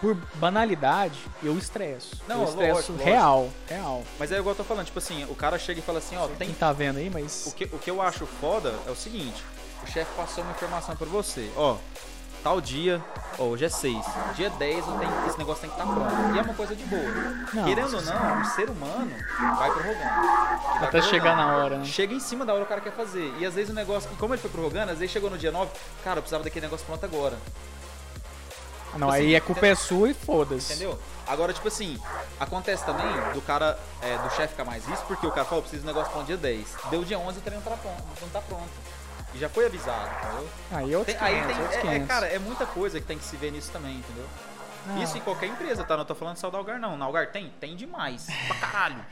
S1: por banalidade, eu estresso.
S2: Não,
S1: eu estresso
S2: lógico, lógico.
S1: real, real.
S2: Mas é igual eu tô falando, tipo assim, o cara chega e fala assim, ó, tem
S1: Quem tá vendo aí,
S2: O
S1: mas.
S2: que, o que eu acho foda é o seguinte: o chefe passou uma informação pra você, ó. Tal dia, ó, hoje é 6. Dia 10 eu tenho, esse negócio tem que estar pronto. E é uma coisa de boa.
S1: Não,
S2: Querendo ou não, o ser humano vai prorrogando. E vai
S1: Até chegar
S2: prorrogando.
S1: na hora, né?
S2: Chega em cima da hora que o cara quer fazer. E às vezes o negócio, e como ele foi prorrogando, às vezes chegou no dia 9, cara, eu precisava daquele negócio pronto agora.
S1: Ah, Não, aí a culpa é sua e foda-se.
S2: Entendeu? Agora, tipo assim, acontece também do cara, é, do chefe ficar mais isso, porque o cara fala, eu preciso do negócio pronto dia 10. Deu dia 11 e o treino tá pronto, não tá pronto. E já foi avisado, entendeu?
S1: Aí eu
S2: Tem- aí tem, é- é, cara, é muita coisa que tem que se ver nisso também, entendeu? Isso em qualquer empresa, tá? Não tô falando só da Algar, não. Na Algar tem? Tem demais. Pra caralho.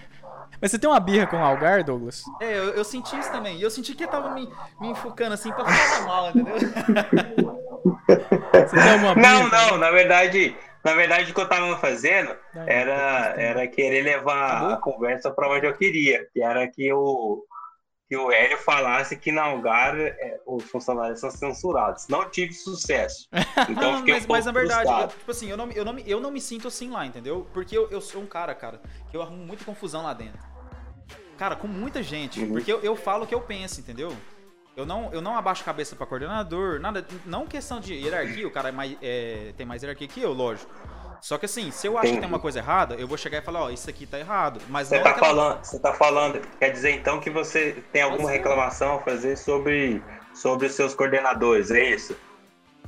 S1: Mas você tem uma birra com o Algar, Douglas?
S2: É, eu, eu senti isso também. E eu senti que tava me, me enfocando assim pra falar mal, entendeu?
S1: Você tem alguma birra?
S3: Não, não, na verdade, na verdade o que eu tava fazendo
S1: Não,
S3: era, era querer levar
S2: Acabou?
S3: a conversa para onde eu queria, que era que o que o Hélio falasse que na Algar é, os funcionários são censurados. Não tive sucesso. Então eu
S2: Não,
S3: fiquei
S2: Ah, mas,
S3: um pouco
S2: mas na verdade, eu-
S3: frustrado.
S2: tipo assim, eu não, me- eu, não, me- eu não me sinto assim lá, entendeu? Porque eu, eu sou um cara, cara, que eu arrumo muita confusão lá dentro. Cara, com muita gente.
S3: Uhum.
S2: Porque eu, eu falo o que eu penso, entendeu? Eu não, eu não abaixo a cabeça pra coordenador, nada. Não questão de hierarquia, o cara é mais, é, tem mais hierarquia que eu, lógico. Só que assim, se eu acho que tem
S3: Entendi.
S2: uma coisa errada, eu vou chegar e falar, ó, isso aqui tá errado. Mas
S3: Você
S2: não então-
S3: tá
S2: aquela-
S3: falando, você tá falando, quer dizer então que você tem alguma
S2: Mas é.
S3: reclamação a fazer sobre sobre os seus coordenadores, é isso?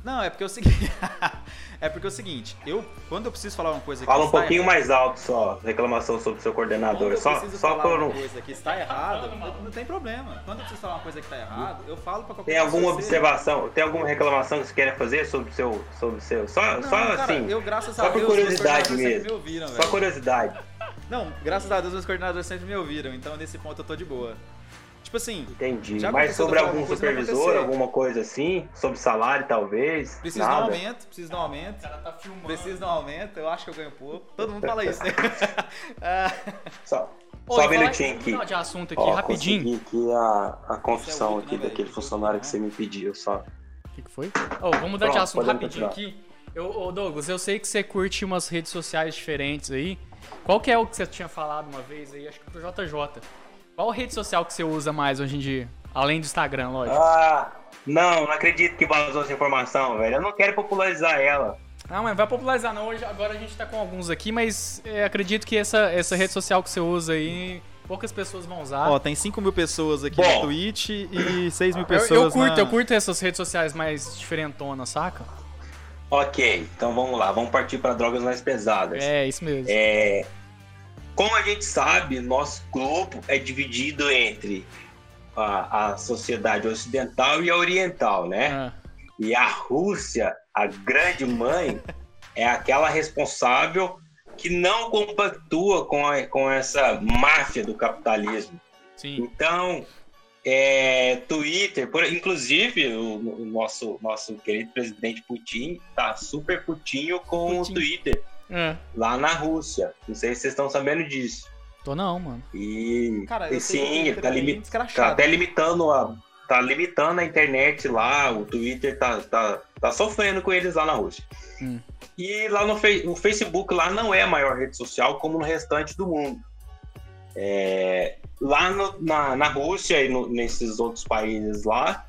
S2: Não, é porque é o seguinte. é porque é o seguinte, eu, quando eu preciso falar uma coisa que
S3: Fala um
S2: está
S3: pouquinho
S2: errada-
S3: mais alto só, reclamação sobre o seu
S2: Quando
S3: coordenador,
S2: eu
S3: só
S2: preciso
S3: só
S2: falar
S3: por
S2: uma
S3: um
S2: coisa que está errada, eu- não tem problema. Quando eu preciso falar uma coisa que está errada, eu falo pra qualquer
S3: Tem alguma
S2: pessoa que seja.
S3: observação, tem alguma reclamação que você queira fazer sobre o seu, sobre o seu, só,
S2: Não,
S3: só
S2: cara,
S3: assim,
S2: eu, graças
S3: só
S2: a
S3: por
S2: Deus, meus
S3: curiosidade
S2: coordenadores sempre
S3: mesmo.
S2: me ouviram,
S3: só
S2: velho.
S3: curiosidade,
S2: Não, graças a Deus, meus coordenadores sempre me ouviram, então nesse ponto eu tô de boa. Tipo assim,
S3: entendi.
S2: Já
S3: Mas
S2: aconteceu
S3: sobre
S2: alguma
S3: algum
S2: coisa não
S3: supervisor,
S2: acontecer.
S3: alguma coisa assim, sobre salário talvez,
S2: preciso de um
S3: nada.
S2: aumento, preciso de um aumento,
S1: cara tá filmando.
S2: preciso de um aumento, eu acho que eu ganho pouco. Todo mundo fala isso, né? Ah,
S3: Só,
S1: Ô,
S3: só
S1: e
S3: um
S1: falar-
S3: minutinho aqui.
S1: Não, de assunto aqui,
S3: Ó,
S1: rapidinho.
S3: consegui aqui a, a confissão
S2: Esse é o
S3: aqui
S2: outro, né,
S3: daquele
S2: velho?
S3: funcionário que você me pediu, só.
S1: O que, que foi? Ô, vamos mudar de
S3: Pronto,
S1: assunto
S3: podemos
S1: rapidinho aqui. Eu, ô, Douglas, eu sei que você curte umas redes sociais diferentes aí. Qual que é o que você tinha falado uma vez aí? Acho que pro JJ. Qual rede social que você usa mais hoje em dia? Além do Instagram, lógico.
S3: Ah, não, não acredito que vazou essa informação, velho. Eu não quero popularizar ela.
S1: Ah, mas vai popularizar não. Hoje, agora a gente tá com alguns aqui, mas é, acredito que essa, essa rede social que você usa aí, poucas pessoas vão usar.
S2: Ó, tem 5 mil pessoas aqui
S3: Bom.
S2: no Twitch e 6 mil
S1: Eu-
S2: pessoas
S1: eu, curto,
S2: na-
S1: eu curto essas redes sociais mais diferentonas, saca?
S3: Ok, então vamos lá, vamos partir para drogas mais pesadas.
S1: É, isso mesmo.
S3: É, como a gente sabe, nosso globo é dividido entre a, a sociedade ocidental e a oriental, né?
S1: Ah,
S3: E a Rússia, a grande mãe, é aquela responsável que não compactua com, a- com essa máfia do capitalismo.
S1: sim.
S3: Então, é, Twitter, por- inclusive o, o nosso, nosso querido presidente Putin tá super putinho com
S2: Putin.
S3: o Twitter
S1: Ah,
S3: lá na Rússia. Não sei se vocês estão sabendo disso.
S1: tô não, mano.
S3: E,
S2: Cara,
S3: e
S2: eu um sei que
S3: sim, ele
S2: tem
S3: tá,
S2: bem
S3: limi- tá
S2: descrachado.
S3: até limitando a. Tá limitando a internet lá, o Twitter tá, tá, tá sofrendo com eles lá na Rússia.
S1: Hum.
S3: E lá no Fe- o Facebook lá não é a maior rede social como no restante do mundo. É, lá no- na, na Rússia e no- nesses outros países lá,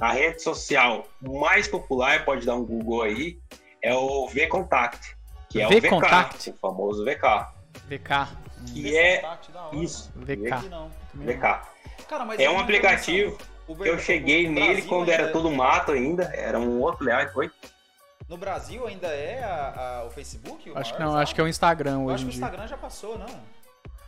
S3: a rede social mais popular, pode dar um Google aí, é o VKontakte, que é
S1: VKontakte?
S3: o VK, o famoso VK.
S1: VK.
S3: Que é
S2: Contact, da hora,
S3: isso,
S2: mano.
S1: VK.
S2: Aqui não.
S3: VK.
S2: Cara, mas
S3: É
S2: eu
S3: um
S2: não tenho
S3: aplicativo
S2: noção. O
S3: que eu
S2: Brasil-
S3: cheguei
S2: no
S3: nele
S2: Brasil
S3: quando era
S2: ainda- é-
S3: tudo mato ainda, era um outro layout, foi?
S2: No Brasil ainda é a- a- o Facebook? o
S1: Acho que
S2: maior,
S1: não,
S2: sabe?
S1: acho que é o Instagram
S2: Eu
S1: hoje
S2: acho
S1: em
S2: que o
S1: dia.
S2: Instagram já passou, não.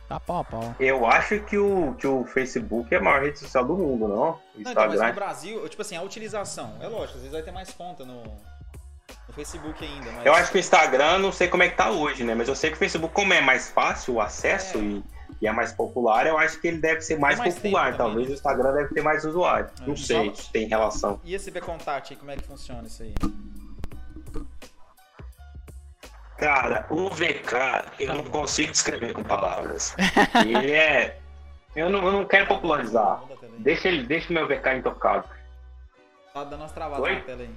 S1: Tá pau a pau.
S3: Eu acho que o, que o Facebook é a maior rede social do mundo, não? O
S2: Não, então, mas no
S3: Instagram.
S2: Brasil, eu, tipo assim, a utilização. É lógico, às vezes vai ter mais conta no, no Facebook ainda. Mas
S3: Eu acho que o Instagram, não sei como é que tá hoje, né? Mas eu sei que o Facebook, como é mais fácil o acesso
S2: É.
S3: e e é mais popular, eu acho que ele deve ser mais,
S5: Tem mais
S3: popular.
S5: tempo também,
S3: Talvez
S5: né?
S3: o Instagram deve ter mais usuários.
S5: É,
S3: Não
S5: só-
S3: sei se tem relação.
S5: E esse B-Contact aí, como é que funciona isso aí?
S3: Cara, o VK, eu não consigo descrever com palavras. Ele é. Eu não, eu não quero popularizar.
S5: Muda a tela aí.
S3: Deixa ele, deixa o meu VK intocado.
S5: Tá dando umas travadas
S3: Oi?
S5: na tela aí.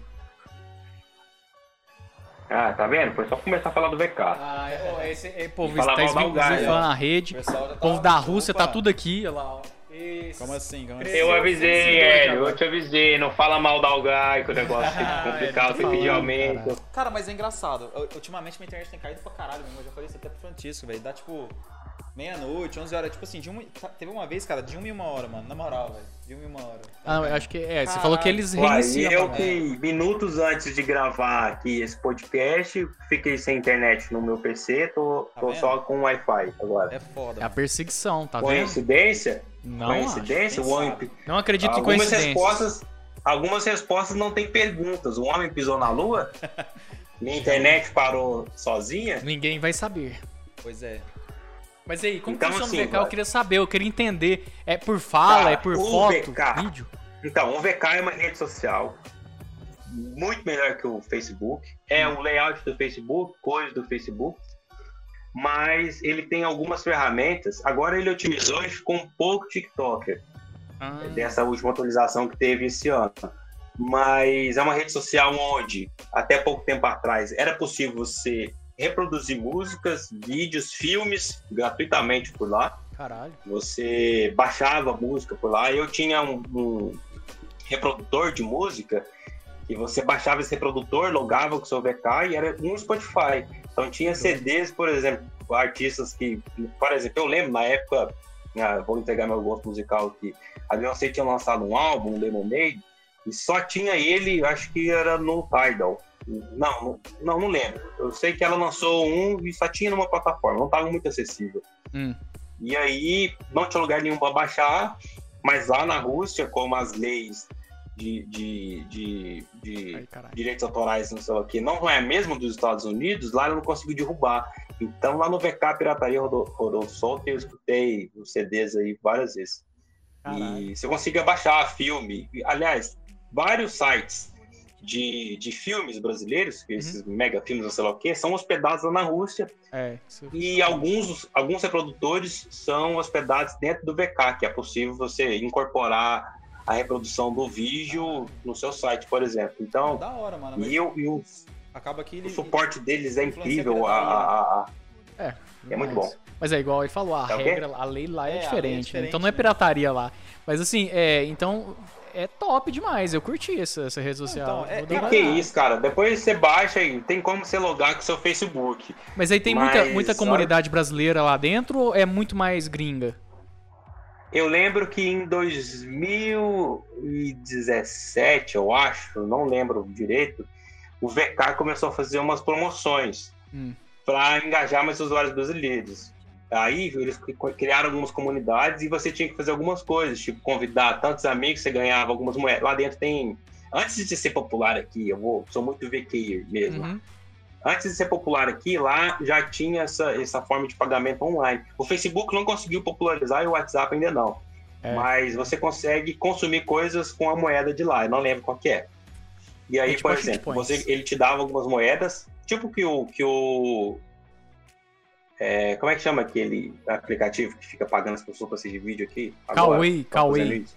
S3: Ah, tá vendo? Foi só começar a falar do VK.
S1: Ah, é, ó, esse, é, pô,
S3: Fala
S1: tá
S3: mal da Bulgária,
S1: esbulhando
S3: ó.
S1: na
S5: O
S1: rede.
S5: pessoal já
S1: O
S5: tá...
S1: povo da Rússia
S5: Opa,
S1: tá tudo aqui, olha lá, ó. Esse-
S5: Como assim? Como assim?
S3: Eu avisei,
S1: Esse-
S3: Hélio, eu te avisei, não fala mal da Algai, que o negócio fica complicado,
S1: Ah,
S3: tem que pedir
S1: Hélio,
S3: aumento.
S5: Cara, mas é engraçado. Eu- ultimamente minha internet tem caído pra caralho mesmo. Eu já falei isso até pro Francisco, velho. Dá tipo meia-noite, 11 horas. Tipo assim, de uma... teve uma vez, cara, de uma e uma hora, mano. Na moral, velho. De uma e uma hora.
S1: Ah, eu acho que é. Você falou que eles
S3: Uai,
S1: reiniciam.
S3: eu
S1: né?
S3: que minutos antes de gravar aqui esse podcast, fiquei sem internet no meu PC, tô,
S5: Tá
S3: tô
S5: vendo?
S3: só com Wi-Fi agora.
S5: É foda.
S1: É a perseguição, tá vendo?
S3: Coincidência?
S1: Não, acho.
S3: Coincidência?
S5: quem
S3: O homem...
S5: sabe?
S1: não acredito em
S3: algumas
S1: coincidência.
S3: respostas, algumas respostas não tem perguntas. O homem pisou na lua? Minha internet parou sozinha?
S1: Ninguém vai saber.
S5: Pois é.
S1: Mas aí, como
S3: Então,
S1: funciona
S3: assim,
S1: o VK? Eu
S3: vai.
S1: queria saber, eu queria entender. É por fala,
S3: Cara,
S1: é por
S3: o
S1: foto,
S3: VK.
S1: vídeo?
S3: Então, o VK é uma rede social muito melhor que o Facebook. É o layout do Facebook, cores do Facebook, mas ele tem algumas ferramentas. Agora ele otimizou e ficou um pouco TikToker
S1: Ah,
S3: dessa última atualização que teve esse ano. Mas é uma rede social onde, até pouco tempo atrás, era possível você reproduzir músicas, vídeos, filmes gratuitamente por lá
S1: caralho.
S3: você baixava a música por lá. Eu tinha um, um reprodutor de música que você baixava esse reprodutor, logava com o seu VK e era um Spotify. Então tinha CDs, por exemplo, com artistas que, por exemplo, eu lembro na época, ah, vou entregar meu gosto musical aqui, a Beyoncé tinha lançado um álbum, Lemonade, e só tinha ele, acho que era no Tidal. Não, não- não, não lembro. Eu sei que ela lançou um e só tinha numa plataforma, não estava muito acessível.
S1: Hum.
S3: E aí não tinha lugar nenhum para baixar, mas lá na Rússia, como as leis de, de, de, de
S1: Ai, caralho.
S3: direitos autorais, não sei lá o que, não é mesmo dos Estados Unidos, lá eu não consegui derrubar. Então lá no VK Pirataria rodou, rodou solto e eu escutei os CDs aí várias vezes.
S1: Caralho.
S3: E você conseguia baixar filme. E, Aliás, vários sites de, de filmes brasileiros, que esses mega filmes, não sei lá o que, são hospedados lá na Rússia.
S1: É, isso-
S3: E alguns, alguns reprodutores são hospedados dentro do VK, que é possível você incorporar a reprodução do vídeo no seu site, por exemplo. Então,
S5: Da hora, mano. Mas
S3: e, o, e o-
S5: acaba que
S3: o
S5: ele...
S3: suporte deles é
S5: Influencia
S3: incrível. A,
S5: pirataria, né?
S3: a- a- é muito bom.
S1: Mas é igual ele falou, a
S3: Tá ok?
S1: regra, a lei lá
S5: É,
S1: é,
S5: a lei é
S1: diferente, né?
S5: diferente,
S1: Então não é
S5: né?
S1: pirataria lá. Mas assim, é, então é top demais. Eu curti essa, essa rede social.
S5: Então, é- é
S1: Vou dar uma
S3: Que
S1: olhada.
S3: isso, cara. Depois você baixa e tem como você logar com o seu Facebook.
S1: Mas aí tem muita,
S3: Mas,
S1: muita comunidade brasileira lá dentro ou é muito mais gringa?
S3: Eu lembro que em 2017, eu acho, não lembro direito, o VK começou a fazer umas promoções
S1: Hum.
S3: para engajar mais usuários brasileiros. Aí eles cri- criaram algumas comunidades e você tinha que fazer algumas coisas, tipo convidar tantos amigos, você ganhava algumas moedas. Lá dentro tem. Antes de ser popular aqui, eu vou, sou muito VK mesmo.
S1: Uhum.
S3: Antes de ser popular aqui, lá já tinha essa, essa forma de pagamento online. O Facebook não conseguiu popularizar e o WhatsApp ainda não.
S1: É.
S3: Mas você consegue consumir coisas com a moeda de lá, eu não lembro qual que é. E aí,
S1: É tipo
S3: por
S1: a Shift
S3: exemplo,
S1: Points.
S3: você, ele te dava algumas moedas, tipo que o. Que o é, como é que chama aquele aplicativo que fica pagando as pessoas para assistir vídeo aqui? Agora,
S1: Cauê,
S3: tá fazendo
S1: Cauê,
S3: isso?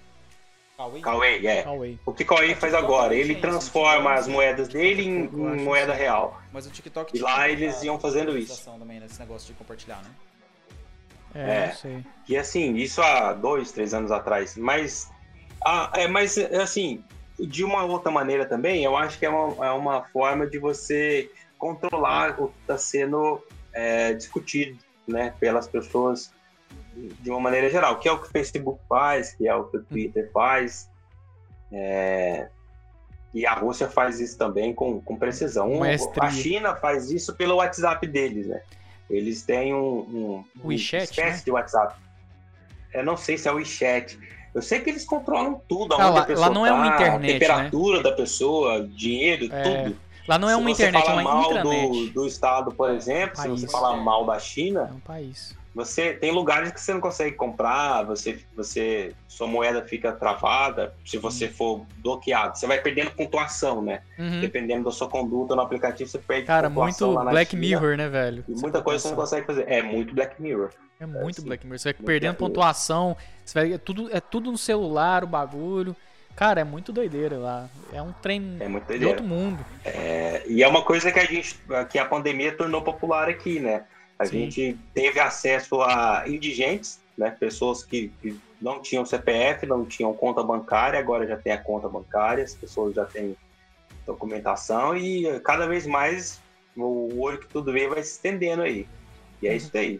S5: Cauê?
S3: Cauê, é.
S1: Cauê.
S3: O que Cauê faz agora? Ele transforma as moedas dele em-
S5: Eu acho
S3: em moeda real.
S5: Mas o TikTok...
S3: E
S5: tinha
S3: lá
S5: essa
S3: eles iam fazendo isso.
S5: Também, né? Esse negócio de compartilhar, né?
S1: É,
S3: É.
S1: não sei.
S3: E assim, isso há dois, três anos atrás. Mas, ah, é, mas assim, de uma outra maneira também, eu acho que é uma, é uma forma de você controlar o que está sendo é, discutido né, pelas pessoas de uma maneira geral, que é o que o Facebook faz, que é o que o Twitter faz. é, e a Rússia faz isso também com, com precisão.
S1: Maestria.
S3: A China faz isso pelo WhatsApp deles, né? Eles têm um, um
S1: WeChat, né?
S3: uma espécie de WhatsApp. Eu não sei se é o WeChat. Eu sei que eles controlam tudo, aonde
S1: Ah, lá-
S3: a pessoa
S1: lá não é uma
S3: tá,
S1: internet,
S3: a temperatura da pessoa, dinheiro,
S1: É,
S3: tudo.
S1: Lá não é
S3: Se
S1: uma
S3: você
S1: internet, é
S3: falar
S1: uma
S3: mal
S1: intranet.
S3: Do, do estado, por exemplo, se
S1: País.
S3: você falar mal da China,
S1: É um país.
S3: Você tem lugares que você não consegue comprar, você, você sua moeda fica travada. Se você for bloqueado, você vai perdendo pontuação, né?
S1: Uhum.
S3: Dependendo da sua conduta no aplicativo, você perde
S1: Cara,
S3: pontuação
S1: muito
S3: lá na
S1: Black
S3: China.
S1: Mirror, né, velho?
S3: E muita coisa você não consegue fazer. É muito Black Mirror.
S1: É muito
S3: assim,
S1: Black Mirror. Você vai
S3: muito
S1: perdendo
S3: Black Mirror.
S1: pontuação, você vai, é, tudo, é tudo no celular, o bagulho. Cara, é muito doideira lá. É um trem
S3: É muito
S1: de
S3: doideira.
S1: outro mundo.
S3: E é uma coisa que a gente, que a pandemia tornou popular aqui, né? A
S1: Sim.
S3: gente teve acesso a indigentes, né? Pessoas que, que não tinham CPF, não tinham conta bancária, agora já tem a conta bancária, as pessoas já têm documentação e eh, cada vez mais o olho que tudo vê vai se estendendo aí. E é isso daí.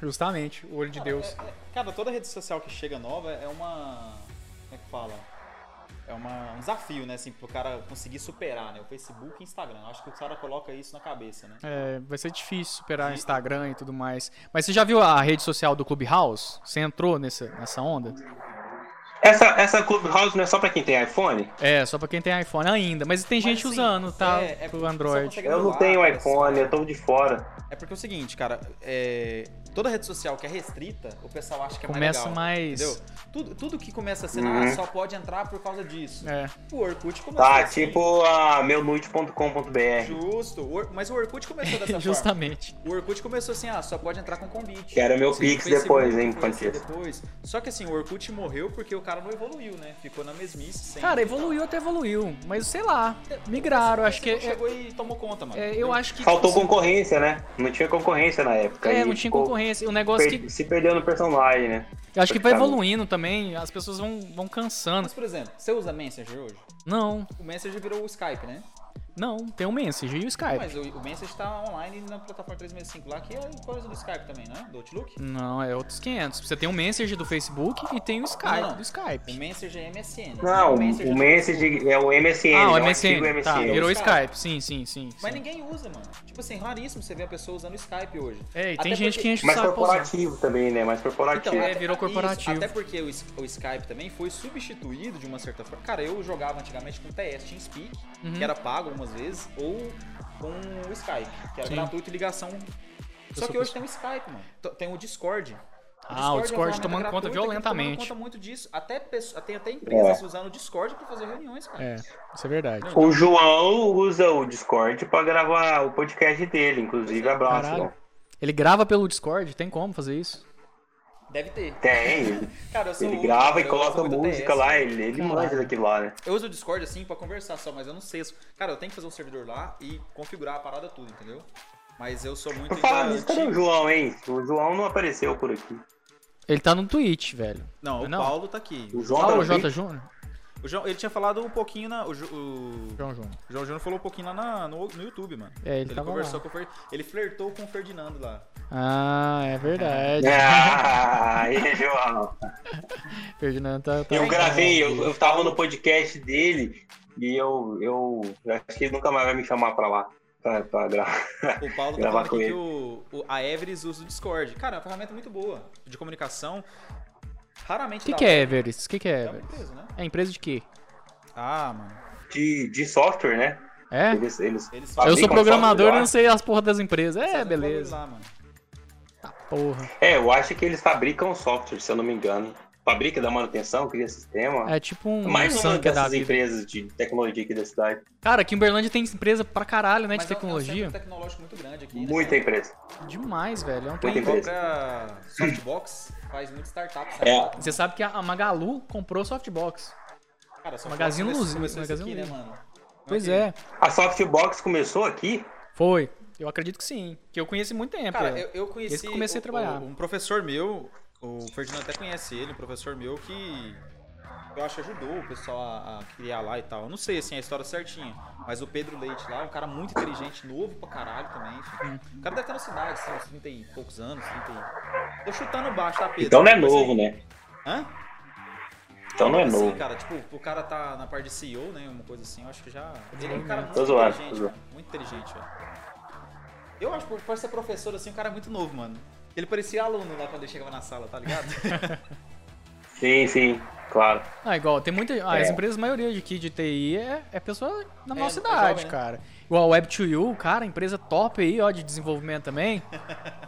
S1: Justamente, o olho de Deus.
S2: É- é- cara, toda rede social que chega nova é uma. Como é que fala? É uma- um desafio, né? Assim, pro cara conseguir superar, né? O Facebook e Instagram. Acho que o cara coloca isso na cabeça, né?
S1: É, vai ser difícil superar o Instagram e tudo mais. Mas você já viu a rede social do Clubhouse? Você entrou nessa, nessa onda?
S3: Essa, essa Clubhouse não é só pra quem tem iPhone?
S1: É, só pra quem tem iPhone ainda. Mas tem gente
S2: assim,
S1: usando, tá?
S2: é- é
S1: pro
S2: porque você
S1: Android.
S2: consegue
S3: Eu não
S2: anular,
S3: tenho
S2: cara,
S3: iPhone,
S2: assim.
S3: eu tô de fora.
S2: É porque é o seguinte, cara, é, toda rede social que é restrita, o pessoal acha que é
S1: Começa
S2: mais legal.
S1: mais.
S2: Entendeu? Tudo, tudo que começa assim, ah,
S3: Uhum.
S2: só pode entrar por causa disso.
S1: É.
S2: O Orkut começou
S3: Tá,
S2: assim.
S3: tipo a meunude.com.br.
S2: Justo. o Or- Mas o Orkut começou dessa forma.
S1: Justamente.
S2: O Orkut começou assim, ah, só pode entrar com convite.
S3: Quero meu
S2: Sim, o
S3: Pix
S2: Facebook
S3: depois, hein,
S2: vai ser
S3: Pantias?
S2: Depois. Só que assim, o Orkut morreu porque o cara não evoluiu, né? Ficou na mesmice sempre.
S1: Cara, evoluiu até evoluiu. Mas sei lá, migraram. Acho que.
S2: Facebook
S1: é-
S2: chegou e tomou conta, mano.
S1: é, eu acho que.
S3: Faltou concorrência, né? Não tinha concorrência na época.
S1: É,
S3: e
S1: não tinha
S3: ficou-
S1: concorrência. O negócio que.
S3: per- Se perdeu no personagem, né?
S1: Eu acho que vai
S3: praticamente.
S1: evoluindo também. As pessoas vão, vão cansando.
S2: Mas, por exemplo, você usa Messenger hoje?
S1: Não,
S2: O Messenger virou o Skype, né?
S1: não. Tem o Messenger e o Skype.
S2: Mas o, o Messenger tá online na plataforma 365 lá, que é coisa do Skype também, não é? Do Outlook?
S1: Não, é outros 500. Você tem o Messenger do Facebook e tem o Skype
S2: Não, não.
S1: do
S2: O
S1: Skype.
S2: Messenger é MSN.
S3: Não,
S2: o do
S3: o Message é o MSN.
S1: Ah, o
S3: é antigo
S1: MSN. Tá,
S3: MSN.
S1: virou
S2: o
S1: Skype. Sim, sim, sim.
S2: Mas
S1: sim.
S2: ninguém usa, mano. Tipo assim, raríssimo você ver a pessoa usando o Skype hoje.
S1: É, e
S2: Até
S1: tem gente
S2: porque-
S1: que enche o
S3: Mais
S1: saco pra usar.
S3: corporativo também, né? Mais corporativo.
S1: Então, é,
S2: até-
S1: virou corporativo.
S2: até porque o, S- o Skype também foi substituído de uma certa forma. Cara, eu jogava antigamente com o TS TeamSpeak,
S1: Uhum.
S2: que era pago algumas vezes, ou com o Skype, que era
S1: Sim.
S2: gratuito e ligação. Só
S1: sou
S2: que hoje tem o Skype, mano. T- Tem o Discord.
S1: Ah, o
S2: é uma
S1: Discord
S2: ferramenta
S1: tomando conta
S2: gratuita que tá
S1: violentamente.
S2: Tomando conta muito disso. Até pesso- tem
S3: É.
S2: até empresas usando o Discord pra fazer reuniões, cara.
S1: É, isso é verdade.
S3: O João usa o Discord pra gravar o podcast dele, inclusive. Abraço.
S1: Caralho.
S3: João.
S1: Ele grava pelo Discord? Tem como fazer isso?
S2: Deve ter.
S3: Tem.
S2: Cara, eu sou
S3: Ele
S2: o-
S3: grava e
S2: eu
S3: coloca
S2: sou muito
S3: música
S2: TS,
S3: lá,
S2: cara.
S3: ele, ele
S1: né? Caralho.
S3: manja daquilo lá, né?
S2: Eu uso o Discord assim pra conversar só, mas eu não sei. Cara, eu tenho que fazer um servidor lá e configurar a parada tudo, entendeu? Mas eu sou muito.
S3: Por falar
S2: ainda
S3: nisso, cadê o
S2: antigo.
S3: João, hein? O João não apareceu por aqui.
S1: Ele tá no Twitch, velho.
S2: Não, o
S1: Não.
S2: Paulo tá aqui.
S3: O João tá
S1: Fala Ah, o
S3: no
S1: Jota
S3: Twitch?
S1: Júnior.
S2: O João, ele tinha falado um pouquinho na. O, Ju- o
S1: João Júnior.
S2: João Júnior falou um pouquinho lá na- no, no YouTube, mano.
S1: É, ele
S2: Ele
S1: tava
S2: conversou
S1: lá.
S2: com o Fer, Ele flertou com o Ferdinando lá.
S1: Ah, é verdade.
S3: Ah, aí, João.
S1: Ferdinando tá... tá-
S3: Eu gravei, eu, eu tava no podcast dele e eu, eu acho que ele nunca mais vai me chamar pra lá. Pra, pra gravar.
S2: O Paulo tá
S3: Gravar
S2: falando
S3: com
S2: aqui que
S3: ele.
S2: o, o- a Everest usa o Discord. Cara, é uma ferramenta muito boa de comunicação. Raramente.
S1: O que,
S2: dá
S1: que
S2: like.
S1: é Everest? O que, que é
S2: É uma
S1: Everest?
S2: empresa, né?
S1: É empresa de quê?
S2: Ah, mano.
S3: De, de software, né?
S1: É?
S3: Eles, eles
S2: Eles
S1: Eu sou
S3: fabricam
S1: programador e
S3: software lá.
S1: não sei as porra das empresas. É,
S2: fazem
S1: beleza.
S2: lá, mano.
S1: Ah, porra.
S3: É, eu acho que eles fabricam software, se eu não me engano. Fabrica da manutenção, cria sistema.
S1: É tipo um
S3: Mais uma
S1: Sanca da
S3: dessas
S1: vida.
S3: empresas de tecnologia aqui da cidade.
S1: Cara, aqui em Uberlândia tem empresa pra caralho, né?
S2: Mas
S1: de
S2: é um- É um
S1: tecnologia.
S2: centro tecnológico muito grande aqui. né,
S3: Muita
S2: cara?
S3: empresa.
S1: Demais, velho. É um
S2: A
S1: trem.
S3: Muita empresa.
S2: própria Softbox faz muito startup, sabe?
S3: É.
S1: Você sabe que a a Magalu comprou Softbox.
S2: Cara, Softbox
S1: Magazine
S2: começou-
S1: Luiza,
S2: começou isso
S1: Magazine
S2: aqui, né,
S1: Luiza.
S2: mano?
S1: Pois
S2: Ok.
S1: é.
S3: A Softbox começou aqui?
S1: Foi. Eu acredito que sim. Que eu conheci muito tempo.
S2: Cara,
S1: né?
S2: eu, eu conheci.
S1: Esse que comecei a
S2: o-
S1: trabalhar.
S2: o- Um professor meu, o Ferdinando até conhece ele, um professor meu que. Eu acho que ajudou o pessoal a, a criar lá e tal. Eu não sei, assim, a história certinha. Mas o Pedro Leite lá, um cara muito inteligente, novo pra caralho também.
S1: Uhum.
S2: enfim. O cara deve estar na cidade, assim, uns 30 e poucos anos, 30 e... Tô chutando baixo, tá, Pedro?
S3: Então não é
S2: Mas,
S3: novo,
S2: assim,
S3: né?
S2: Hã?
S3: Então não é
S2: assim,
S3: novo.
S2: cara, tipo, o cara tá na parte de CEO, né? Uma coisa assim, eu acho que já. Ele é um
S1: né?
S2: cara muito
S3: Tô zoando,
S2: inteligente,
S3: tô zoando.
S2: mano, muito inteligente, velho. Eu acho, que pra ser professor, assim, um cara é muito novo, mano. Ele parecia aluno lá quando ele chegava na sala, tá ligado?
S3: Sim, sim, claro.
S1: Ah, igual, tem muita. ah,
S3: É.
S1: As empresas, a maioria de aqui de TI é, é pessoa da
S2: É,
S1: nossa
S2: é
S1: idade,
S2: jovem, né?
S1: cara. Igual a Web2U, cara, empresa top aí, ó, de desenvolvimento também.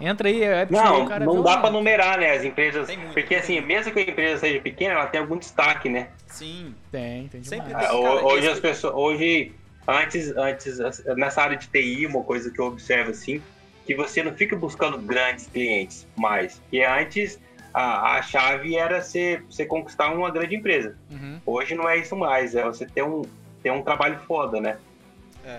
S1: Entra aí, é Web2U,
S3: Não,
S1: cara.
S3: não
S1: viu,
S3: dá
S1: mano?
S3: pra numerar, né, as empresas.
S2: um Tem muito.
S3: Porque assim, mesmo que a empresa seja pequena, ela tem algum destaque, né?
S2: Sim.
S1: Tem, tem demais.
S2: Sempre
S3: É,
S2: Cara,
S3: ho- hoje
S2: esse-
S3: as pessoas. Hoje, antes, antes, nessa área de TI, uma coisa que eu observo assim, que você não fica buscando grandes clientes mais. E antes a, a chave era você, você conquistar uma grande empresa.
S1: Uhum.
S3: Hoje não é isso mais, é você ter um, ter um trabalho foda, né?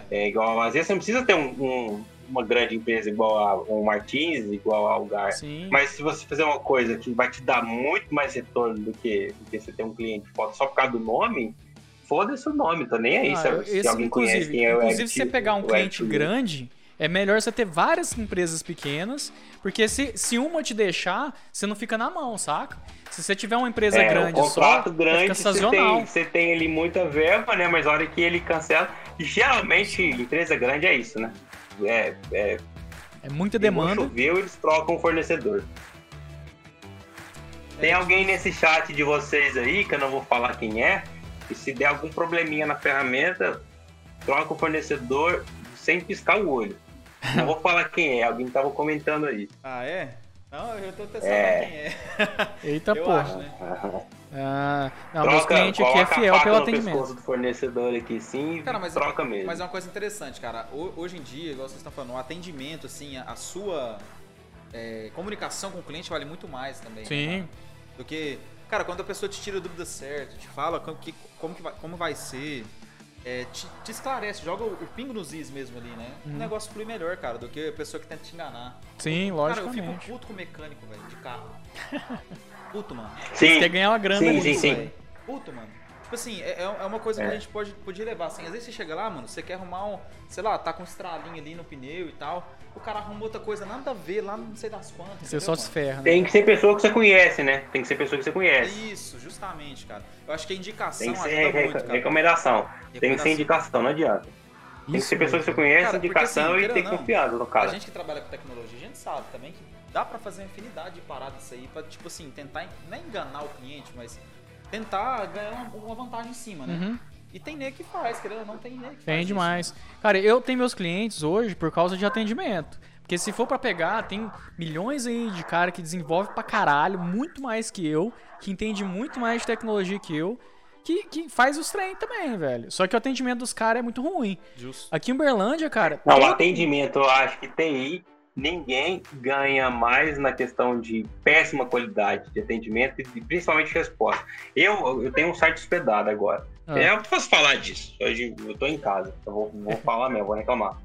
S3: É igual, às vezes você não precisa ter um- um- uma grande empresa igual a um Martins, igual ao Gar.
S1: Sim.
S3: Mas se você fizer uma coisa que vai te dar muito mais retorno do que, do que você ter um cliente foda só por causa do nome, foda-se o nome, tô nem aí.
S1: Ah,
S3: se-
S1: eu-
S3: É se
S1: esse,
S3: alguém conhece
S1: inclusive,
S3: quem é o
S1: inclusive se você
S3: Ed-
S1: pegar um
S3: o
S1: cliente
S3: Ed-
S1: grande, é melhor você ter várias empresas pequenas, porque se, se uma te deixar, você não fica na mão, saca? Se você tiver uma empresa
S3: É,
S1: grande
S3: um
S1: só,
S3: contrato grande,
S1: fica
S3: você
S1: sazonal. É
S3: tem, você tem ali muita verba, né? Mas a hora que ele cancela, e geralmente empresa grande é isso, né? É, é,
S1: é muita demanda.
S3: Choveu, eles trocam o fornecedor.
S1: É.
S3: Tem alguém nesse chat de vocês aí, que eu não vou falar quem é, e se der algum probleminha na ferramenta, troca o fornecedor sem piscar o olho. Não vou falar quem é, alguém tava comentando aí.
S2: Ah, é? Não, eu tô até sabendo
S3: É.
S2: quem é.
S1: Eita
S2: eu
S1: Tá porra.
S2: acho, né?
S1: Ah, não, meu
S3: Troca,
S1: cliente aqui é
S3: coloca a
S1: fiel
S3: faca
S1: pelo
S3: no
S1: atendimento.
S3: pescoço do fornecedor aqui sim,
S2: Cara, mas-
S3: troca mesmo.
S2: Mas é uma coisa interessante, cara. Ho- Hoje em dia, igual vocês estão falando, o atendimento, assim, a, a sua é, comunicação com o cliente vale muito mais também. né,
S1: Sim.
S2: cara? do que, cara, quando a pessoa te tira a dúvida certa, te fala como que, como que vai, como vai ser, é, te, te esclarece, joga o, o pingo nos is mesmo ali, né? O negócio flui melhor, cara, do que a pessoa que tenta te enganar.
S1: Uhum. Sim,
S2: Cara, eu fico
S1: logicamente.
S2: puto com mecânico, velho, de carro. Puto, mano.
S3: Sim,
S1: Quer ganhar uma grana
S3: Sim,
S1: ali.
S2: Puto,
S3: sim, sim.
S2: velho. Puto, mano. Tipo assim, é, é é uma coisa que a gente pode, pode levar. Assim, às vezes você chega lá, mano, você quer arrumar um, sei lá, tá com um estralinho ali no pneu e tal. O cara arruma outra coisa, nada a ver, lá não sei das quantas.
S1: Você
S2: entendeu,
S1: só
S2: mano?
S1: se ferra, né?
S3: tem que ser pessoa que você conhece, né? Tem que ser pessoa que você conhece.
S2: Isso, justamente, cara. Eu acho que a indicação
S3: Tem que ser
S2: ajuda
S3: re-
S2: muito, cara.
S3: recomendação. Tem que ser
S2: Recomendação.
S3: indicação, não adianta. Tem que
S1: Isso
S3: ser pessoa que você
S1: mesmo.
S3: conhece,
S2: Cara, porque,
S3: indicação
S2: assim,
S3: e
S2: queira
S3: ter
S2: ou não,
S3: confiança no cara.
S2: A gente que trabalha com tecnologia, a gente sabe também que dá pra fazer uma infinidade de paradas isso aí, pra, tipo assim, tentar, en- não é enganar o cliente, mas tentar ganhar uma, uma vantagem em cima, né?
S1: Uhum.
S2: E tem nego que faz, querendo ou não, tem nego que faz.
S1: Tem
S2: isso.
S1: demais. Cara, eu tenho meus clientes hoje por causa de atendimento. Porque se for pra pegar, tem milhões aí de cara que desenvolve pra caralho, muito mais que eu, que entende muito mais de tecnologia que eu, que, que faz os trem também, velho. Só que o atendimento dos caras é muito ruim.
S2: Justo.
S1: Aqui em Uberlândia, cara.
S3: Não, o
S1: todo-
S3: atendimento, eu acho que TI, ninguém ganha mais na questão de péssima qualidade de atendimento e principalmente resposta. Eu, eu tenho um site hospedado agora.
S1: Ah.
S3: É, Eu posso falar disso. Hoje eu tô em casa. Eu vou, vou falar mesmo, vou reclamar.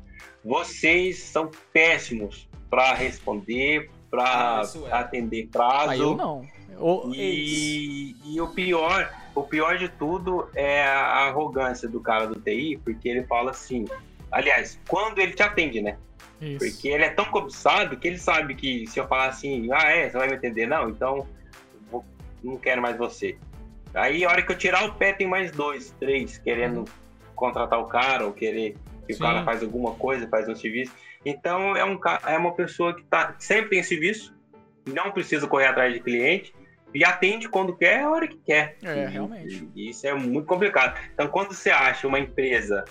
S3: Vocês são péssimos para responder,
S2: Ah,
S3: para
S2: isso é.
S3: atender prazo.
S1: Aí eu não. é Ou eles.
S3: E, e o pior, o pior de tudo é a arrogância do cara do TI, porque ele fala assim. Aliás, quando ele te atende, né?
S1: Isso.
S3: Porque ele é tão cobiçado que ele sabe que se eu falar assim, ah, é, você vai me atender, não, então vou- não quero mais você. Aí a hora que eu tirar o pé tem mais dois, três querendo contratar o cara ou querer que
S1: Uhum. Sim.
S3: o cara faz alguma coisa, faz um serviço. Então é um ca- é uma pessoa que tá sempre em serviço, não precisa correr atrás de cliente e atende quando quer, a hora que quer.
S1: É,
S3: E-
S2: Uhum.
S1: realmente.
S3: e isso é muito complicado. Então quando você acha uma empresa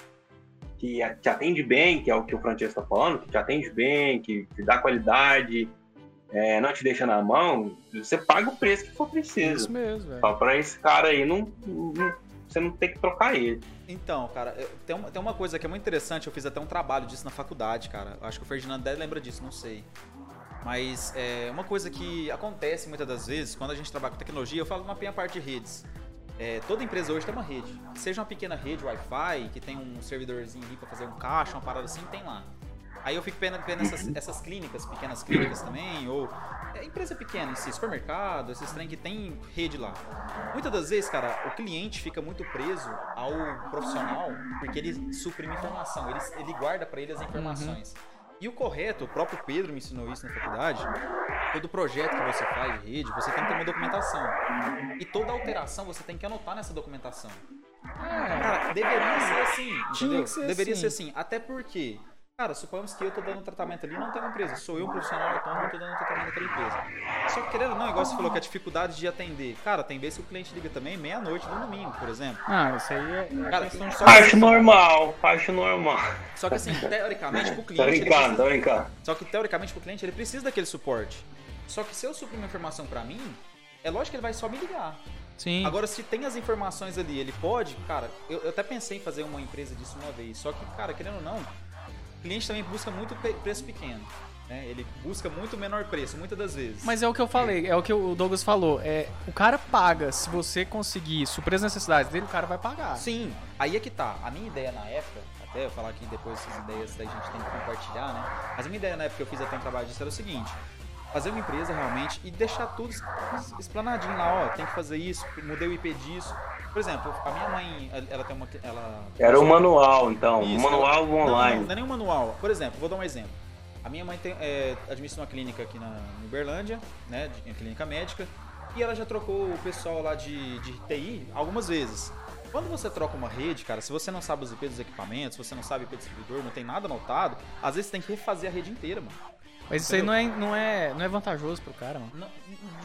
S3: que a- te atende bem, que é o que o Francesco está falando, que te atende bem, que te dá qualidade, é, não te deixa na mão, você paga o preço que for
S1: Isso
S3: preciso.
S1: mesmo, velho.
S3: Só para esse cara aí não, não- você não tem que trocar ele.
S2: Então, cara, eu- tem uma, tem uma coisa que é muito interessante, eu fiz até um trabalho disso na faculdade, cara. Eu Acho que o Ferdinando até lembra disso, não sei. Mas é uma coisa que acontece muitas das vezes quando a gente trabalha com tecnologia, eu falo na minha parte de redes. É, toda empresa hoje tem uma rede. Seja uma pequena rede Wi-Fi, que tem um servidorzinho ali pra fazer um caixa, uma parada assim, tem lá. Aí eu fico vendo vendo essas, essas clínicas, pequenas clínicas também, ou é, empresa pequena, esse supermercado, esses trem que tem rede lá. Muitas das vezes, cara, o cliente fica muito preso ao profissional porque ele suprime informação, ele, ele guarda pra ele as informações. E o correto, o próprio Pedro me ensinou isso na faculdade, todo projeto que você faz de rede, você tem que ter uma documentação. E toda alteração você tem que anotar nessa documentação.
S1: É,
S2: Cara, deveria ser assim,
S1: Tinha
S2: entendeu?
S1: que ser
S2: deveria
S1: assim.
S2: ser assim. Até porque Cara, suponhamos que eu tô dando tratamento ali, não tem uma empresa. Sou eu, um profissional autônomo, tô dando tratamento naquela empresa. Só que querendo ou não, igual você falou que a dificuldade de atender. Cara, tem vezes que o cliente liga também meia-noite no domingo, por exemplo.
S1: Ah, isso aí é.
S2: Cara, são só,
S3: Acho normal, acho normal.
S2: só que assim, teoricamente, pro
S3: Tá
S2: cliente. ele
S3: brincando,
S2: precisa-
S3: tá brincando.
S2: Só que teoricamente pro cliente ele precisa daquele suporte. Só que se eu suprir uma informação pra mim, é lógico que ele vai só me ligar.
S1: Sim.
S2: Agora, se tem as informações ali, ele pode, cara, eu, eu até pensei em fazer uma empresa disso uma vez, só que, cara, querendo ou não, o cliente também busca muito pe- preço pequeno, né? Ele busca muito menor preço, muitas das vezes.
S1: Mas é o que eu falei, é o que o Douglas falou. É, o cara paga, se você conseguir suprir as necessidades dele, o cara vai pagar.
S2: Sim, aí é que tá. A minha ideia na época, até eu falar aqui depois essas ideias daí a gente tem que compartilhar, né? Mas a minha ideia na época que eu fiz até um trabalho disso era o seguinte: fazer uma empresa realmente e deixar tudo es- es- explanadinho lá, ó, tem que fazer isso, mudei o IP disso. Por exemplo, a minha mãe, ela- ela tem uma. Ela
S3: Era o manual, então.
S2: Isso,
S3: manual
S2: ela- não,
S3: online.
S2: Não, não é nem um manual. Por exemplo, vou dar um exemplo. A minha mãe tem, é, administra uma clínica aqui na em Uberlândia, né? de- Uma clínica médica. E ela já trocou o pessoal lá de, de TI algumas vezes. Quando você troca uma rede, cara, se você não sabe os IP dos equipamentos, se você não sabe o IP do servidor, não tem nada anotado, às vezes você tem que refazer a rede inteira, mano.
S1: Mas isso aí não é, não, é, não é vantajoso pro cara, mano.
S2: Não,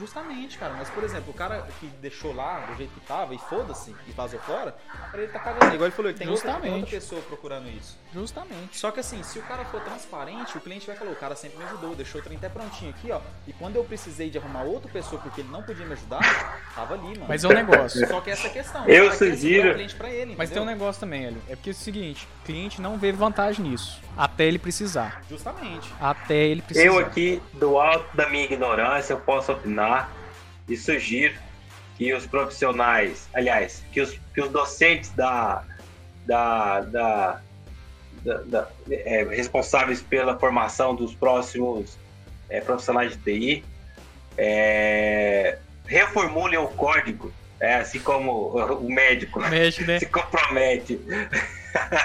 S2: justamente, cara. Mas, por exemplo, o cara que deixou lá do jeito que tava e foda-se e vazou fora, pra ele tá cagando. Igual ele falou, ele tem outra, tem outra
S1: Justamente.
S2: pessoa procurando isso.
S1: Justamente.
S2: Só que assim, se o cara for transparente, o cliente vai falar, o cara sempre me ajudou, deixou o trem até prontinho aqui, ó. E quando eu precisei de arrumar outra pessoa porque ele não podia me ajudar, tava ali, mano.
S1: Mas é um negócio.
S2: Só que essa é a questão.
S3: Eu
S2: o cara quer segurar
S3: sugiro-
S2: o cliente pra ele,
S1: Mas tem um
S2: entendeu?
S1: negócio também, Hélio. É porque é o seguinte, o cliente não vê vantagem nisso. Até ele precisar.
S2: Justamente.
S1: Até ele precisar.
S3: Eu aqui, do alto da minha ignorância, eu posso opinar e sugiro que os profissionais, aliás, que os, que os docentes da, da, da, da- da- é, responsáveis pela formação dos próximos é, profissionais de TI é, reformulem o código, é, assim como o médico
S1: Mexe, né?
S3: se compromete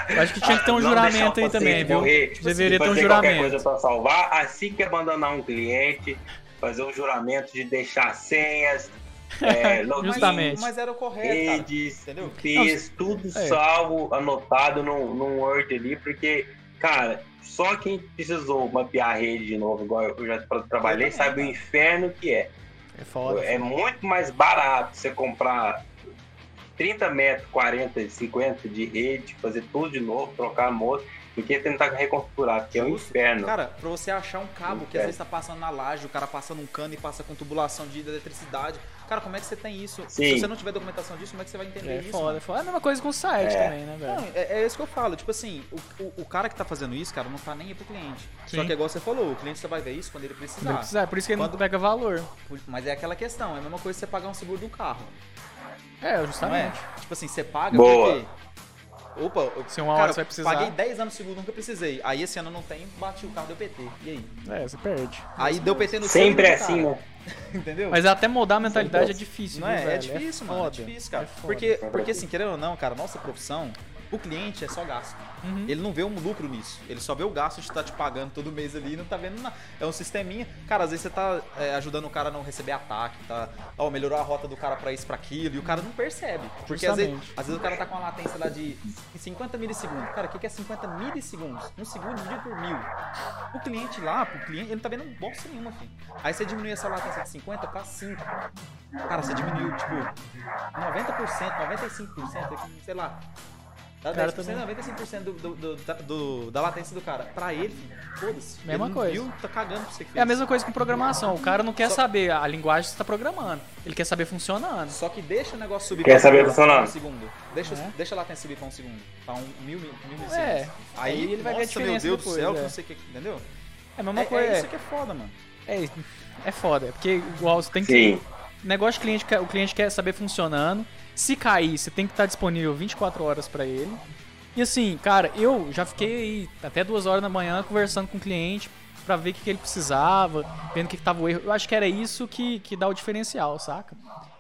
S1: Eu acho que tinha que ter um juramento aí também, viu? Deveria ter um
S3: Tipo assim, Qualquer
S1: juramento.
S3: coisa pra salvar, assim que abandonar um cliente, fazer um juramento de deixar senhas, é, logins,
S1: Justamente.
S2: Mas era o correto, É, cara.
S3: redes,
S2: Entendeu?
S3: IPs, tudo
S1: é.
S3: salvo, anotado num, num Word ali, porque, cara, só quem precisou mapear a rede de novo, igual eu já tra- trabalhei,
S2: Exatamente,
S3: sabe o
S2: cara.
S3: inferno que é.
S1: É foda.
S3: É muito mais barato você comprar 30 metros, 40, 50 de rede, fazer tudo de novo, trocar a moto, do que tentar reconfigurar, porque é um
S2: Justo.
S3: inferno.
S2: Cara, pra você achar um cabo que
S3: É.
S2: às vezes tá passando na laje, o cara passando um cano e passa com tubulação de eletricidade. Cara, como é que você tem isso? Se
S3: Sim.
S2: você não tiver documentação disso, como é que você vai entender
S1: É
S2: isso?
S1: foda. É, foda. é a mesma coisa com o site
S3: É.
S1: também, né, velho?
S2: Não, é, é isso que eu falo. Tipo assim, o, o, o cara que tá fazendo isso, cara, não tá nem aí pro cliente. Só
S1: Sim.
S2: que é igual você falou, o cliente só vai ver isso quando ele precisar.
S1: Não precisa, é por isso que ele não
S2: Quando-
S1: pega valor.
S2: Mas é aquela questão, é a mesma coisa que você pagar um seguro do carro.
S1: É,
S2: Não é?
S1: justamente.
S2: Tipo assim, você paga
S3: Boa.
S2: porque. Opa, eu,
S1: Se uma hora
S2: cara,
S1: você vai
S2: eu
S1: precisar.
S2: paguei 10 anos de seguro, nunca precisei. Aí esse ano não tem, bati o carro, deu PT. E aí?
S1: É, você perde.
S2: Aí deu PT no seu
S3: Sempre
S2: e
S3: é
S2: no
S3: assim,
S2: cara.
S3: né?
S2: Entendeu?
S1: Mas até mudar a mentalidade é
S3: Sempre
S1: difícil,
S2: Não
S1: viu,
S2: é?
S1: velho?
S2: É difícil, mano.
S1: foda.
S2: É difícil, cara.
S1: É foda.
S2: porque, porque assim, querendo ou não, cara, nossa profissão, o cliente é só gasto.
S1: Uhum.
S2: Ele não vê um lucro nisso. Ele só vê o gasto de estar te pagando todo mês ali e não tá vendo nada. É um sisteminha. Cara, às vezes você tá é, ajudando o cara a não receber ataque, tá? Ó, melhorou a rota do cara pra isso, pra aquilo, e o cara não percebe. Porque às vezes,
S1: Justamente.
S2: às vezes o cara tá com uma latência lá de 50 milissegundos. Cara, o que que é 50 milissegundos? Um segundo dividido por mil. O cliente lá, pro cliente, ele não tá vendo bosta nenhuma, filho. Aí você diminui essa latência de 50 pra 5. Cara, você diminuiu, tipo, 90%, 95%, sei lá. Dá
S1: Cara,
S2: 10%,
S1: também.
S2: 95% do, do- do- da, do- da latência do cara. Pra ele, filho, foda-se.
S1: Mesma
S2: ele não
S1: coisa.
S2: Viu, tá cagando pra você que fez.
S1: É a mesma coisa com programação. O cara não quer
S2: Só-
S1: saber a linguagem que você tá programando. Ele quer saber funcionando.
S2: Só que deixa o negócio subir
S3: Quer
S2: pra
S3: saber
S2: um
S3: funcionar?
S2: segundo. Deixa,
S1: É.
S2: deixa a latência subir pra um segundo. Pra um mil, mil, mil
S1: É.
S2: segundos.
S1: Aí ele vai ver a
S2: nossa,
S1: diferença
S2: meu Deus
S1: depois,
S2: do céu,
S1: é.
S2: que não sei o que, entendeu?
S1: É a mesma
S2: É,
S1: coisa.
S2: é isso que é foda, mano.
S1: É, é foda, é porque igual você tem que.
S3: Sim.
S1: Negócio de cliente, que- o cliente quer saber funcionando. Se cair, você tem que estar disponível 24 horas pra ele. E assim, cara, eu já fiquei aí até duas horas da manhã conversando com o cliente pra ver o que, que ele precisava, vendo o que, que tava o erro. Eu acho que era isso que, que dá o diferencial, saca?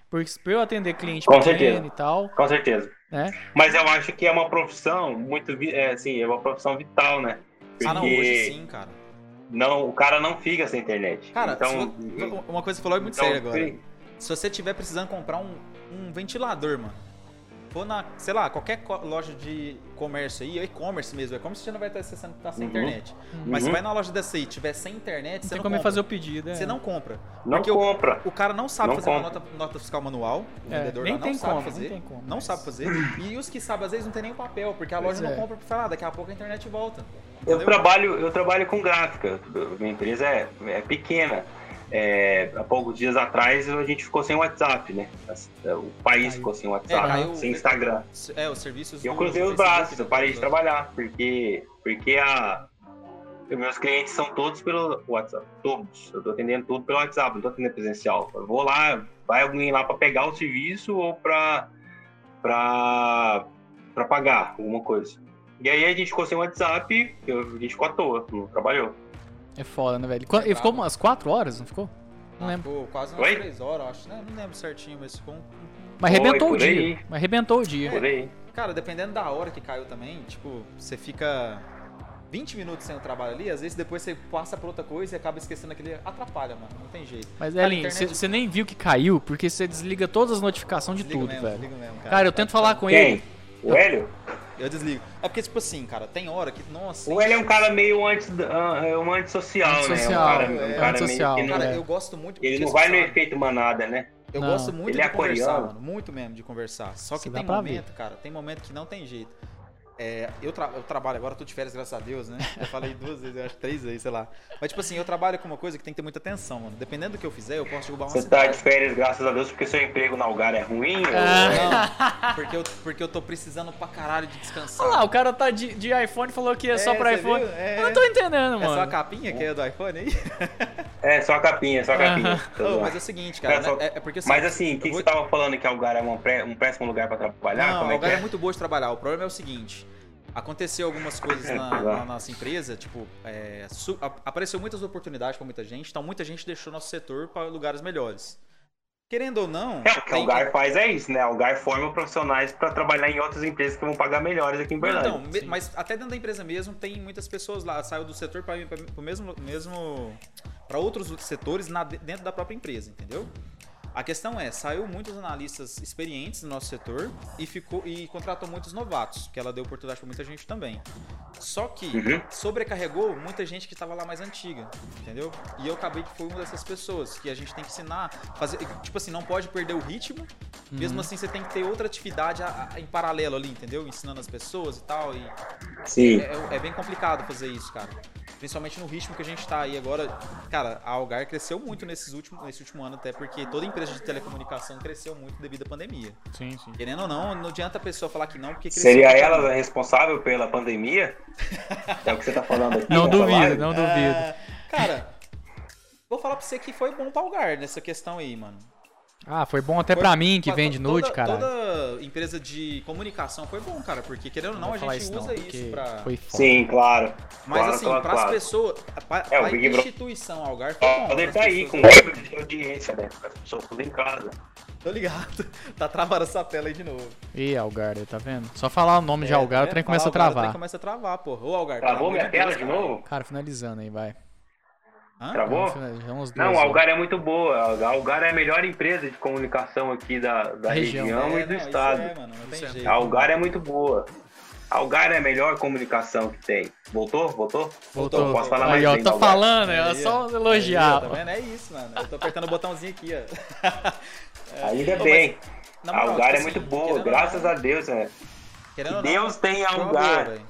S1: Porque pra eu atender cliente
S3: Com
S1: pequeno
S3: certeza.
S1: e tal,
S3: Com certeza.
S1: né?
S3: Mas eu acho que é uma profissão muito, vi- é, assim, é uma profissão vital, né? Porque
S2: Ah,
S3: não,
S2: não, hoje sim, cara.
S3: o cara não fica sem internet.
S2: Cara,
S3: então,
S2: se vo- uma coisa que você falou é muito
S3: então,
S2: séria agora.
S3: sim.
S2: Se você tiver precisando comprar um, um ventilador, mano. Vou na, sei lá, qualquer co- loja de comércio aí, e-commerce mesmo, e-commerce você não vai estar acessando que tá sem
S3: Uhum.
S2: internet. Mas se vai na loja dessa aí, tiver sem
S1: Não
S2: internet, você
S1: tem
S2: não
S1: como
S2: compra.
S1: ele fazer o pedido. é.
S2: Você não compra.
S3: Não
S2: porque o-
S3: compra.
S2: O cara não sabe
S3: Não
S2: fazer uma
S3: compra.
S2: nota, nota fiscal manual, o
S1: É,
S2: vendedor
S1: nem
S2: lá não
S1: tem
S2: sabe
S1: como,
S2: fazer.
S1: nem tem como,
S2: não
S1: mas-
S2: sabe fazer. E os que sabem, às vezes, não tem nem o papel, porque a
S1: Pois
S2: loja não
S1: é.
S2: compra porque fala, ah, daqui a pouco a internet volta.
S3: Eu
S2: Entendeu?
S3: trabalho, eu trabalho com gráfica. Minha empresa é, é pequena. É, há poucos dias atrás a gente ficou sem WhatsApp, né? As- é, O país
S1: Caiu.
S3: ficou sem
S2: É,
S3: WhatsApp,
S2: caiu.
S3: sem Instagram.
S2: É, os serviços.
S3: E eu
S2: do
S3: cruzei os
S2: Facebook,
S3: braços,
S2: do
S3: eu parei de
S2: Google.
S3: trabalhar, porque, porque a, os meus clientes são todos pelo WhatsApp. Todos. Eu tô atendendo tudo pelo WhatsApp, não tô atendendo presencial. Eu vou lá, vai alguém lá para pegar o serviço ou para pra, pra pagar alguma coisa. E aí a gente ficou sem WhatsApp, eu, a gente ficou à toa, não trabalhou.
S1: É foda, né, velho? Quando- ele
S2: brabo.
S1: ficou umas 4 horas, não ficou? Não lembro.
S2: Ficou quase umas
S3: Oi?
S2: três horas, eu acho. Né? Não lembro certinho, mas ficou um.
S1: Mas
S3: Foi,
S1: arrebentou o
S3: por aí.
S1: dia. Mas arrebentou o dia.
S3: Por aí.
S2: Cara, dependendo da hora que caiu também, tipo, você fica 20 minutos sem o trabalho ali, às vezes depois você passa pra outra coisa e acaba esquecendo aquele. Atrapalha, mano. Não tem jeito.
S1: Mas,
S2: Cara,
S1: Elin,
S2: internet-
S1: você nem viu que caiu, porque você desliga todas as notificações de
S2: Desligo
S1: tudo,
S2: mesmo,
S1: velho.
S2: desligo mesmo, cara.
S1: Cara, eu tento falar com ele.
S3: Quem? O Hélio?
S2: Eu desligo. É porque, tipo assim, cara, tem hora que. Nossa.
S3: O Hélio é um cara meio antes, ah, é um antissocial,
S1: Antissocial,
S3: né? Um cara, um
S2: é,
S3: cara
S1: antissocial,
S3: meio que não, né?
S2: Cara,
S1: é.
S2: eu gosto muito.
S3: ele
S2: porque,
S3: não vai no
S2: sabe,
S3: efeito manada, né?
S2: Eu
S1: Não.
S2: gosto muito
S3: Ele é
S2: de conversar,
S3: coreano.
S2: mano. Muito mesmo de conversar. Só que
S1: Isso dá
S2: tem
S1: pra
S2: momento, cara, tem momento que não tem jeito. É, eu, tra- eu trabalho agora, eu tô de férias, graças a Deus, né? Eu falei duas vezes, eu acho três vezes, sei lá. Mas, tipo assim, eu trabalho com uma coisa que tem que ter muita atenção, mano. Dependendo do que eu fizer, eu posso derrubar uma
S3: Você tá
S2: cidade.
S3: de férias, graças a Deus, porque seu emprego na Algar é ruim?
S1: Ah.
S2: Não, porque eu, porque eu tô precisando pra caralho de descansar.
S1: Olha lá, o cara tá de, de iPhone falou que é, só pra
S2: você
S1: iPhone.
S2: viu? É,
S1: Eu não tô entendendo,
S2: é só a
S1: mano.
S2: capinha que é do iPhone aí?
S3: Ou... É, só a capinha, só a capinha. Tô
S2: Ô,
S3: zoando.
S2: mas é o seguinte, cara,
S3: É, só-
S2: né? é, é porque assim...
S3: Mas assim, o
S2: eu
S3: que, que
S2: vou-
S3: você tava falando que Algar é um, pré- um péssimo lugar pra trabalhar?
S2: Não,
S3: Como
S2: a
S3: é que
S2: Algar
S3: é?
S2: é muito boa de trabalhar. O problema é o seguinte: aconteceu algumas
S3: É,
S2: coisas na, na nossa empresa, tipo, é, su- a- apareceu muitas oportunidades pra muita gente, então muita gente deixou nosso setor pra lugares melhores. Querendo ou não,
S3: É, o que
S2: tem-
S3: Algar faz é isso, né? Algar forma profissionais pra trabalhar em outras empresas que vão pagar melhores aqui em Berlim.
S2: Então, me- mas até dentro da empresa mesmo tem muitas pessoas lá, saiu do setor para o mesmo mesmo para outros setores na- dentro da própria empresa, entendeu? A questão é, saiu muitos analistas experientes do nosso setor e ficou e contratou muitos novatos, que ela deu oportunidade para muita gente também. Só que
S3: Uhum.
S2: sobrecarregou muita gente que estava lá mais antiga, entendeu? E eu acabei que fui uma dessas pessoas que a gente tem que ensinar, fazer, tipo assim, não pode perder o ritmo,
S1: Uhum.
S2: mesmo assim você tem que ter outra atividade a- a- em paralelo ali, entendeu? Ensinando as pessoas e tal e
S3: Sim.
S2: é, é bem complicado fazer isso, cara. Principalmente no ritmo que a gente tá aí agora. Cara, a Algar cresceu muito nesses últimos, nesse último ano, até porque toda empresa de telecomunicação cresceu muito devido à pandemia.
S1: Sim, sim.
S2: Querendo ou não, não adianta a pessoa falar que não, porque cresceu.
S3: Seria
S2: pra
S3: ela
S2: caramba.
S3: a responsável pela pandemia? É o que você tá falando aqui?
S1: Não
S3: nessa
S1: duvido,
S3: live?
S1: não duvido.
S2: Ah, Cara, vou falar pra você que foi bom pra Algar nessa questão aí, mano.
S1: Ah, foi bom até
S2: Foi-
S1: pra mim que
S2: Mas
S1: vende
S2: to-
S1: nude,
S2: toda-
S1: cara.
S2: Toda empresa de comunicação foi bom, cara, porque querendo ou não, a gente usa isso pra.
S1: Foi foda.
S3: Sim, claro.
S2: Mas
S3: claro,
S2: assim,
S3: claro,
S2: pras
S3: claro.
S2: pessoas, pra,
S3: É, o
S2: pra
S3: Big Brother-
S2: instituição Algar foi bom.
S3: Podem
S2: pras
S3: tá aí
S2: pessoas.
S3: com de audiência, né? As pessoas tudo em casa.
S2: Tô ligado. Tá travando essa tela aí de novo. né? Tá
S1: Ih, Algar, aí, tá vendo? Só falar o nome de Algar, o trem começa a
S2: É, O
S1: travar.
S2: trem começa a travar, porra. Ô, Algar. pelo
S3: Travou
S2: amor
S3: minha
S2: de Deus,
S3: tela de
S2: cara.
S3: novo?
S1: Cara, finalizando aí, vai.
S2: Hã?
S3: Travou?
S1: Vamos finalizar, já umas
S3: Não,
S1: duas
S3: a
S1: horas.
S3: Algar é muito boa. A Algar é a melhor empresa de comunicação aqui da, da
S1: Região.
S3: região,
S2: É,
S3: e do
S2: não, isso
S3: estado.
S2: É, mano, não tem
S1: Isso é.
S2: jeito.
S3: A Algar é muito boa. A Algar é a melhor comunicação que tem. Voltou? Voltou?
S1: Voltou.
S3: Posso falar mais
S1: aí, ó,
S3: bem da
S1: tá
S3: Algar.
S1: falando, é
S2: Aí,
S1: só
S2: Aí, ó, tá
S1: elogiar.
S2: vendo? É isso, mano. Eu tô apertando o botãozinho aqui, ó. É.
S3: Ainda
S2: Ô, mas,
S3: bem.
S2: na
S3: a
S2: moral,
S3: Algar
S2: tipo
S3: é
S2: assim,
S3: muito boa.
S2: querendo
S3: Graças
S2: ou
S3: a Deus, né?
S2: não- querendo ou não,
S3: Deus tem a
S2: foi uma boa,
S3: Algar.
S2: velho.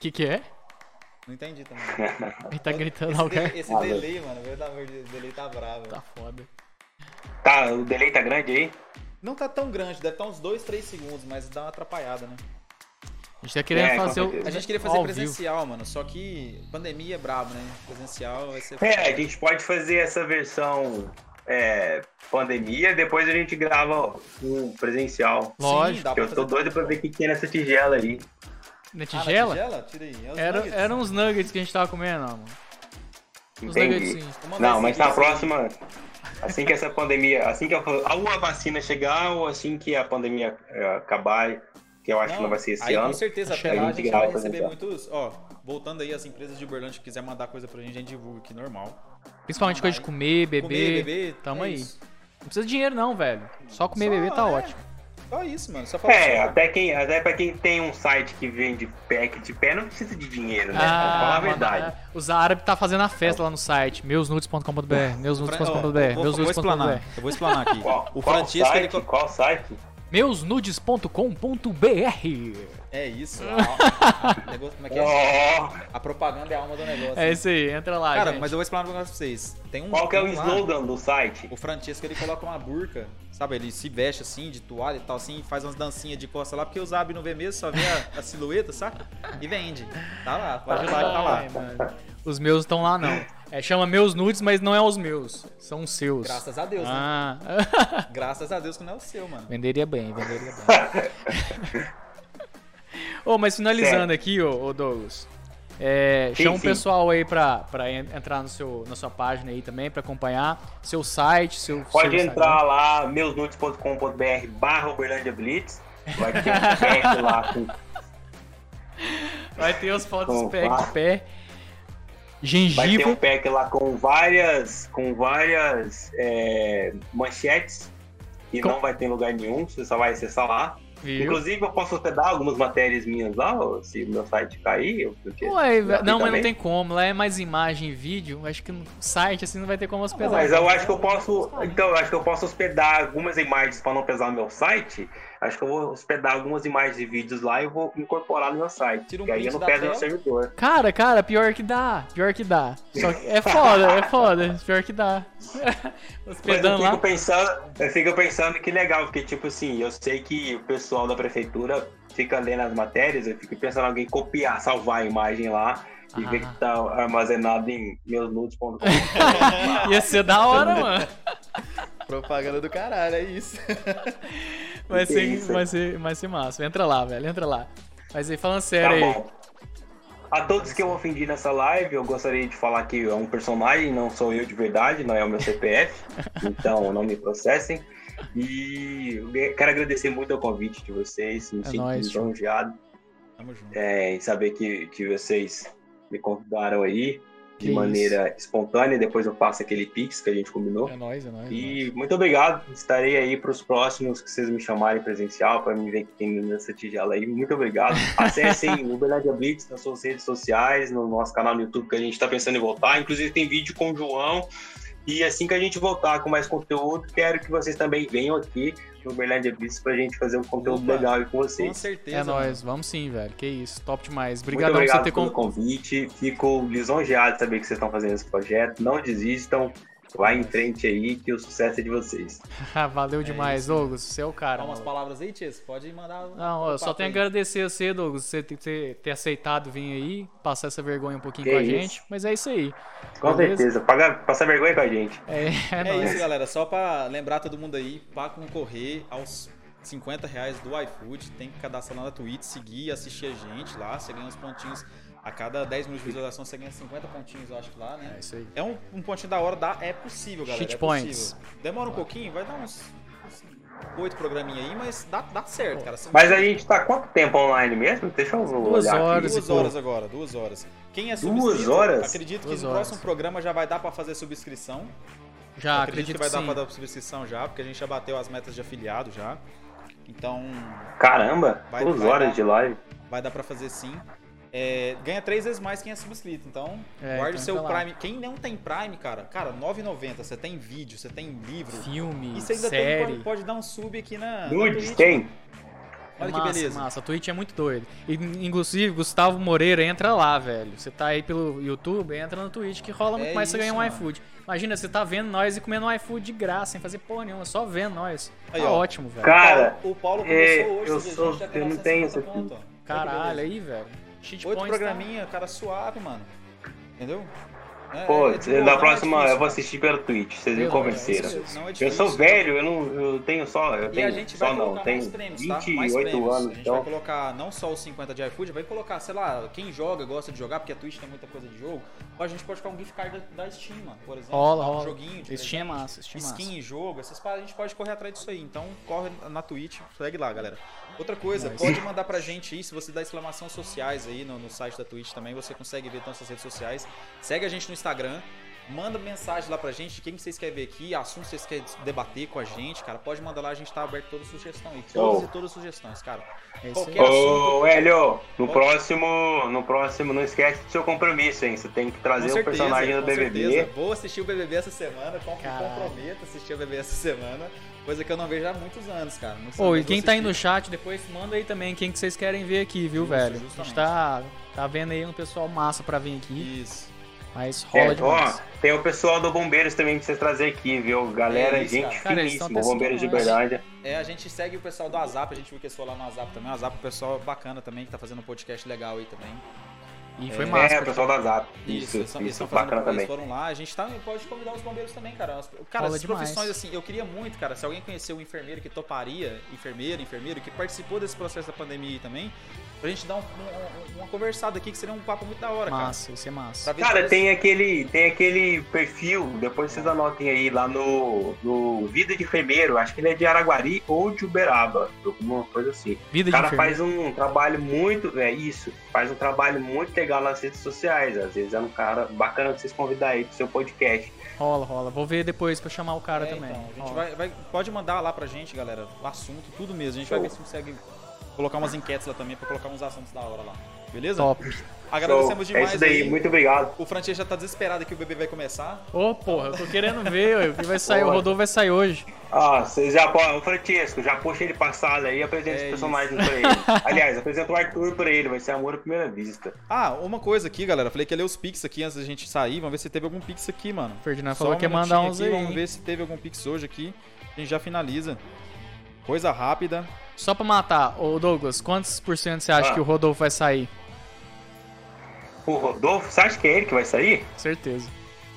S1: Que que é?
S2: Não entendi também.
S1: Ele tá gritando
S2: Esse,
S1: Algar.
S2: de- esse
S3: Ah,
S2: delay, mano, pelo amor de Deus, o delay tá bravo.
S1: Tá foda.
S3: Tá, o delay tá grande aí?
S2: Não tá tão grande, deve estar uns 2, 3 segundos, mas dá uma atrapalhada, né?
S1: A gente tá querendo
S3: É, com
S1: fazer o.
S3: certeza.
S2: A gente queria fazer
S1: ao vivo.
S2: presencial, mano, só que pandemia é brabo, né? Presencial vai ser.
S3: É, a gente pode fazer essa versão é, pandemia, depois a gente grava um presencial.
S1: Lógico.
S2: dá pra
S3: Eu tô
S2: fazer
S3: doido pra ver o que tem nessa tigela aí.
S1: Na
S2: Ah, na
S1: tigela?
S2: tigela? Tira aí. É os
S1: Era,
S2: nuggets.
S1: eram uns nuggets que a gente tava comendo, ó, mano. Os
S3: Entendi.
S1: nuggets sim.
S2: Uma
S3: Não,
S2: vez
S3: mas
S2: seguida,
S3: na
S2: assim.
S3: próxima, assim que essa pandemia, assim que a, ou a vacina chegar, ou assim que a pandemia eh, acabar, que eu acho que não vai ser esse
S2: aí,
S3: ano.
S2: Com certeza,
S1: Acho
S2: até
S1: que
S2: lá
S3: a
S2: a
S3: gente
S2: gente
S3: grava
S2: vai receber
S3: presencial.
S2: muitos. Ó, voltando aí, as empresas de Uberlândia que quiser mandar coisa pra gente, a gente divulga aqui, normal.
S1: Principalmente coisa de comer, beber.
S2: Comer, beber.
S1: tamo
S2: é
S1: aí.
S2: isso.
S1: Não precisa de dinheiro, não, velho. Só comer e
S2: Só,
S1: beber tá
S2: é.
S1: ótimo.
S2: Só isso, mano. Só falta
S3: É,
S2: isso.
S3: até, quem, até pra quem tem um site que vende pack de pé, não precisa de dinheiro, né?
S2: Ah,
S3: Vamos falar a
S1: mano,
S3: verdade.
S1: é, os árabes tá fazendo a festa lá no site. Meusnudes.com.br, meusnudes.com.br,
S2: Ó, eu vou- eu vou explanar.
S1: meusnudes.com.br.
S2: Eu vou explanar aqui.
S3: Qual,
S2: O
S3: qual
S2: Francisco, ele
S3: site?
S2: co-
S3: Qual site?
S1: Meusnudes.com.br.
S2: É isso. A, a- negócio- como é que é?
S3: Ó,
S2: A propaganda é a alma do negócio.
S1: É isso aí, entra lá,
S2: Cara,
S1: gente.
S2: mas eu vou explanar um negócio pra vocês. Tem um.
S3: qual que é o
S2: um lá,
S3: slogan do site?
S2: O Francesco ele coloca uma burca, sabe? Ele se veste assim, de toalha e tal, assim, e faz umas dancinhas de costa lá, porque os abres não vê mesmo, só vê a, a silhueta, saca? E vende. Tá lá, pode ir lá que tá lá.
S1: Ai, mano. Os meus estão lá, não. É, chama meus nudes, mas não é os meus. São os seus.
S2: Graças a Deus, né?
S1: Ah.
S2: Graças a Deus que não é o seu, mano.
S1: venderia bem, venderia bem. Ô, mas finalizando aqui, ô, ô Douglas. é,
S3: Sim,
S1: chama o
S3: sim.
S1: pessoal aí pra, pra en- entrar no seu, na sua página aí também, pra acompanhar. Seu site, seu.
S3: Pode
S1: seu
S3: entrar lá, meusnudes.com.br barra Uberlândia Blitz. Vai ter um pack lá com
S1: Instagram. Vai ter os fotos
S3: Então,
S1: pé de
S3: vai.
S1: pé.
S3: Vai ter
S1: Gengiva.
S3: um pack lá com várias, com várias é, manchetes que
S1: Com-
S3: não vai ter em lugar nenhum, você só vai acessar lá.
S1: viu?
S3: Inclusive, eu posso hospedar algumas matérias minhas lá, ou se meu site cair. eu- Porque...
S1: Ué, velho,
S3: Já
S1: não,
S3: tem
S1: mas não
S3: também?
S1: tem como. Lá é mais imagem e vídeo. Acho que no site assim não vai ter como hospedar.
S3: Mas eu acho que eu posso. Então, eu acho que eu posso hospedar algumas imagens para não pesar no meu site. Acho que eu vou hospedar algumas imagens e vídeos lá e vou incorporar no meu site.
S2: Tira um
S3: Porque aí
S2: print
S3: eu
S2: da
S3: não peso no
S2: tela.
S3: servidor.
S1: Cara, cara, pior que dá. Pior que dá. Só que é foda, é foda. Pior que dá.
S3: Mas eu
S1: Hospedando
S3: fico
S1: lá.
S3: pensando, eu fico pensando que legal, porque tipo assim, eu sei que o pessoal da prefeitura fica lendo as matérias, eu fico pensando em alguém copiar, salvar a imagem lá e ver
S1: Ah.
S3: que tá armazenado em meusnudes.com.
S1: Ia ser da hora, mano.
S2: Propaganda do caralho, é isso.
S1: Vai
S3: Que
S1: ser,
S3: isso.
S1: vai, ser, vai ser massa. Entra lá, velho. Entra lá. Mas aí, falando
S3: Tá
S1: sério aí.
S3: bom. A todos que eu ofendi nessa live, eu gostaria de falar que é um personagem, não sou eu de verdade, não é o meu CPF, então não me processem. E eu quero agradecer muito ao convite de vocês, me
S1: É
S3: sinto
S1: nóis, tio.
S3: lisonjeado
S2: Tamo junto.
S3: é, em saber que, que vocês me convidaram aí
S1: Que
S3: de
S1: isso.
S3: maneira espontânea, depois eu passo aquele pix que a gente combinou.
S1: É nóis, é nóis. é
S3: E muito obrigado, estarei aí para os próximos que vocês me chamarem presencial para me ver que tem nessa tigela aí. Muito obrigado. Acessem o Uberlândia Blitz nas suas redes sociais, no nosso canal no YouTube que a gente está pensando em voltar. Inclusive tem vídeo com o João. E assim que a gente voltar com mais conteúdo, quero que vocês também venham aqui no Uberlândia Blitz para a gente fazer um conteúdo
S2: Opa.
S3: legal aí com
S2: Com
S3: vocês.
S2: certeza.
S1: nóis. É
S2: mano.
S1: nóis. Vamos sim, velho. Que isso. Top demais.
S3: Muito
S1: Obrigadão por você ter
S3: pelo
S1: con-
S3: convite. Fico lisonjeado de saber que vocês estão fazendo esse projeto. Não desistam. Vai em frente aí, que o sucesso é de vocês.
S1: Ah, Valeu demais,
S2: isso,
S1: Douglas. Você é o cara.
S2: Dá umas
S1: mano.
S2: palavras aí, Tias? Pode mandar.
S1: Não, eu só
S2: papo
S1: tenho a
S2: aí.
S1: agradecer a você, Douglas, você ter, ter- ter aceitado vir aí, passar essa vergonha um pouquinho
S3: Que
S1: com a
S3: isso.
S1: gente. Mas é isso aí.
S3: Com
S1: Beleza?
S3: certeza. Paga, passa vergonha com a gente.
S1: É, é,
S2: É
S1: nóis.
S2: isso, galera. Só pra lembrar todo mundo aí, pra concorrer aos 50 reais do iFood, tem que cadastrar lá na Twitch, seguir e assistir a gente lá. Você ganha uns pontinhos. A cada 10 minutos de visualização, você ganha 50 pontinhos, eu acho que lá, né?
S1: É isso aí.
S2: É um, um pontinho da hora, dá, é possível, galera.
S1: Cheat
S2: é
S1: points.
S2: possível. Demora um pouquinho, vai dar uns, uns oito programinha aí, mas dá, dá certo, cara. São
S3: Mas a gente tá quanto tempo online mesmo? Deixa eu
S1: Duas
S3: olhar
S1: horas.
S3: aqui.
S2: duas horas agora, duas horas. Quem é
S3: Duas
S2: subscrito,
S3: horas?
S2: acredito que
S1: Duas
S2: no
S1: horas.
S2: próximo programa já vai dar pra fazer subscrição.
S1: Já, acredito,
S2: acredito, que vai dar
S1: sim.
S2: pra dar subscrição já, porque a gente já bateu as metas de afiliado já. Então,
S3: Caramba,
S2: Vai-
S3: duas
S2: vai
S3: horas
S2: dar.
S3: de live.
S2: vai dar pra fazer sim. É, ganha três vezes mais quem é subscrito. Então,
S1: É,
S2: guarde
S1: então
S2: o seu
S1: entra lá.
S2: Prime. Quem não tem Prime, cara, cara, R$ 9,90. Você tem vídeo, você tem livro.
S1: Filme,
S2: E você ainda tem,
S1: série.
S2: pode, pode dar um sub aqui na. na
S3: Nudes
S2: Twitch.
S3: tem?
S1: É
S2: Olha que
S1: massa,
S2: beleza.
S1: massa. A Twitch é muito doida. E, inclusive, Gustavo Moreira, entra lá, velho. Você tá aí pelo YouTube, entra no Twitch que rola muito
S2: É
S1: mais você
S2: isso,
S1: ganhar um
S2: mano.
S1: iFood. Imagina, você tá vendo nós e comendo um iFood de graça, sem fazer porra nenhuma, só vendo nós.
S2: Aí,
S1: tá
S2: ó.
S1: ótimo, velho.
S3: Cara,
S2: o Paulo
S3: é,
S2: começou hoje,
S3: eu
S2: você
S3: sou-
S2: já
S3: eu
S2: tem
S3: não tenho
S2: 960
S3: isso aqui.
S2: conto. Olha que
S1: Caralho,
S2: beleza.
S1: aí, velho. Cheat
S2: Oito
S1: points, tá?
S2: programinha, cara, suave, mano. Entendeu? É-
S3: Pô,
S2: é de boa,
S3: na
S2: não é
S3: próxima
S2: difícil,
S3: eu vou
S2: cara.
S3: assistir pelo Twitch, vocês me
S1: Pelo amor de Deus,
S3: convenceram.
S1: isso
S2: Não é
S3: Eu
S2: difícil,
S3: sou velho, eu não eu tenho só. Eu
S2: E
S3: tenho,
S2: a gente vai
S3: só não,
S2: colocar mais
S3: tenho
S2: prêmios, tá? Mais
S3: 28
S2: prêmios. a
S3: anos,
S2: gente vai
S3: então.
S2: colocar não só os 50 de iFood, vai colocar, sei lá, quem joga, gosta de jogar, porque a Twitch tem muita coisa de jogo. Ou a gente pode colocar um gift card da, da Steam, mano, por exemplo.
S1: Rola,
S2: dar um
S1: rola.
S2: joguinho de
S1: Steam é
S2: presente,
S1: massa, Steam é massa.
S2: Skin, jogo, essas paradas, a gente pode correr atrás disso aí. Então corre na Twitch, segue lá, galera. Outra coisa,
S1: Nice.
S2: pode mandar pra gente aí, se você dá exclamação sociais aí no, no site da Twitch também, você consegue ver todas as redes sociais. Segue a gente no Instagram, Manda mensagem lá pra gente de quem que vocês querem ver aqui, assuntos que vocês querem debater com a gente, cara. Pode mandar lá, a gente tá aberto toda sugestão aí. Todas
S3: Show.
S2: e todas as sugestões, cara.
S1: É isso aí.
S2: Qualquer assunto.
S3: Ô, Hélio, no
S2: Pode.
S3: próximo, no próximo, não esquece do seu compromisso, hein? Você tem que
S2: Com
S3: trazer o
S2: certeza,
S3: personagem do
S2: com
S3: BBB.
S2: certeza. Vou assistir o BBB essa semana, com- me
S1: Caralho.
S2: comprometo a assistir o BBB essa semana. Coisa que eu não vejo há muitos anos, cara. Muitos
S1: Ô,
S2: anos
S1: e
S2: eu
S1: quem tá aí
S2: assisti.
S1: no chat, depois manda aí também quem que vocês querem ver aqui, viu,
S2: Isso,
S1: velho? A gente
S2: justamente.
S1: tá, tá vendo aí um pessoal massa pra vir aqui,
S2: Isso.
S1: mas rola
S3: É, ó,
S1: demais.
S3: tem o pessoal do Bombeiros também pra vocês trazer aqui, viu? Galera,
S2: É isso,
S3: gente
S2: cara.
S1: Cara, eles
S3: finíssima,
S1: são pessoas
S3: Bombeiros de
S1: normais.
S3: verdade.
S2: É, a gente segue o pessoal do Azap, a gente viu que lá no Azap também. O Azap, o pessoal bacana também, que tá fazendo um podcast legal aí também.
S1: E foi massa.
S3: É, o pessoal da Zap. Isso,
S2: eles
S3: isso,
S2: são- eles são fazendo-
S3: bacana também.
S2: Eles foram lá, a gente tá, pode convidar os bombeiros também, cara. As- Cara,
S1: Rola
S2: as
S1: demais.
S2: profissões, assim, eu queria muito, cara, se alguém conhecer um enfermeiro que toparia, enfermeiro, enfermeiro, que participou desse processo da pandemia aí também, pra gente dar um- um- um- uma conversada aqui, que seria um papo muito da hora, cara.
S1: massa, isso é
S2: Pra
S1: massa.
S2: ver se
S3: Cara,
S2: parece-
S3: tem aquele, tem aquele perfil, depois vocês anotem aí lá no, no Vida de Enfermeiro, acho que ele é de Araguari ou de Uberaba, alguma coisa assim.
S1: Vida de
S3: O cara
S1: enfermeiro.
S3: faz um trabalho muito, é isso, faz um trabalho muito legal nas redes sociais, às vezes é um cara bacana que vocês convidar aí pro seu podcast.
S1: Rola, rola. Vou ver depois pra chamar o cara
S2: É,
S1: também.
S2: então, a gente
S1: Rola.
S2: vai, vai- pode mandar lá pra gente, galera, o assunto, tudo mesmo. A gente vai ver se consegue colocar umas enquetes lá também, pra colocar uns assuntos da hora lá. Beleza?
S1: Top.
S2: Agradecemos
S3: Então, é
S2: demais.
S3: isso daí,
S2: aí.
S3: muito obrigado.
S2: O Francês já tá desesperado que o bebê vai começar.
S1: Ô, porra, eu tô querendo ver, ué, o que vai sair, o
S3: Boa.
S1: Rodolfo vai sair hoje.
S3: Ah, vocês já po- o Francisco, já puxa ele pra sala aí e apresenta
S2: É
S3: os personagens pra ele. Aliás, apresenta o Arthur pra ele, vai ser amor à primeira vista.
S2: Ah, uma coisa aqui, galera. Falei que ia ler os pix aqui antes da gente sair. Vamos ver se teve algum pix aqui, mano.
S1: O Ferdinand
S2: Só
S1: falou
S2: um
S1: que ia mandar uns
S2: minutinho
S1: aí.
S2: aqui, Vamos ver se teve algum pix hoje aqui. A gente já finaliza. Coisa rápida.
S1: Só pra matar, ô Douglas, quantos por cento você acha
S3: Ah.
S1: que o Rodolfo vai sair?
S3: O Rodolfo, você acha que é ele que vai sair?
S1: Certeza.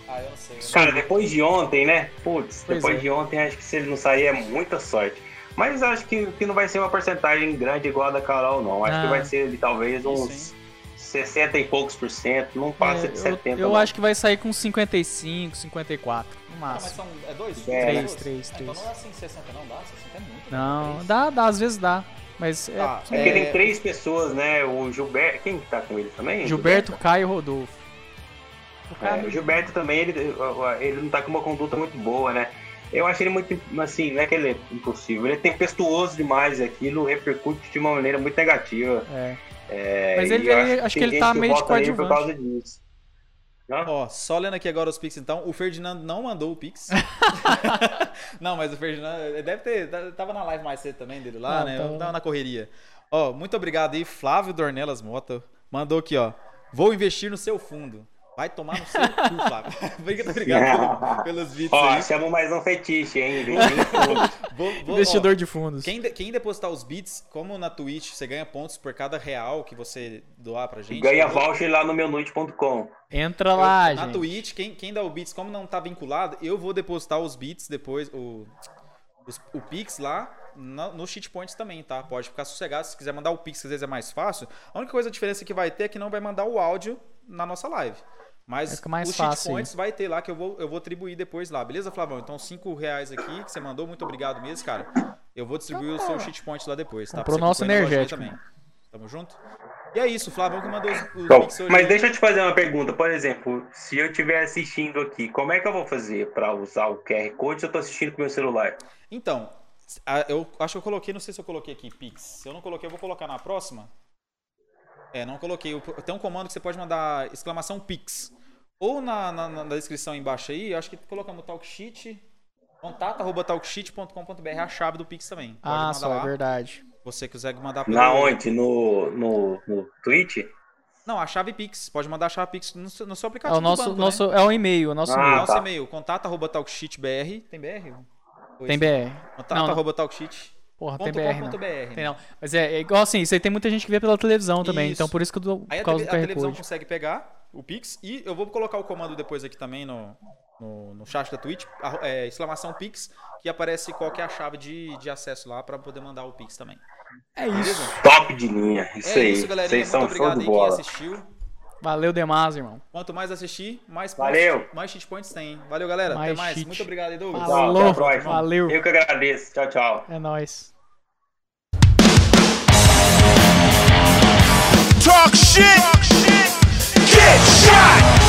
S2: Ah, eu não sei.
S3: Cara, depois de ontem, né? Putz,
S1: Pois
S3: depois
S1: é.
S3: de ontem, acho que se ele não sair é muita sorte. Mas acho que, que não vai ser uma porcentagem grande igual a da Carol, não. Acho
S1: Ah,
S3: que vai ser ali, talvez
S2: isso,
S3: uns 60 e poucos por cento. Não passa
S1: É,
S3: de
S1: eu-
S3: 70.
S1: eu
S3: não.
S1: acho que vai sair com 55, 54, no
S2: Ah, mas
S1: máximo.
S2: são. É dois?
S3: É.
S1: Três,
S2: Dois?
S1: três,
S2: Ah, Então
S1: três.
S2: não é assim 60, não dá? 60 é muito. né?
S1: Não,
S2: Três.
S1: dá, dá, às vezes dá. Mas é.
S2: Tá,
S3: É porque
S2: é-
S3: tem três pessoas, né? O Gilberto. Quem que tá com ele também?
S1: Gilberto, Caio e Rodolfo. O cara
S3: É, o Gilberto também, ele, ele não tá com uma conduta muito boa, né? Eu acho ele muito, assim, não é que ele é impossível, ele é tempestuoso demais, aquilo repercute de uma maneira muito negativa.
S1: É.
S3: É,
S1: Mas
S3: e
S1: ele-
S3: eu
S1: ele- acho que
S3: tem
S1: ele
S3: gente
S1: tá meio de
S3: vota nele por
S1: coadjuvante.
S3: causa disso.
S2: Ó, só lendo aqui agora os Pix, então. O Ferdinando não mandou o Pix. não, mas o Ferdinando ele deve ter. tá- Tava na live mais cedo também dele
S1: Não,
S2: lá,
S1: tá
S2: né?
S1: tava.
S2: Tava na correria. Ó, muito obrigado aí, Flávio Dornelas Mota. Mandou aqui, ó. Vou investir no seu fundo. Vai tomar no seu cu, Flávio. Obrigado, obrigado pelo- pelos bits
S3: Ó,
S2: aí.
S3: chama mais um fetiche, hein? Vem, vem.
S2: Vou- vou- ó,
S1: Investidor de fundos.
S2: Quem, de- quem depositar os bits, como na Twitch, você ganha pontos por cada real que você doar pra gente. né?
S3: Ganha
S2: entendeu?
S3: voucher lá no meunoite.com.
S1: Entra
S2: Eu-
S1: lá,
S2: na
S1: gente.
S2: Twitch, quem, quem dá o Beats, como não tá vinculado, eu vou depositar os Beats depois, o, os- o Pix lá na- no Cheat Points também, tá? Pode ficar sossegado. Se quiser mandar o Pix, às vezes é mais fácil. A única coisa, a diferença que vai ter é que não vai mandar o áudio na nossa live.
S1: Vai
S2: Mas
S1: ficar É mais
S2: os cheat
S1: fácil.
S2: points vai ter lá que eu vou, eu vou atribuir depois lá, beleza, Flavão? Então, 5 reais aqui que você mandou, muito obrigado mesmo, cara. Eu vou distribuir o seu cheat point lá depois, tá?
S1: Comprou
S2: Pra você
S1: Então nosso
S2: acompanhar no
S1: energético,
S2: Lojinha Tamo junto? E é isso, o Flavão que mandou os, os
S3: Então,
S2: Pix hoje.
S3: mas deixa eu te fazer uma pergunta. Por exemplo, se eu estiver assistindo aqui, como é que eu vou fazer pra usar o QR Code se eu tô assistindo com meu celular?
S2: Então, a- eu acho que eu coloquei, não sei se eu coloquei aqui Pix. Se eu não coloquei, eu vou colocar na próxima. É, não coloquei. Eu- Tem um comando que você pode mandar exclamação Pix. Ou na, na, na- na descrição aí embaixo aí, eu acho que colocamos talksheet, contato arroba talksheet.com.br, é a chave do Pix também. Pode
S1: Ah,
S2: mandar
S1: só, é
S2: lá.
S1: verdade.
S2: Você quiser mandar pelo...
S3: Na onde? No, no, no Twitch?
S2: Não, a chave Pix. Pode mandar a chave Pix no, seu- no seu
S1: É
S2: aplicativo
S1: o
S2: do
S1: nosso,
S2: banco, né?
S1: nosso, é o e-mail, o nosso
S3: Ah,
S1: e-mail.
S2: Nosso
S3: tá.
S2: e-mail, contato arroba talksheet.br. Tem BR? Ou
S1: Tem
S2: esse?
S1: BR.
S2: Contato
S1: Não, não.
S2: arroba talksheet.
S1: Porra, tem
S2: ponto
S1: BR
S2: com
S1: não.
S2: ponto BR, né?
S1: Tem não. Mas é, é igual assim, isso aí tem muita gente que vê pela televisão também,
S2: Isso.
S1: então por isso que eu dou
S2: Aí
S1: por
S2: a,
S1: causa
S2: tele-
S1: do
S2: a
S1: QR
S2: televisão
S1: Code.
S2: consegue pegar o Pix e eu vou colocar o comando depois aqui também no, no, no chat da Twitch, arro- é, exclamação Pix, que aparece qual que é a chave de, de acesso lá pra poder mandar o Pix também.
S1: É isso.
S3: Top de linha. Isso
S2: é
S3: aí.
S2: isso, galerinha.
S3: Vocês são
S2: Muito
S3: show
S2: obrigado
S3: de
S2: aí quem
S3: bola.
S2: assistiu.
S1: Valeu demais, irmão.
S2: Quanto mais assistir, mais
S3: Valeu.
S2: pontos, mais cheat points tem. Valeu, galera.
S1: Mais
S2: Até mais.
S1: cheat.
S2: Muito obrigado aí, Douglas.
S3: Tchau, até
S1: Falou,
S3: a próxima.
S1: valeu.
S3: Eu que agradeço. Tchau, tchau.
S1: É nóis.
S6: Talk shit. Get shot.